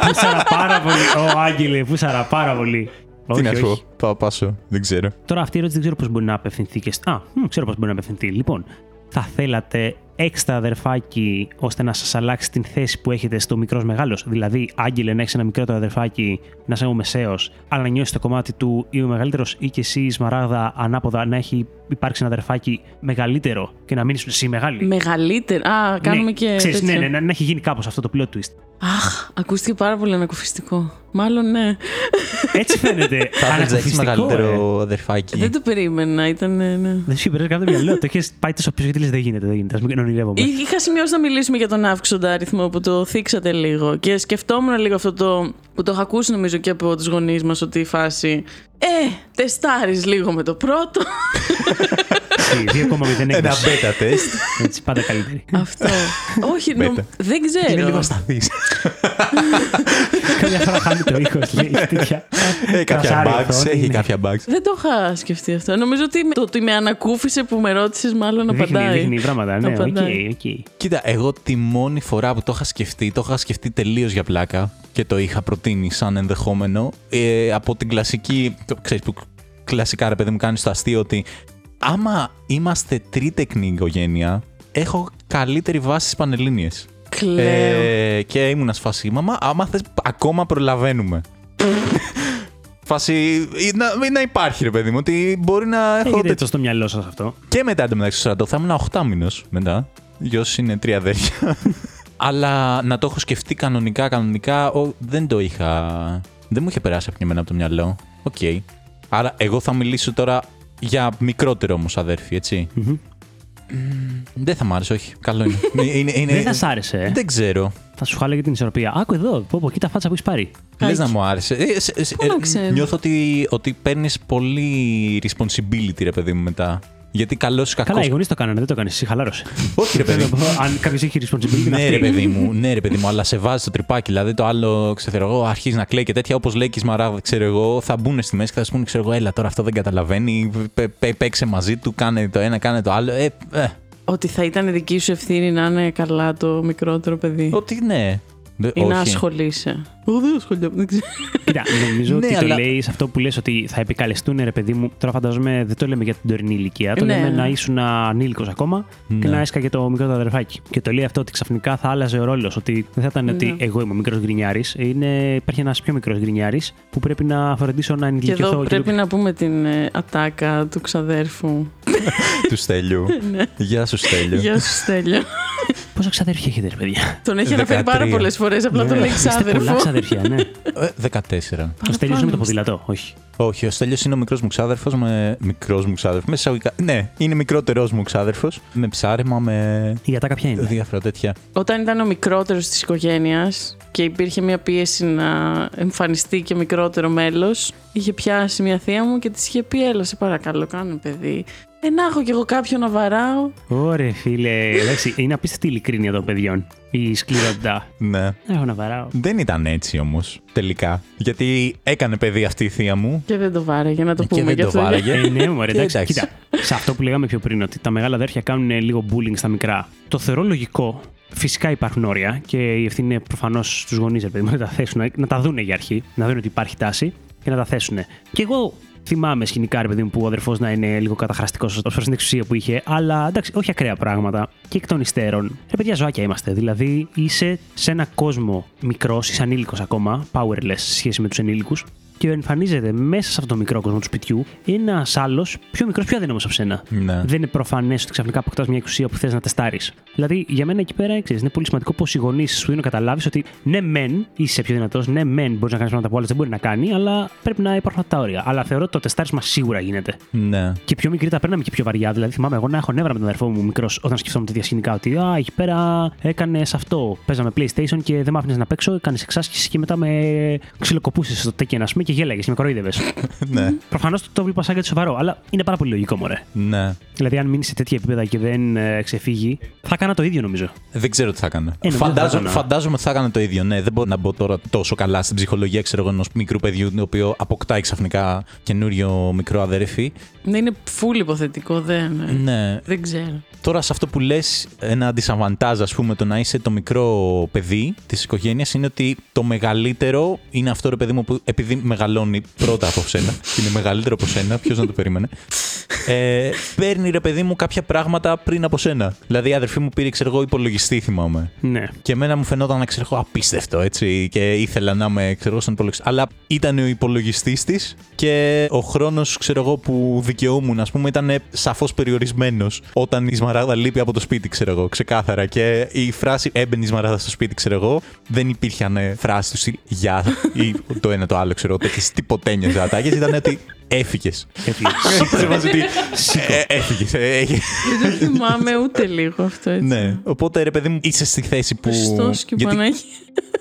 Speaker 2: Πούσαρα πάρα πολύ. Ο Άγγελε, πούσαρα πάρα πολύ.
Speaker 1: Τι
Speaker 2: Όχι,
Speaker 1: να σου πω.
Speaker 2: όχι.
Speaker 1: Πάω πάσο. Δεν
Speaker 2: [laughs]
Speaker 1: ξέρω.
Speaker 2: Τώρα αυτή η ερώτηση δεν ξέρω πώς μπορεί να απευθυνθεί και. σ- Α, μ, ξέρω πώς μπορεί να απευθυνθεί. Λοιπόν, θα θέλατε έξτρα αδερφάκι ώστε να σας αλλάξει την θέση που έχετε στο μικρός μεγάλος. Δηλαδή, Άγγελε, να έχεις ένα μικρότερο αδερφάκι, να είσαι ο μεσαίο, αλλά να νιώσεις το κομμάτι του ή ο μεγαλύτερος, ή και εσύ, η Σμαράγδα, ανάποδα, να έχει υπάρξει ένα αδερφάκι μεγαλύτερο και να μείνει εσύ μεγάλη.
Speaker 3: Μεγαλύτερα. Α, κάνουμε
Speaker 2: ναι,
Speaker 3: και.
Speaker 2: ξέρεις, ναι, ναι,
Speaker 3: τέτοιο.
Speaker 2: να, να έχει γίνει κάπως αυτό το plot twist.
Speaker 3: Αχ, ακούστηκε πάρα πολύ ανακουφιστικό. Μάλλον ναι.
Speaker 2: Έτσι φαίνεται.
Speaker 1: [laughs] Θα ήθελα να έχει
Speaker 2: Ανακουφιστικό, ε.
Speaker 1: μεγαλύτερο αδερφάκι.
Speaker 3: Δεν το περίμενα, ήταν. ε, Ναι.
Speaker 2: Δεν σου υπηρεάζει καν το μυαλό. Το έχεις πάει τόσο πίσω γιατί λες δεν γίνεται, δεν γίνεται. Ας μην ονειρεύομαι.
Speaker 3: Εί- Είχα σημειώσει να μιλήσουμε για τον αύξοντα αριθμό που το θίξατε λίγο και σκεφτόμουν λίγο αυτό το που το είχα ακούσει νομίζω και από τους γονείς μας ότι η φάση «Ε, τεστάρεις λίγο με το πρώτο».
Speaker 1: [laughs]
Speaker 2: Έτσι, 2,06.
Speaker 1: Ένα beta test.
Speaker 2: Έτσι, πάντα καλύτερη.
Speaker 3: αυτό. Όχι, νο-
Speaker 1: Μπέτα.
Speaker 3: δεν
Speaker 1: Είναι λίγο
Speaker 3: ξέρω.
Speaker 1: ασταθής.
Speaker 2: Καμιά φορά χάνει το ήχος,
Speaker 1: [laughs]
Speaker 2: λέει. τέτοια.
Speaker 1: Έχει κάποια
Speaker 2: Κρασάρι
Speaker 1: bugs.
Speaker 2: οθόνη,
Speaker 1: Έχει
Speaker 2: ναι.
Speaker 1: κάποια bugs.
Speaker 3: δεν το είχα σκεφτεί αυτό. Νομίζω ότι με- το ότι με ανακούφισε που με ρώτησες μάλλον
Speaker 2: Δείχνει,
Speaker 3: απαντάει.
Speaker 2: δείχνει πράγματα. Ναι, οκ,
Speaker 3: Απαντάει.
Speaker 2: οκ.
Speaker 1: Κοίτα, εγώ τη μόνη φορά που το είχα σκεφτεί, το είχα σκεφτεί τελείως για πλάκα και το είχα προτείνει σαν ενδεχόμενο ε, από την κλασική. Το, ξέρεις που κλασικά ρε παιδί μου κάνεις το αστείο ότι άμα είμαστε τρίτεκνη οικογένεια, έχω καλύτερη βάση στις πανελλήνιες.
Speaker 3: Κλαίω.
Speaker 1: Ε, και ήμουν σφασί, μαμά, άμα θες ακόμα προλαβαίνουμε. Φάση, ή να, ή να υπάρχει ρε παιδί μου, ότι μπορεί να έχω
Speaker 2: Έχετε
Speaker 1: τέτοιο.
Speaker 2: το στο μυαλό σας αυτό.
Speaker 1: Και μετά εντωμεταξύ στο στρατό θα ήμουν 8 μήνο μετά. Γιος είναι τρία
Speaker 2: [laughs]
Speaker 1: αδέρφια. Αλλά να το έχω σκεφτεί κανονικά, κανονικά, ο, δεν το είχα. Δεν μου είχε περάσει από εμένα από το μυαλό. Οκ. Άρα εγώ θα μιλήσω τώρα για μικρότερο όμως αδέρφη, έτσι.
Speaker 2: Μμμ.
Speaker 1: Μμμ, Δεν θα μ' άρεσε, όχι. Καλό
Speaker 2: [laughs]
Speaker 1: είναι. είναι, είναι, είναι-
Speaker 2: Δεν θα σ' άρεσε. ε.
Speaker 1: δεν ξέρω.
Speaker 2: Θα σου χάλαγε την ισορροπία. Άκου εδώ, πω, πω, κοίτα φάτσα που έχεις πάρει.
Speaker 1: Λες
Speaker 3: Άκη.
Speaker 1: να μου άρεσε. Ε, σε- σε-
Speaker 3: Πού να ξέρω.
Speaker 1: νιώθω ότι, ότι παίρνεις πολύ responsibility, ρε παιδί μου, μετά. Γιατί καλός ή κακό.
Speaker 2: Καλά, οι γονείς το κάνανε, δεν το κάνεις. Εσύ χαλάρωσε.
Speaker 1: Όχι, ρε παιδί
Speaker 2: Θέλω
Speaker 1: μου.
Speaker 2: να πω, Αν κάποιος έχει responsibility να
Speaker 1: Ναι, ρε
Speaker 2: πει.
Speaker 1: παιδί μου, ναι, ρε παιδί μου, αλλά σε βάζει το τρυπάκι. Δηλαδή το άλλο, ξέρω εγώ, αρχίζει να κλαίει και τέτοια. Όπως λέει και η Σμαράγδα, ξέρω εγώ, θα μπουν στη μέση και θα σου πούνε, ξέρω εγώ, έλα τώρα αυτό δεν καταλαβαίνει. πε- πε- Παίξε μαζί του, κάνε το ένα, κάνε το άλλο. Ε, ε,
Speaker 3: Ότι θα ήταν δική σου ευθύνη να είναι καλά το μικρότερο παιδί.
Speaker 1: ότι ναι. Δε-
Speaker 3: Ή να
Speaker 1: όχι.
Speaker 3: ασχολείσαι. Εγώ δεν ασχολιάμαι, δεν ξέρω.
Speaker 2: Κοίτα, νομίζω
Speaker 1: Ναι,
Speaker 2: ότι το
Speaker 1: αλλά-
Speaker 2: λέεις σε αυτό που λες ότι θα επικαλεστούν, ρε παιδί μου. Τώρα φανταζόμαι δεν το λέμε για την τωρινή ηλικία. Το
Speaker 3: Ναι.
Speaker 2: λέμε να ήσουν ανήλικος ακόμα και
Speaker 1: Ναι.
Speaker 2: να έσκαγε το μικρό του αδερφάκι. Και το λέει αυτό ότι ξαφνικά θα άλλαζε ο ρόλος. Ότι δεν θα ήταν
Speaker 3: Ναι.
Speaker 2: ότι εγώ είμαι ο μικρός γκρινιάρης. Υπάρχει ένας πιο μικρός γκρινιάρης που πρέπει να φροντίσω να
Speaker 3: Και
Speaker 2: ενηλικιωθώ.
Speaker 3: εδώ
Speaker 2: και
Speaker 3: πρέπει
Speaker 2: το-
Speaker 3: να πούμε την ε, ατάκα του ξαδέρφου.
Speaker 1: Του Στέλιου. Γεια σου, Στέλιο.
Speaker 3: Γεια σου, Στέλιο.
Speaker 2: Πόσα ξαδέρφια έχετε, ρε παιδιά.
Speaker 3: Τον έχει αναφέρει
Speaker 1: 13.
Speaker 3: πάρα πολλές φορές, απλά
Speaker 2: Ναι.
Speaker 3: τον λέει
Speaker 2: Είστε
Speaker 3: ξάδερφο.
Speaker 2: Πολλά ξαδέρφια,
Speaker 3: [laughs]
Speaker 2: ναι.
Speaker 1: Ε, 14.
Speaker 2: Ο Στέλιος είναι με το
Speaker 3: Παραπάνω.
Speaker 2: ποδηλατό, όχι.
Speaker 1: Όχι, ο Στέλιος είναι ο μικρός μου ξάδερφος με. Μικρός μου ξάδερφος. Με εισαγωγικά. Ναι, είναι μικρότερός μου ξάδερφος. Με ψάρεμα, με
Speaker 2: Η ατάκα ποια είναι.
Speaker 1: Δηλαδή- διάφορα τέτοια.
Speaker 3: Όταν ήταν ο μικρότερος της οικογένειας, και υπήρχε μια πίεση να εμφανιστεί και μικρότερο μέλος, είχε πιάσει μια θεία μου και της είχε πει έλα σε παρακαλώ κάνε παιδί. Ε, να έχω κι εγώ κάποιον να βαράω.
Speaker 2: Ωρε φίλε, εντάξει, είναι απίστευτη η ειλικρίνεια των παιδιών. Η σκληρότητα.
Speaker 1: Ναι.
Speaker 2: Έχω να βαράω.
Speaker 1: Δεν ήταν έτσι όμως τελικά. Γιατί έκανε παιδί αυτή η θεία μου.
Speaker 3: Και δεν το βάραγε, να το πούμε.
Speaker 1: Ε, και δεν
Speaker 3: γι'
Speaker 1: το
Speaker 3: αυτό είναι-
Speaker 1: βάραγε.
Speaker 2: Ε, ναι, μωρέ,
Speaker 1: Και
Speaker 2: εντάξει. Κοίτα, σε αυτό που λέγαμε πιο πριν, ότι τα μεγάλα αδέρφια κάνουν ε, λίγο bullying στα μικρά. Το θεωρώ λογικό. Φυσικά υπάρχουν όρια και η ευθύνη είναι προφανώς στους γονείς, ρε παιδί μου, να τα θέσουν, να τα δούνε για αρχή, να δουν ότι υπάρχει τάση και να τα θέσουν. Και εγώ θυμάμαι σκηνικά, ρε παιδί μου, που ο αδερφός να είναι λίγο καταχραστικός ως προς την εξουσία που είχε, αλλά εντάξει, όχι ακραία πράγματα. Και εκ των υστέρων. Ρε παιδιά, ζωάκια είμαστε. Δηλαδή, είσαι σε ένα κόσμο μικρός, είσαι ανήλικος ακόμα, powerless σε σχέση με τους ενήλικους, και εμφανίζεται μέσα σε αυτό το μικρό κόσμο του σπιτιού ένας άλλος, πιο μικρός, πιο αδύναμος από σένα.
Speaker 1: Ναι.
Speaker 2: Δεν είναι προφανές ότι ξαφνικά αποκτάς μια εξουσία που θες να τεστάρεις. Δηλαδή, για μένα εκεί πέρα ξέρεις, είναι πολύ σημαντικό πως οι γονείς σου δίνουν να καταλάβεις ότι ναι, μεν είσαι πιο δυνατός, ναι, μεν μπορείς να κάνεις πράγματα που άλλο δεν μπορεί να κάνει, αλλά πρέπει να υπάρχουν αυτά τα όρια. Αλλά θεωρώ ότι το τεστάρισμα σίγουρα γίνεται.
Speaker 1: Ναι.
Speaker 2: Και πιο μικρή τα παίρναμε και πιο βαριά. Δηλαδή, θυμάμαι εγώ να έχω νεύρα με τον αδερφό μου μικρός όταν σκεφτόμουν τέτοια σκηνικά. Ότι α, εκεί πέρα έκανες αυτό. Παίζαμε PlayStation και δεν μ' άφηνες να παίξω. Έκανες εξάσκηση και μετά με ξυλοκοπούσες στο τέκεν, ας πούμε, και γέλαγε και με κοροϊδεύες.
Speaker 1: [laughs] Ναι.
Speaker 2: Προφανώς το βλέπα σαν κάτι σοβαρό, αλλά είναι πάρα πολύ λογικό, μωρέ.
Speaker 1: Ναι.
Speaker 2: Δηλαδή, αν μείνει σε τέτοια επίπεδα και δεν ε, ξεφύγει, θα έκανα το ίδιο νομίζω.
Speaker 1: Δεν ξέρω τι θα έκανα.
Speaker 2: Ε, ναι, δεν θα
Speaker 1: Φαντάζομαι,
Speaker 2: έκανα.
Speaker 1: φαντάζομαι ότι θα έκανα το ίδιο. Ναι, δεν μπορώ να μπω τώρα τόσο καλά στην ψυχολογία ξέρω, εγώ, ενός μικρού παιδιού, το οποίο αποκτάει ξαφνικά καινούριο μικρό αδερφή.
Speaker 3: Ναι, είναι φουλ υποθετικό, δεν. ε.
Speaker 1: Ναι.
Speaker 3: Δεν ξέρω.
Speaker 1: Τώρα σε αυτό που λες, ένα disadvantage, ας πούμε, το να είσαι το μικρό παιδί της οικογένειας είναι ότι το μεγαλύτερο είναι αυτό ρε παιδί μου που επειδή μεγαλώνει πρώτα από σένα και είναι μεγαλύτερο από σένα, ποιος να το περίμενε. Ε, παίρνει ρε παιδί μου κάποια πράγματα πριν από σένα. Δηλαδή η αδερφή μου πήρε, ξέρω εγώ, υπολογιστή, θυμάμαι.
Speaker 2: Ναι.
Speaker 1: Και εμένα μου φαινόταν, ξέρω εγώ, απίστευτο έτσι. Και ήθελα να είμαι, ξέρω εγώ, στον υπολογιστή. Αλλά ήταν ο υπολογιστής της και ο χρόνος, ξέρω εγώ, που δικαιούμουν, ας πούμε, ήταν σαφώς περιορισμένος. Όταν η Σμαράδα λείπει από το σπίτι, ξέρω εγώ, ξεκάθαρα. Και η φράση έμπαινες η Σμαράδα στο σπίτι, ξέρω εγώ. Δεν υπήρχαν ε, φράσεις του στυλ γεια ή το ένα το άλλο, ξέρω εγώ. Τέτοιες τυποτένιες ζατάκε. Ήταν ότι έφυγες. [laughs]
Speaker 2: Έφυγες.
Speaker 1: Σε βάζει ότι, ε, Έφυγες. ε, έχει-
Speaker 3: Δεν θυμάμαι ούτε λίγο αυτό έτσι.
Speaker 1: Ναι. Οπότε ρε παιδί μου, είσαι στη θέση που.
Speaker 3: Χριστός και
Speaker 1: γιατί
Speaker 3: Παναγία.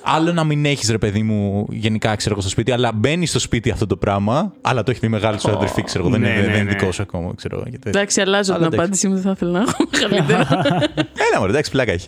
Speaker 1: Άλλο να μην έχεις ρε παιδί μου, γενικά ξέρω εγώ στο σπίτι, αλλά μπαίνεις στο σπίτι αυτό το πράγμα, αλλά το έχεις δει μεγάλη σου αδερφή, ξέρω εγώ. Δεν
Speaker 2: Ναι,
Speaker 1: είναι-
Speaker 2: ναι,
Speaker 1: δεν είναι
Speaker 2: ναι.
Speaker 1: δικός σου ακόμα, ξέρω εγώ. γιατί-
Speaker 3: Εντάξει, αλλάζω
Speaker 1: Αλλά
Speaker 3: την
Speaker 1: εντάξει.
Speaker 3: απάντησή μου, δεν θα ήθελα να έχω μεγαλύτερο.
Speaker 1: Έλα μωρέ, εντάξει, πλάκα έχει.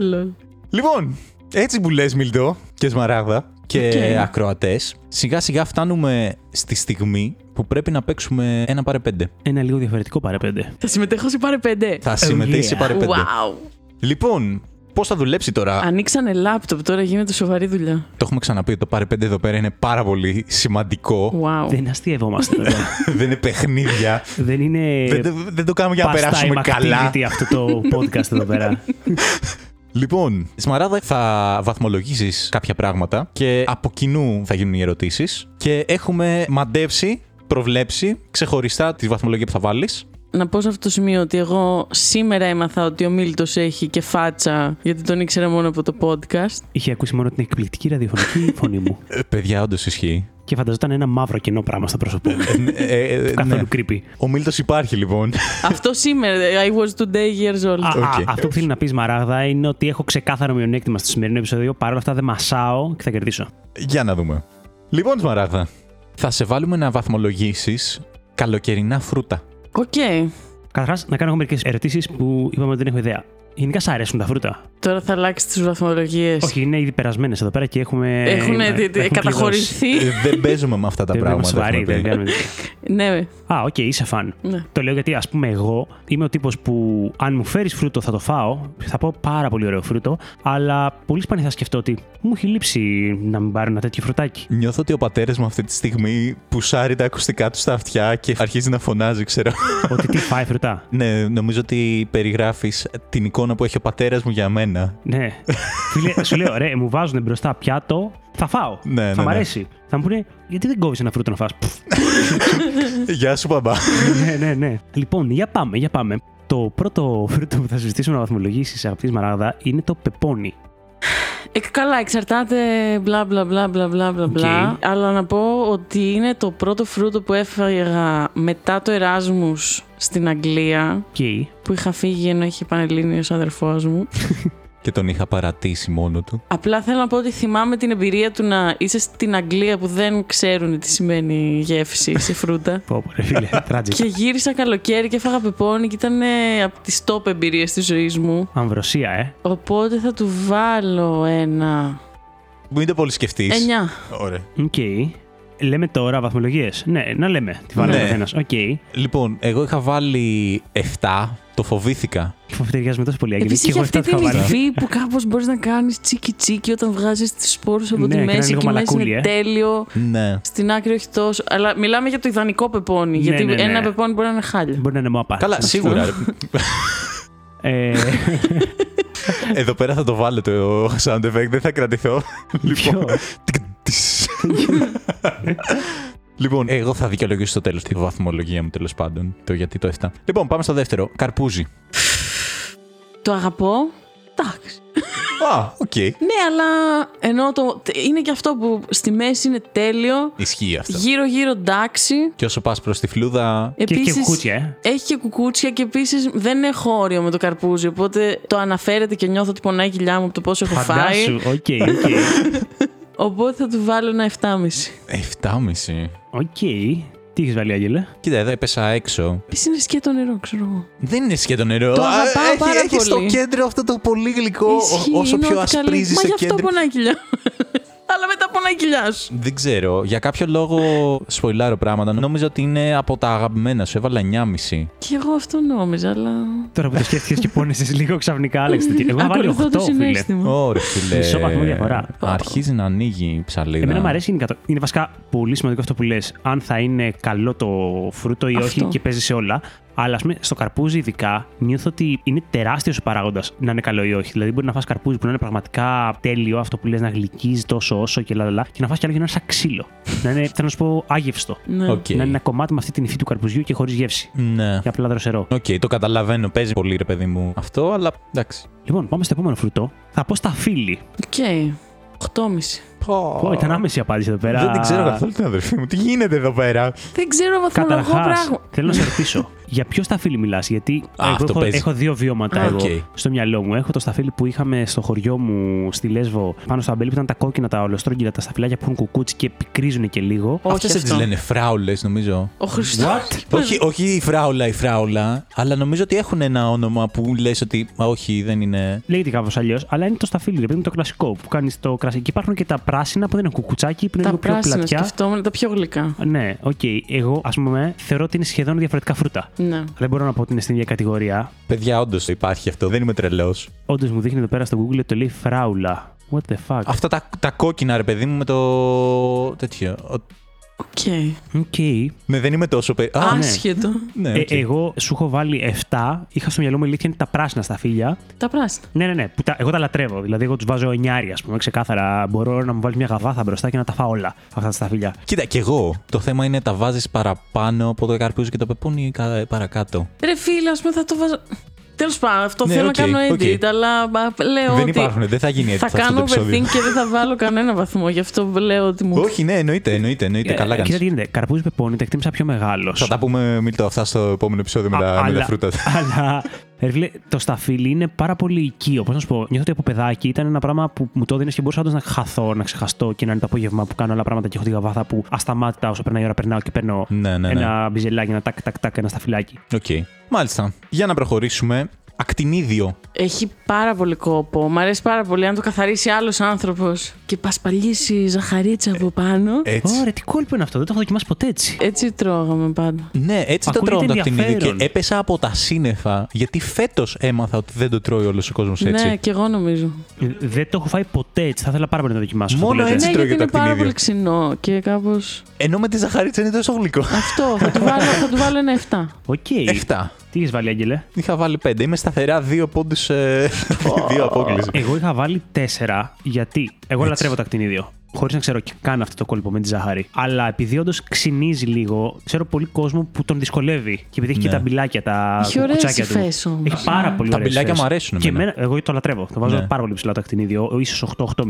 Speaker 3: Λολ.
Speaker 1: [laughs] Λοιπόν, έτσι που λες Μιλτό και Σμαράγδα και
Speaker 3: Οκ.
Speaker 1: ακροατές, σιγά σιγά φτάνουμε στη στιγμή που πρέπει να παίξουμε ένα πάρε πέντε.
Speaker 2: Ένα λίγο διαφορετικό παραπέντε.
Speaker 3: Θα συμμετέχω σε πάρε πέντε.
Speaker 1: Θα συμμετέχει σε
Speaker 2: yeah.
Speaker 1: πάρε πέντε.
Speaker 3: Wow.
Speaker 1: Λοιπόν, πώς θα δουλέψει τώρα
Speaker 3: Ανοίξανε λάπτοπ, τώρα γίνεται σοβαρή δουλειά.
Speaker 1: Το έχουμε ξαναπεί, το πάρε πέντε εδώ πέρα είναι πάρα πολύ σημαντικό.
Speaker 3: Wow.
Speaker 2: Δεν αστείευόμαστε τώρα.
Speaker 1: δεν είναι παιχνίδια.
Speaker 2: Δεν είναι.
Speaker 1: [laughs] δεν, το- δεν το κάνουμε για να
Speaker 2: pastime
Speaker 1: περάσουμε καλά.
Speaker 2: activity αυτό το podcast εδώ πέρα.
Speaker 1: Λοιπόν, Σμαράδα, θα βαθμολογήσεις κάποια πράγματα και από κοινού θα γίνουν οι ερωτήσεις. Και έχουμε μαντέψει, προβλέψει ξεχωριστά τη βαθμολογία που θα βάλεις.
Speaker 3: Να πω σε αυτό το σημείο ότι εγώ σήμερα έμαθα ότι ο Μίλτος έχει και φάτσα, γιατί τον ήξερα μόνο από το podcast.
Speaker 2: [laughs] Είχε ακούσει μόνο την εκπληκτική
Speaker 1: [laughs]
Speaker 2: ραδιοφωνική φωνή μου.
Speaker 1: Ε, παιδιά, όντως ισχύει.
Speaker 2: και φανταζόταν ένα μαύρο κενό πράγμα στο πρόσωπό μου.
Speaker 1: Ε, ε, ε, ναι.
Speaker 2: Καθόλου creepy.
Speaker 1: Ο Μίλτος υπάρχει λοιπόν.
Speaker 3: αυτό σήμερα, I was today years old.
Speaker 2: Α,
Speaker 1: Οκ.
Speaker 2: α, αυτό που θέλει να πεις Μαράγδα είναι ότι έχω ξεκάθαρο μειονέκτημα στο σημερινό επεισόδιο. Παρ' όλα αυτά δεν μασάω και θα κερδίσω.
Speaker 1: Για να δούμε. Λοιπόν, Σμαράδα, θα σε βάλουμε να βαθμολογήσεις καλοκαιρινά φρούτα.
Speaker 3: Οκ.
Speaker 2: Καταρχάς, να κάνω μερικές ερωτήσεις που είπαμε ότι δεν έχω ιδέα. Γενικά σ' αρέσουν τα φρούτα.
Speaker 3: Τώρα θα αλλάξεις τις βαθμολογίες.
Speaker 2: Όχι, ναι, είναι ήδη περασμένες εδώ πέρα και έχουμε.
Speaker 3: Έχουν
Speaker 2: έχουμε- πληρώσει.
Speaker 3: καταχωρηθεί.
Speaker 1: Ε, δεν παίζουμε με αυτά τα
Speaker 2: Δεν
Speaker 1: πράγματα.
Speaker 2: είμαστε σοβαροί,
Speaker 1: έχουμε πει.
Speaker 2: δεν κάνουμε τέτοια.
Speaker 3: ναι,
Speaker 2: Α, οκ, είσαι φαν.
Speaker 3: ναι.
Speaker 2: Το λέω γιατί, ας πούμε, εγώ είμαι ο τύπος που αν μου φέρεις φρούτο θα το φάω. Θα πω πάρα πολύ ωραίο φρούτο. Αλλά πολύ σπάνια θα σκεφτώ ότι μου έχει λείψει να μην πάρω ένα τέτοιο
Speaker 1: [laughs]
Speaker 2: φρουτάκι.
Speaker 1: Νιώθω ότι ο πατέρας μου αυτή τη στιγμή πουσάρει τα ακουστικά του στα αυτιά και αρχίζει να φωνάζει, ξέρω.
Speaker 2: ότι τι φάει φρουτά.
Speaker 1: Ναι, νομίζω ότι περιγράφεις την εικόνα που έχει ο πατέρας μου για μένα.
Speaker 2: Ναι. Φίλε, σου λέω, ρε, μου βάζουν μπροστά πιάτο, θα φάω.
Speaker 1: Ναι, ναι,
Speaker 2: θα μ'
Speaker 1: ναι.
Speaker 2: αρέσει. Θα μου πούνε, γιατί δεν κόβεις ένα φρούτο να φας. Πφ,
Speaker 1: Γεια σου, μπαμπά.
Speaker 2: ναι, ναι, ναι. Λοιπόν, για πάμε, για πάμε. Το πρώτο φρούτο που θα συζητήσουμε να βαθμολογήσεις, αγαπητής Μαράγδα, είναι το πεπόνι.
Speaker 3: Ε, καλά, εξαρτάται μπλα μπλα μπλα μπλα μπλα μπλα μπλα. Αλλά να πω ότι είναι το πρώτο φρούτο που έφαγα μετά το Εράσμους στην Αγγλία
Speaker 2: Και
Speaker 3: που είχα φύγει ενώ είχε πανελλήνιος αδερφός μου.
Speaker 1: και τον είχα παρατήσει μόνο του.
Speaker 3: Απλά θέλω να πω ότι θυμάμαι την εμπειρία του να είσαι στην Αγγλία που δεν ξέρουν τι σημαίνει γεύση σε φρούτα.
Speaker 2: [laughs] Πω, πω, ρε φίλε, tragic.
Speaker 3: και γύρισα καλοκαίρι και έφαγα πεπόνι και ήταν από τις top εμπειρίες της ζωής μου.
Speaker 2: Αμβροσία, ε.
Speaker 3: Οπότε θα του βάλω ένα.
Speaker 1: Μην το πολύ σκεφτείς.
Speaker 3: 9.
Speaker 1: Ωραία.
Speaker 2: Οκ. Λέμε τώρα βαθμολογίες. Ναι, να λέμε. Τι βάλαμε
Speaker 1: Ναι.
Speaker 2: ναι. καθένα. Οκ.
Speaker 1: Λοιπόν, εγώ είχα βάλει 7. Το φοβήθηκα.
Speaker 2: Φοβητεριάζουμε τόσο πολύ, Άγγελε.
Speaker 3: Επίσης
Speaker 2: Και
Speaker 3: είχε
Speaker 2: εγώ
Speaker 3: αυτή
Speaker 2: αυτά
Speaker 3: την
Speaker 2: τα βάλω.
Speaker 3: υφή που κάπως μπορείς να κάνεις τσίκι τσίκι όταν βγάζεις τις σπόρους
Speaker 2: Ναι,
Speaker 3: από
Speaker 2: και
Speaker 3: τη
Speaker 2: να είναι
Speaker 3: μέση
Speaker 2: λίγο
Speaker 3: και μέσα
Speaker 2: μαλακούλι,
Speaker 3: είναι
Speaker 2: ε.
Speaker 3: τέλειο.
Speaker 1: Ναι.
Speaker 3: Στην άκρη όχι τόσο. Αλλά μιλάμε για το ιδανικό πεπόνι.
Speaker 2: Ναι,
Speaker 3: γιατί
Speaker 2: ναι, ναι.
Speaker 3: ένα πεπόνι μπορεί να είναι χάλια.
Speaker 2: Μπορεί να είναι μάπα.
Speaker 1: Καλά, σίγουρα. ρε.
Speaker 2: Ε,
Speaker 1: Εδώ πέρα θα το βάλω το sound effect, δεν θα κρατηθώ.
Speaker 2: ποιο?
Speaker 1: Λοιπόν, εγώ θα δικαιολογήσω στο τέλος τη βαθμολογία μου τέλος πάντων. Το γιατί το 7. Λοιπόν, πάμε στο δεύτερο. Καρπούζι.
Speaker 3: Το αγαπώ. Εντάξει.
Speaker 1: Α, οκ.
Speaker 3: Ναι, αλλά ενώ το. Είναι και αυτό που στη μέση είναι τέλειο.
Speaker 1: Ισχύει αυτό.
Speaker 3: Γύρω-γύρω εντάξει.
Speaker 1: Και όσο πας προς τη φλούδα.
Speaker 2: και, και
Speaker 3: Επίσης,
Speaker 2: κουκούτσια, ε.
Speaker 3: Έχει και κουκούτσια και επίσης δεν έχω όριο με το καρπούζι. Οπότε το αναφέρεται και νιώθω ότι πονάει η κοιλιά μου από το πόσο έχω φάει.
Speaker 2: Φαντάσου. Οκ, οκ.
Speaker 3: Οπότε θα του βάλω ένα 7,5.
Speaker 1: 7,5.
Speaker 2: Οκ. Τι έχεις βάλει, Άγγελε.
Speaker 1: Κοίτα, εδώ έπεσα έξω.
Speaker 3: Επίση είναι σκέτο νερό, ξέρω εγώ.
Speaker 1: Δεν είναι σχεδόν νερό.
Speaker 3: Το
Speaker 1: Α,
Speaker 3: αγαπάω
Speaker 1: έχει,
Speaker 3: πάρα
Speaker 1: έχει στο
Speaker 3: πολύ.
Speaker 1: κέντρο αυτό το πολύ γλυκό.
Speaker 3: Ισχύει,
Speaker 1: ό- όσο
Speaker 3: είναι
Speaker 1: πιο
Speaker 3: ό,τι καλή.
Speaker 1: ασπρίζει
Speaker 3: Μα
Speaker 1: σε
Speaker 3: γι' αυτό
Speaker 1: κέντρο.
Speaker 3: πονάει η κοιλιά. [laughs] αλλά μετά πονάει η κοιλιά σου.
Speaker 1: Δεν ξέρω. Για κάποιο λόγο σποιλάρω πράγματα. Νόμιζα ότι είναι από τα αγαπημένα σου. Έβαλα 9,5.
Speaker 3: Και εγώ αυτό νόμιζα, αλλά.
Speaker 2: Τώρα που το σκέφτηκες και πόνεσες λίγο ξαφνικά, άλλαξε. την- Εγώ θα βάλει
Speaker 3: Ακολουθώ
Speaker 2: 8,
Speaker 3: το
Speaker 2: φίλε.
Speaker 3: συνέστημα.
Speaker 1: Ωραία, φίλε.
Speaker 2: Μισό βαθμό διαφορά.
Speaker 1: Αρχίζει να ανοίγει η ψαλίδα.
Speaker 2: Εμένα μου αρέσει γενικά. το- Είναι βασικά πολύ σημαντικό αυτό που λες. Αν θα είναι καλό το φρούτο ή όχι
Speaker 3: Αυτό.
Speaker 2: και παίζει σε όλα. Αλλά ας πούμε στο καρπούζι, ειδικά, νιώθω ότι είναι τεράστιος ο παράγοντας να είναι καλό ή όχι. Δηλαδή, μπορεί να φας καρπούζι που να είναι πραγματικά τέλειο, αυτό που λες να γλυκίζει τόσο όσο και λαλαλά, και να φας κι άλλο και να είναι σαν ξύλο. να είναι, θέλω να σου πω, άγευστο.
Speaker 3: Ναι.
Speaker 1: Οκ.
Speaker 2: Να είναι ένα κομμάτι με αυτή την υφή του καρπουζιού και χωρίς γεύση.
Speaker 1: Ναι.
Speaker 2: Και απλά δροσερό.
Speaker 1: Οκ, το καταλαβαίνω. Παίζει πολύ, ρε παιδί μου αυτό, αλλά εντάξει.
Speaker 2: Λοιπόν, πάμε στο επόμενο φρουτό. Θα πω στα φίλη.
Speaker 3: Οκ. 8,5.
Speaker 2: Πω, ήταν άμεση η απάντηση εδώ πέρα.
Speaker 1: Δεν την ξέρω καθόλου την αδερφή μου. Τι γίνεται εδώ πέρα.
Speaker 3: Δεν ξέρω βαθμολογώ
Speaker 2: Καταρχά,
Speaker 3: πράγμα.
Speaker 2: θέλω να σε ρωτήσω, για ποιο σταφύλι μιλάς, Γιατί εγώ
Speaker 1: αυτό
Speaker 2: έχω,
Speaker 1: παίζει.
Speaker 2: έχω δύο βιώματα
Speaker 1: Α,
Speaker 2: εγώ
Speaker 1: οκ.
Speaker 2: στο μυαλό μου. Έχω το σταφύλι που είχαμε στο χωριό μου στη Λέσβο πάνω στο αμπέλι που ήταν τα κόκκινα, τα ολοστρόγγυλα, τα σταφυλάκια που έχουν κουκούτσι και πικρίζουν και λίγο.
Speaker 3: Όχι
Speaker 1: Αυτέ τι
Speaker 3: αυτό.
Speaker 1: λένε φράουλες, νομίζω.
Speaker 3: Ο Χριστός.
Speaker 1: όχι, όχι η φράουλα, η φράουλα, αλλά νομίζω ότι έχουν ένα όνομα που λες ότι «Α, όχι, δεν είναι.
Speaker 2: Λέγεται κάπως αλλιώς, αλλά είναι το σταφύλι, επειδή είναι το κλασικό που κάνεις το κρασί. Και υπάρχουν και τα πράσινα που δεν είναι κουκουτσάκι, που είναι
Speaker 3: Τα
Speaker 2: λίγο πιο
Speaker 3: πράσινα
Speaker 2: πλατιά.
Speaker 3: σκεφτόμουν, τα πιο γλυκά.
Speaker 2: Ναι, οκ. Εγώ, ας πούμε, θεωρώ ότι είναι σχεδόν διαφορετικά φρούτα.
Speaker 3: Ναι.
Speaker 2: Δεν μπορώ να πω ότι είναι στην ίδια κατηγορία.
Speaker 1: Παιδιά, όντως υπάρχει αυτό, δεν είμαι τρελός.
Speaker 2: Όντως μου δείχνει εδώ πέρα στο Google ότι το λέει φράουλα. What the fuck.
Speaker 1: Αυτά τα, τα κόκκινα, ρε παιδί μου, με το. τέτοιο. Ο-
Speaker 3: Οκ.
Speaker 2: Οκ.
Speaker 1: Ναι, δεν είμαι τόσο. Πε... Α, ναι.
Speaker 3: Άσχετο.
Speaker 1: ναι,
Speaker 2: Ε,
Speaker 1: οκ.
Speaker 2: εγώ σου έχω βάλει 7. Είχα στο μυαλό μου η αλήθεια είναι τα πράσινα στα φίλια.
Speaker 3: Τα πράσινα.
Speaker 2: Ναι, ναι, ναι. Που τα, εγώ τα λατρεύω. Δηλαδή, εγώ τους βάζω 9, ας πούμε, ξεκάθαρα. Μπορώ να μου βάλεις μια γαβάθα μπροστά και να τα φάω όλα αυτά τα σταφύλια.
Speaker 1: Κοίτα, κι εγώ. Το θέμα είναι τα βάζεις παραπάνω από το καρπούζι και το πεπόνι ή κα- παρακάτω.
Speaker 3: Ρε φίλε, ας πούμε, θα το βάζω. Τέλος πάντων, αυτό
Speaker 1: Ναι,
Speaker 3: θέλω
Speaker 1: οκ,
Speaker 3: να κάνω
Speaker 1: οκ.
Speaker 3: edit, αλλά μα, λέω
Speaker 1: δεν
Speaker 3: ότι.
Speaker 1: υπάρχουν, δεν θα γίνει έτσι
Speaker 3: θα
Speaker 1: αυτό το
Speaker 3: κάνω
Speaker 1: επεισόδιο.
Speaker 3: overthink και δεν θα βάλω κανένα βαθμό. Γι' αυτό λέω ότι μου.
Speaker 1: Όχι, ναι, εννοείται, εννοείται. εννοείται. Καλά
Speaker 2: Ε, Κοίτα
Speaker 1: κάνεις.
Speaker 2: τι γίνεται. Καρπούζι πεπόνι, τα εκτίμησα πιο μεγάλος.
Speaker 1: Θα τα πούμε, Μίλτο, αυτά στο επόμενο επεισόδιο με τα, με τα φρούτα.
Speaker 2: [laughs] αλλά ρε φίλε, το σταφύλι είναι πάρα πολύ οικείο. Πώς να σου πω, νιώθω ότι από παιδάκι ήταν ένα πράγμα που μου το έδινες και μπορούσα όντως να χαθώ, να ξεχαστώ και να είναι το απόγευμα που κάνω άλλα πράγματα και έχω τη γαβάθα που ασταμάτητα όσο περνάει η ώρα περνάω και παίρνω
Speaker 1: Ναι, ναι, ναι.
Speaker 2: ένα μπιζελάκι, ένα τάκ, τάκ, τάκ, ένα σταφυλάκι.
Speaker 1: Οκ. Μάλιστα. Για να προχωρήσουμε. Ακτινίδιο.
Speaker 3: Έχει πάρα πολύ κόπο. Μ' αρέσει πάρα πολύ αν το καθαρίσει άλλος άνθρωπος και πασπαλίσει ζαχαρίτσα από πάνω.
Speaker 1: Έτσι.
Speaker 2: Ωραία, τι κόλπο είναι αυτό, δεν το έχω δοκιμάσει ποτέ έτσι.
Speaker 3: Έτσι τρώγαμε πάντα.
Speaker 1: Ναι, έτσι το
Speaker 2: Ακούγεται
Speaker 1: τρώω το ακτινίδιο. Και
Speaker 2: ενδιαφέρον.
Speaker 1: έπεσα από τα σύννεφα, γιατί φέτος έμαθα ότι δεν το τρώει όλος ο κόσμος έτσι.
Speaker 3: Ναι, και εγώ νομίζω.
Speaker 2: Ε, Δεν το έχω φάει ποτέ έτσι, θα ήθελα πάρα πολύ να το δοκιμάσω. αυτό
Speaker 1: Μόνο
Speaker 2: που λέτε.
Speaker 1: έτσι
Speaker 3: ναι,
Speaker 1: τρώγε
Speaker 3: γιατί
Speaker 1: το
Speaker 3: είναι πάρα
Speaker 1: ακτινίδιο.
Speaker 3: πολύ ξινό και κάπως.
Speaker 1: Ενώ με τη ζαχαρίτσα είναι τόσο γλυκό.
Speaker 2: [laughs]
Speaker 3: Αυτό. Θα του βάλω, θα του βάλω ένα 7.
Speaker 2: Οκ.
Speaker 1: 7.
Speaker 2: Τι έχεις βάλει, Άγγελε.
Speaker 1: Είχα βάλει 5. Είμαι σταθερά δύο πόντους.
Speaker 2: [laughs]
Speaker 1: δύο απόκληση.
Speaker 2: Εγώ είχα βάλει 4 γιατί εγώ λατρεύω το ακτινίδιο. χωρίς να ξέρω καν αυτό το κόλπο με τη ζάχαρη. Αλλά επειδή όντως ξυνίζει λίγο, ξέρω πολύ κόσμο που τον δυσκολεύει. Και επειδή έχει
Speaker 1: Ναι.
Speaker 2: και τα μπιλάκια, τα
Speaker 3: Έχει ωραίες
Speaker 2: κουτσάκια του.
Speaker 3: υφές όμως.
Speaker 2: Έχει πάρα πολύ
Speaker 1: Τα
Speaker 2: ωραίες
Speaker 1: μπιλάκια
Speaker 2: υφές.
Speaker 1: μου αρέσουν
Speaker 2: Και
Speaker 1: εμένα.
Speaker 2: εμένα, εγώ το λατρεύω. Το βάζω
Speaker 1: Ναι.
Speaker 2: πάρα πολύ ψηλά το ακτινίδιο, ίσω 8-8,5.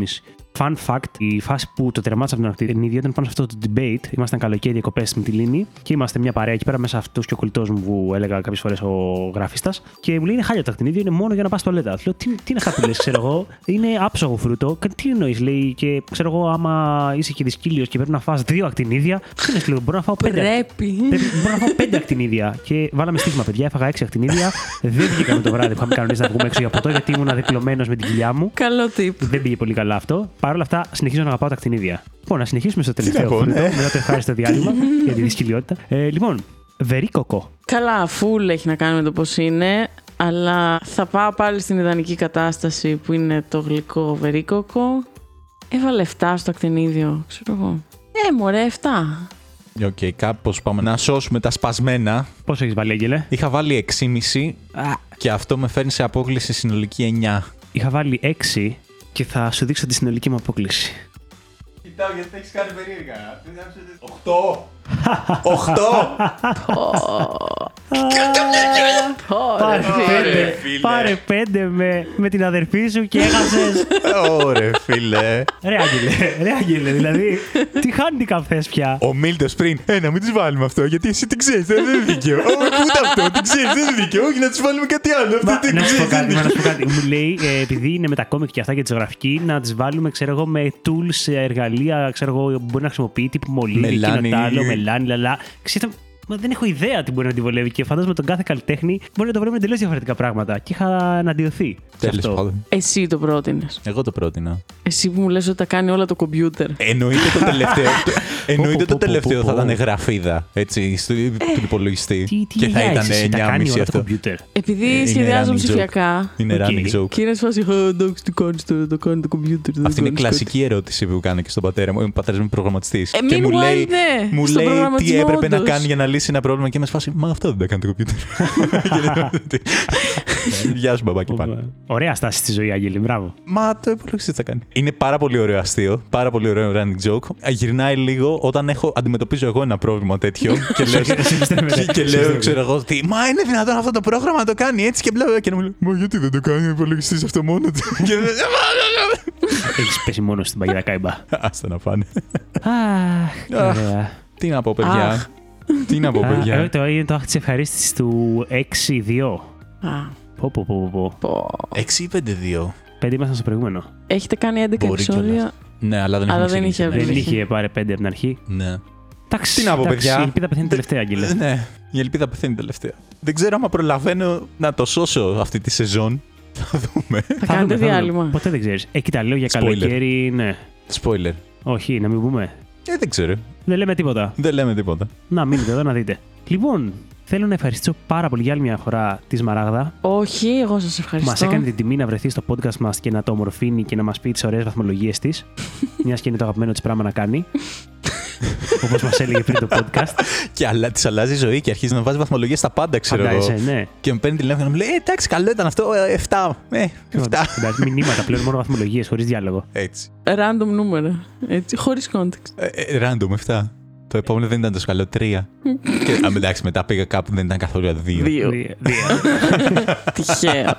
Speaker 2: Fun fact, η φάση που το τερμάτισα από τον ακτινίδιο ήταν πάνω σε αυτό το debate. Ήμασταν καλοκαίρι διακοπές στην Τιλίνη και είμαστε μια παρέα εκεί πέρα μέσα αυτούς και ο κολλητός μου που έλεγα κάποιες φορές ο γράφιστα. Και μου λέει είναι χάλια το ακτινίδιο, είναι μόνο για να πας στο λέντα. Λέω τι, τι είναι αυτά που λες, ξέρω εγώ. Είναι άψογο φρούτο. Κα- Τι εννοείς, λέει και ξέρω εγώ, άμα είσαι και δυσκύλιο και πρέπει να φας δύο ακτινίδια. Τι λες, λέω, μπορώ να φάω πέντε.
Speaker 3: Πρέπει.
Speaker 2: Πρέπει- Μπορώ να φάω πέντε ακτινίδια. Και βάλαμε στίγμα, παιδιά. Έφαγα έξι ακτινίδια. Δεν βγήκαμε το βράδυ που είχαμε κανονίσει να βγούμε έξω για ποτό, γιατί ήμουν διπλωμένος με την κοιλιά μου.
Speaker 3: Καλό tip.
Speaker 2: Δεν πήγε πολύ καλά αυτό. Παρ' όλα αυτά, συνεχίζω να αγαπάω τα ακτινίδια. Λοιπόν, να συνεχίσουμε στο τελευταίο
Speaker 1: πω,
Speaker 2: φρούτο,
Speaker 1: ναι.
Speaker 2: μετά το ευχάριστο διάλειμμα για τη δυσκολιότητα. Ε, λοιπόν, βερίκοκο.
Speaker 3: Καλά, φουλ έχει να κάνει με το πώς είναι. Αλλά θα πάω πάλι στην ιδανική κατάσταση που είναι το γλυκό βερίκοκο. Έβαλε 7 στο ακτινίδιο, ξέρω εγώ. Ε, μωρέ, 7.
Speaker 1: Οκ, κάπως πάμε να σώσουμε τα σπασμένα.
Speaker 2: Πόσο έχεις βάλει, Άγγελε.
Speaker 1: Είχα βάλει 6,5
Speaker 2: Α,
Speaker 1: και αυτό με φέρνει σε απόκληση συνολική 9.
Speaker 2: Είχα βάλει έξι και θα σου δείξω τη συνολική μου απόκληση.
Speaker 1: Κοιτάω γιατί θα έχεις κάνει περίεργα. 8!
Speaker 2: [laughs]
Speaker 1: 8!
Speaker 2: Πάρε
Speaker 1: ρε,
Speaker 2: πέντε,
Speaker 1: φίλε.
Speaker 2: πάρε πέντε με, με την αδερφή σου και έχασες.
Speaker 1: Ωρε Ε, φίλε.
Speaker 2: Ρε Άγγελε, ρε Άγγελε, δηλαδή. Τι χάνει οι καφές πια.
Speaker 1: Ο Μίλτος πριν, ε, να μην τις βάλουμε αυτό, γιατί εσύ την ξέρεις, δεν είναι δίκαιο. Όχι, ούτε αυτό, την ξέρεις, δεν είναι δίκαιο. Όχι, να τις βάλουμε κάτι άλλο.
Speaker 2: Μα,
Speaker 1: Αυτό την
Speaker 2: να σου πω
Speaker 1: ξέρεις.
Speaker 2: κάτι, μα, να σου πω κάτι. Μου λέει, ε, επειδή είναι με τα κόμικ και αυτά και τη ζωγραφική, να τις βάλουμε ξέρω εγώ, με tools, ε, εργαλεία ξέρω εγώ, που μπορεί να χρησιμοποιεί, τύπου μολύβι,
Speaker 1: Μελάνι.
Speaker 2: εκείνο το άλλο, μελάνι, λαλά. Ξέρετε, μα δεν έχω ιδέα τι μπορεί να τη βολεύει και φαντάζομαι τον κάθε καλλιτέχνη μπορεί να το βλέπουμε τελείω διαφορετικά πράγματα. Και είχα αναντιωθεί. σε αυτό.
Speaker 3: Εσύ το πρότεινες.
Speaker 1: Εγώ το πρότεινα.
Speaker 3: Εσύ που μου λες ότι τα κάνει όλα το κομπιούτερ.
Speaker 1: Εννοείται το
Speaker 2: [laughs]
Speaker 1: τελευταίο. το- Εννοείται
Speaker 2: Πω, πω,
Speaker 1: το
Speaker 2: πω,
Speaker 1: τελευταίο
Speaker 2: πω,
Speaker 1: θα
Speaker 2: πω.
Speaker 1: ήταν γραφίδα. Έτσι, στο- του υπολογιστή.
Speaker 2: Τι, τι γιαγιά είσαι εσύ, τα κάνει όλα το κομπιούτερ.
Speaker 3: Επειδή
Speaker 1: είναι
Speaker 3: σχεδιάζω
Speaker 1: running joke.
Speaker 3: ψηφιακά.
Speaker 1: Είναι
Speaker 2: Οκ.
Speaker 1: running joke.
Speaker 3: Και είναι σφάση, «Ω, εντάξει, τι κάνεις τώρα, το κάνει το κομπιούτερ. δεν
Speaker 1: Αυτή είναι η
Speaker 3: κάνεις κάτι».
Speaker 1: κλασική ερώτηση που κάνω και στον πατέρα μου. Ο πατέρας μου είναι προγραμματιστής.
Speaker 3: Ε,
Speaker 1: και μου
Speaker 3: meanwhile,
Speaker 1: λέει,
Speaker 3: ναι,
Speaker 1: μου
Speaker 3: στον
Speaker 1: λέει τι
Speaker 3: προγραμματισμό
Speaker 1: έπρεπε να
Speaker 3: όντως.
Speaker 1: κάνει για να λύσει ένα πρόβλημα και με σφάσει. Μα αυτό δεν τα κάνει το κομπιούτερ. Και
Speaker 3: [laughs]
Speaker 1: λέω, «Τι». Γεια σου, μπαμπάκι πάνω.
Speaker 2: Ωραία στάση στη ζωή, Άγγελη, μπράβο.
Speaker 1: Μα το υπολογιστή τι θα κάνει. Είναι πάρα πολύ ωραίο αστείο. Πάρα πολύ ωραίο running joke. Ε, Γυρνάει λίγο όταν έχω, αντιμετωπίζω εγώ ένα πρόβλημα
Speaker 3: [laughs]
Speaker 1: τέτοιο. και λέω,
Speaker 2: Σε πιστεύετε.
Speaker 1: και, και
Speaker 2: Σε
Speaker 1: λέω,
Speaker 2: πιστεύετε.
Speaker 1: ξέρω εγώ, τι, μα είναι δυνατόν αυτό το πρόγραμμα να το κάνει έτσι και μπλε. Και να μου λέει, Μα γιατί δεν το κάνει ο υπολογιστής αυτό μόνο του. [laughs]
Speaker 3: [laughs]
Speaker 1: και δεν.
Speaker 2: Έχεις πέσει μόνος στην παγίδα κάιμπα.
Speaker 1: Άστα να πάνε.
Speaker 2: Αχ,
Speaker 1: Αχ.
Speaker 2: ωραία.
Speaker 1: Τι να πω,
Speaker 3: Αχ.
Speaker 1: παιδιά. Τι να πω,
Speaker 2: Α, ε,
Speaker 1: παιδιά.
Speaker 2: Το είναι το άκτη τη ευχαρίστηση του 6-2.
Speaker 3: Α,
Speaker 2: Πω, πω, πω, πω, πω.
Speaker 3: πω.
Speaker 1: Ε, 6-5-2.
Speaker 2: Πέντε ήμασταν στο προηγούμενο.
Speaker 3: Έχετε κάνει 11
Speaker 1: Μπορεί
Speaker 3: επεισόδια.
Speaker 1: κιόλας. Ναι, αλλά δεν
Speaker 3: Αλλά
Speaker 1: έχουμε
Speaker 3: δεν είχε
Speaker 1: ξεκινήσει.
Speaker 2: Δεν
Speaker 3: είχε.
Speaker 2: είχε πάρει πέντε από την αρχή.
Speaker 1: Ναι.
Speaker 2: Εντάξει,
Speaker 1: Τι να πω,
Speaker 2: εντάξει,
Speaker 1: παιδιά.
Speaker 2: Η ελπίδα πεθαίνει τελευταία, Άγγελε.
Speaker 1: Ναι, η ελπίδα πεθαίνει τελευταία. Δεν ξέρω άμα προλαβαίνω να το σώσω αυτή τη σεζόν. [laughs] Θα δούμε.
Speaker 3: Θα κάνετε διάλειμμα.
Speaker 2: Ποτέ δεν ξέρεις. Ε, κοίτα, λέω για
Speaker 1: Spoiler.
Speaker 2: καλοκαίρι, ναι.
Speaker 1: Spoiler.
Speaker 2: Όχι, να μην πούμε.
Speaker 1: Ε, δεν ξέρω.
Speaker 2: Δεν λέμε τίποτα.
Speaker 1: Δεν λέμε τίποτα.
Speaker 2: Να μείνετε εδώ να δείτε. Λοιπόν, θέλω να ευχαριστήσω πάρα πολύ για άλλη μια φορά τη Μαράγδα
Speaker 3: Όχι, εγώ σας
Speaker 2: που μα
Speaker 3: ευχαριστώ.
Speaker 2: έκανε την τιμή να βρεθεί στο podcast μας και να το ομορφύνει και να μας πει τις ωραίες βαθμολογίες της.
Speaker 3: [laughs]
Speaker 2: Μιας και είναι το αγαπημένο της πράγμα να κάνει. Όπως μας έλεγε πριν το podcast.
Speaker 1: Και αλλά, της αλλάζει η ζωή και αρχίζει να βάζει βαθμολογίες στα πάντα, ξέρω
Speaker 2: Φαντάζεσαι,
Speaker 1: εγώ.
Speaker 2: ναι.
Speaker 1: Και με παίρνει τηλέφωνο και μου λέει: «Ε, Εντάξει, καλό ήταν αυτό. 7. Ε, 7.
Speaker 2: Εντάξει, μηνύματα πλέον, μόνο βαθμολογίες, χωρίς διάλογο.
Speaker 1: Έτσι.
Speaker 3: Random νούμερα. Έτσι, χωρίς context.
Speaker 1: [laughs] Ε, ε, random 7. Το επόμενο δεν ήταν τόσο καλό. 3.
Speaker 3: [laughs]
Speaker 1: και, α, εντάξει, μετά πήγα κάπου δεν ήταν καθόλου 2.
Speaker 3: Δύο.
Speaker 2: Δι- δι-
Speaker 3: Τυχαίο.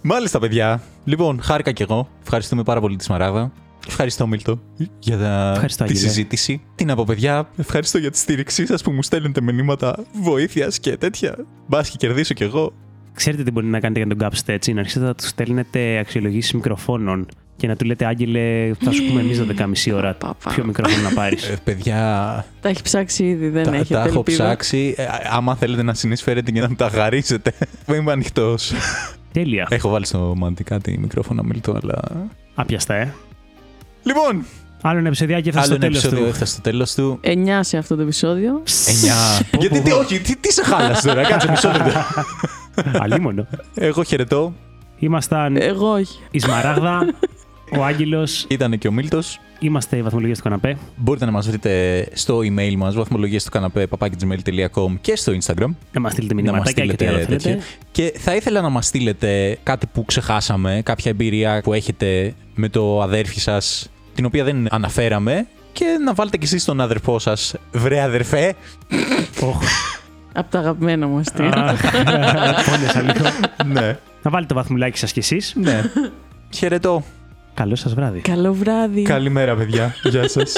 Speaker 1: Μάλιστα, παιδιά. Λοιπόν, χάρηκα κι εγώ. Ευχαριστούμε πάρα πολύ τη Σμαράδα. Ευχαριστώ, Μίλτο, για τα...
Speaker 2: Ευχαριστώ,
Speaker 1: τη
Speaker 2: Άγγελε.
Speaker 1: συζήτηση. Τι να πω, παιδιά. Ευχαριστώ για τη στήριξή σας που μου στέλνετε μηνύματα βοήθειας και τέτοια. Μπα και κερδίσω κι εγώ.
Speaker 2: Ξέρετε τι μπορείτε να κάνετε για τον Gapst έτσι. Να αρχίσετε να τους στέλνετε αξιολογήσεις μικροφώνων και να του λέτε, Άγγελε, θα σου πούμε εμείς 12.30 ώρα
Speaker 3: Παπα.
Speaker 2: ποιο μικρόφωνο να πάρεις.
Speaker 1: Ε, παιδιά,
Speaker 3: Τα έχει ψάξει ήδη, δεν
Speaker 1: τα,
Speaker 3: έχετε
Speaker 1: τα έχω
Speaker 3: ελπίδα.
Speaker 1: ψάξει. Ε, άμα θέλετε να συνεισφέρετε και να μου τα χαρίσετε, [laughs] είμαι ανοιχτός.
Speaker 2: Τέλεια.
Speaker 1: έχω βάλει στο μαντί κάτι μικρόφωνο, Μίλτο, αλλά.
Speaker 2: Άπιαστα, ε.
Speaker 1: Λοιπόν,
Speaker 2: Άλλο ένα επεισοδιάκι έφτασε
Speaker 1: άλλο
Speaker 2: στο
Speaker 1: ένα
Speaker 2: τέλος
Speaker 1: επεισόδιο
Speaker 2: του.
Speaker 1: έφτασε στο τέλος του.
Speaker 3: 9 σε αυτό το επεισόδιο.
Speaker 1: 9. Γιατί τι, όχι, τι, τι σε χάλασε τώρα, κάτσε μισό λεπτό.
Speaker 2: Αλίμονο.
Speaker 1: Εγώ χαιρετώ.
Speaker 2: Ήμασταν
Speaker 1: Ε.
Speaker 3: Εγώ όχι.
Speaker 2: η Σμαράγδα, ο Άγγελος,
Speaker 1: Ήταν και ο Μίλτος.
Speaker 2: είμαστε οι βαθμολογίες του καναπέ.
Speaker 1: Μπορείτε να μας βρείτε στο email μας βαθμολογίες στο καναπέ papakigmail.com και στο Instagram.
Speaker 2: Να μας στείλετε
Speaker 1: Να μας
Speaker 2: μηνυματάκια και τι άλλο
Speaker 1: στείλετε
Speaker 2: θέλετε.
Speaker 1: τέτοιο. Και θα ήθελα να μας στείλετε κάτι που ξεχάσαμε, κάποια εμπειρία που έχετε με το αδέρφι σας την οποία δεν αναφέραμε, και να βάλετε κι εσείς τον αδερφό σας, βρε αδερφέ,
Speaker 2: Οχ.
Speaker 3: Από τα αγαπημένα μου αστεία.
Speaker 2: Αχ, πόνεσα λίγο.
Speaker 1: ναι,
Speaker 2: Να βάλετε το βαθμουλάκι σας κι εσείς.
Speaker 1: ναι. Χαιρετώ.
Speaker 2: Καλό σας βράδυ.
Speaker 3: Καλό βράδυ.
Speaker 1: Καλημέρα, παιδιά. Γεια σας.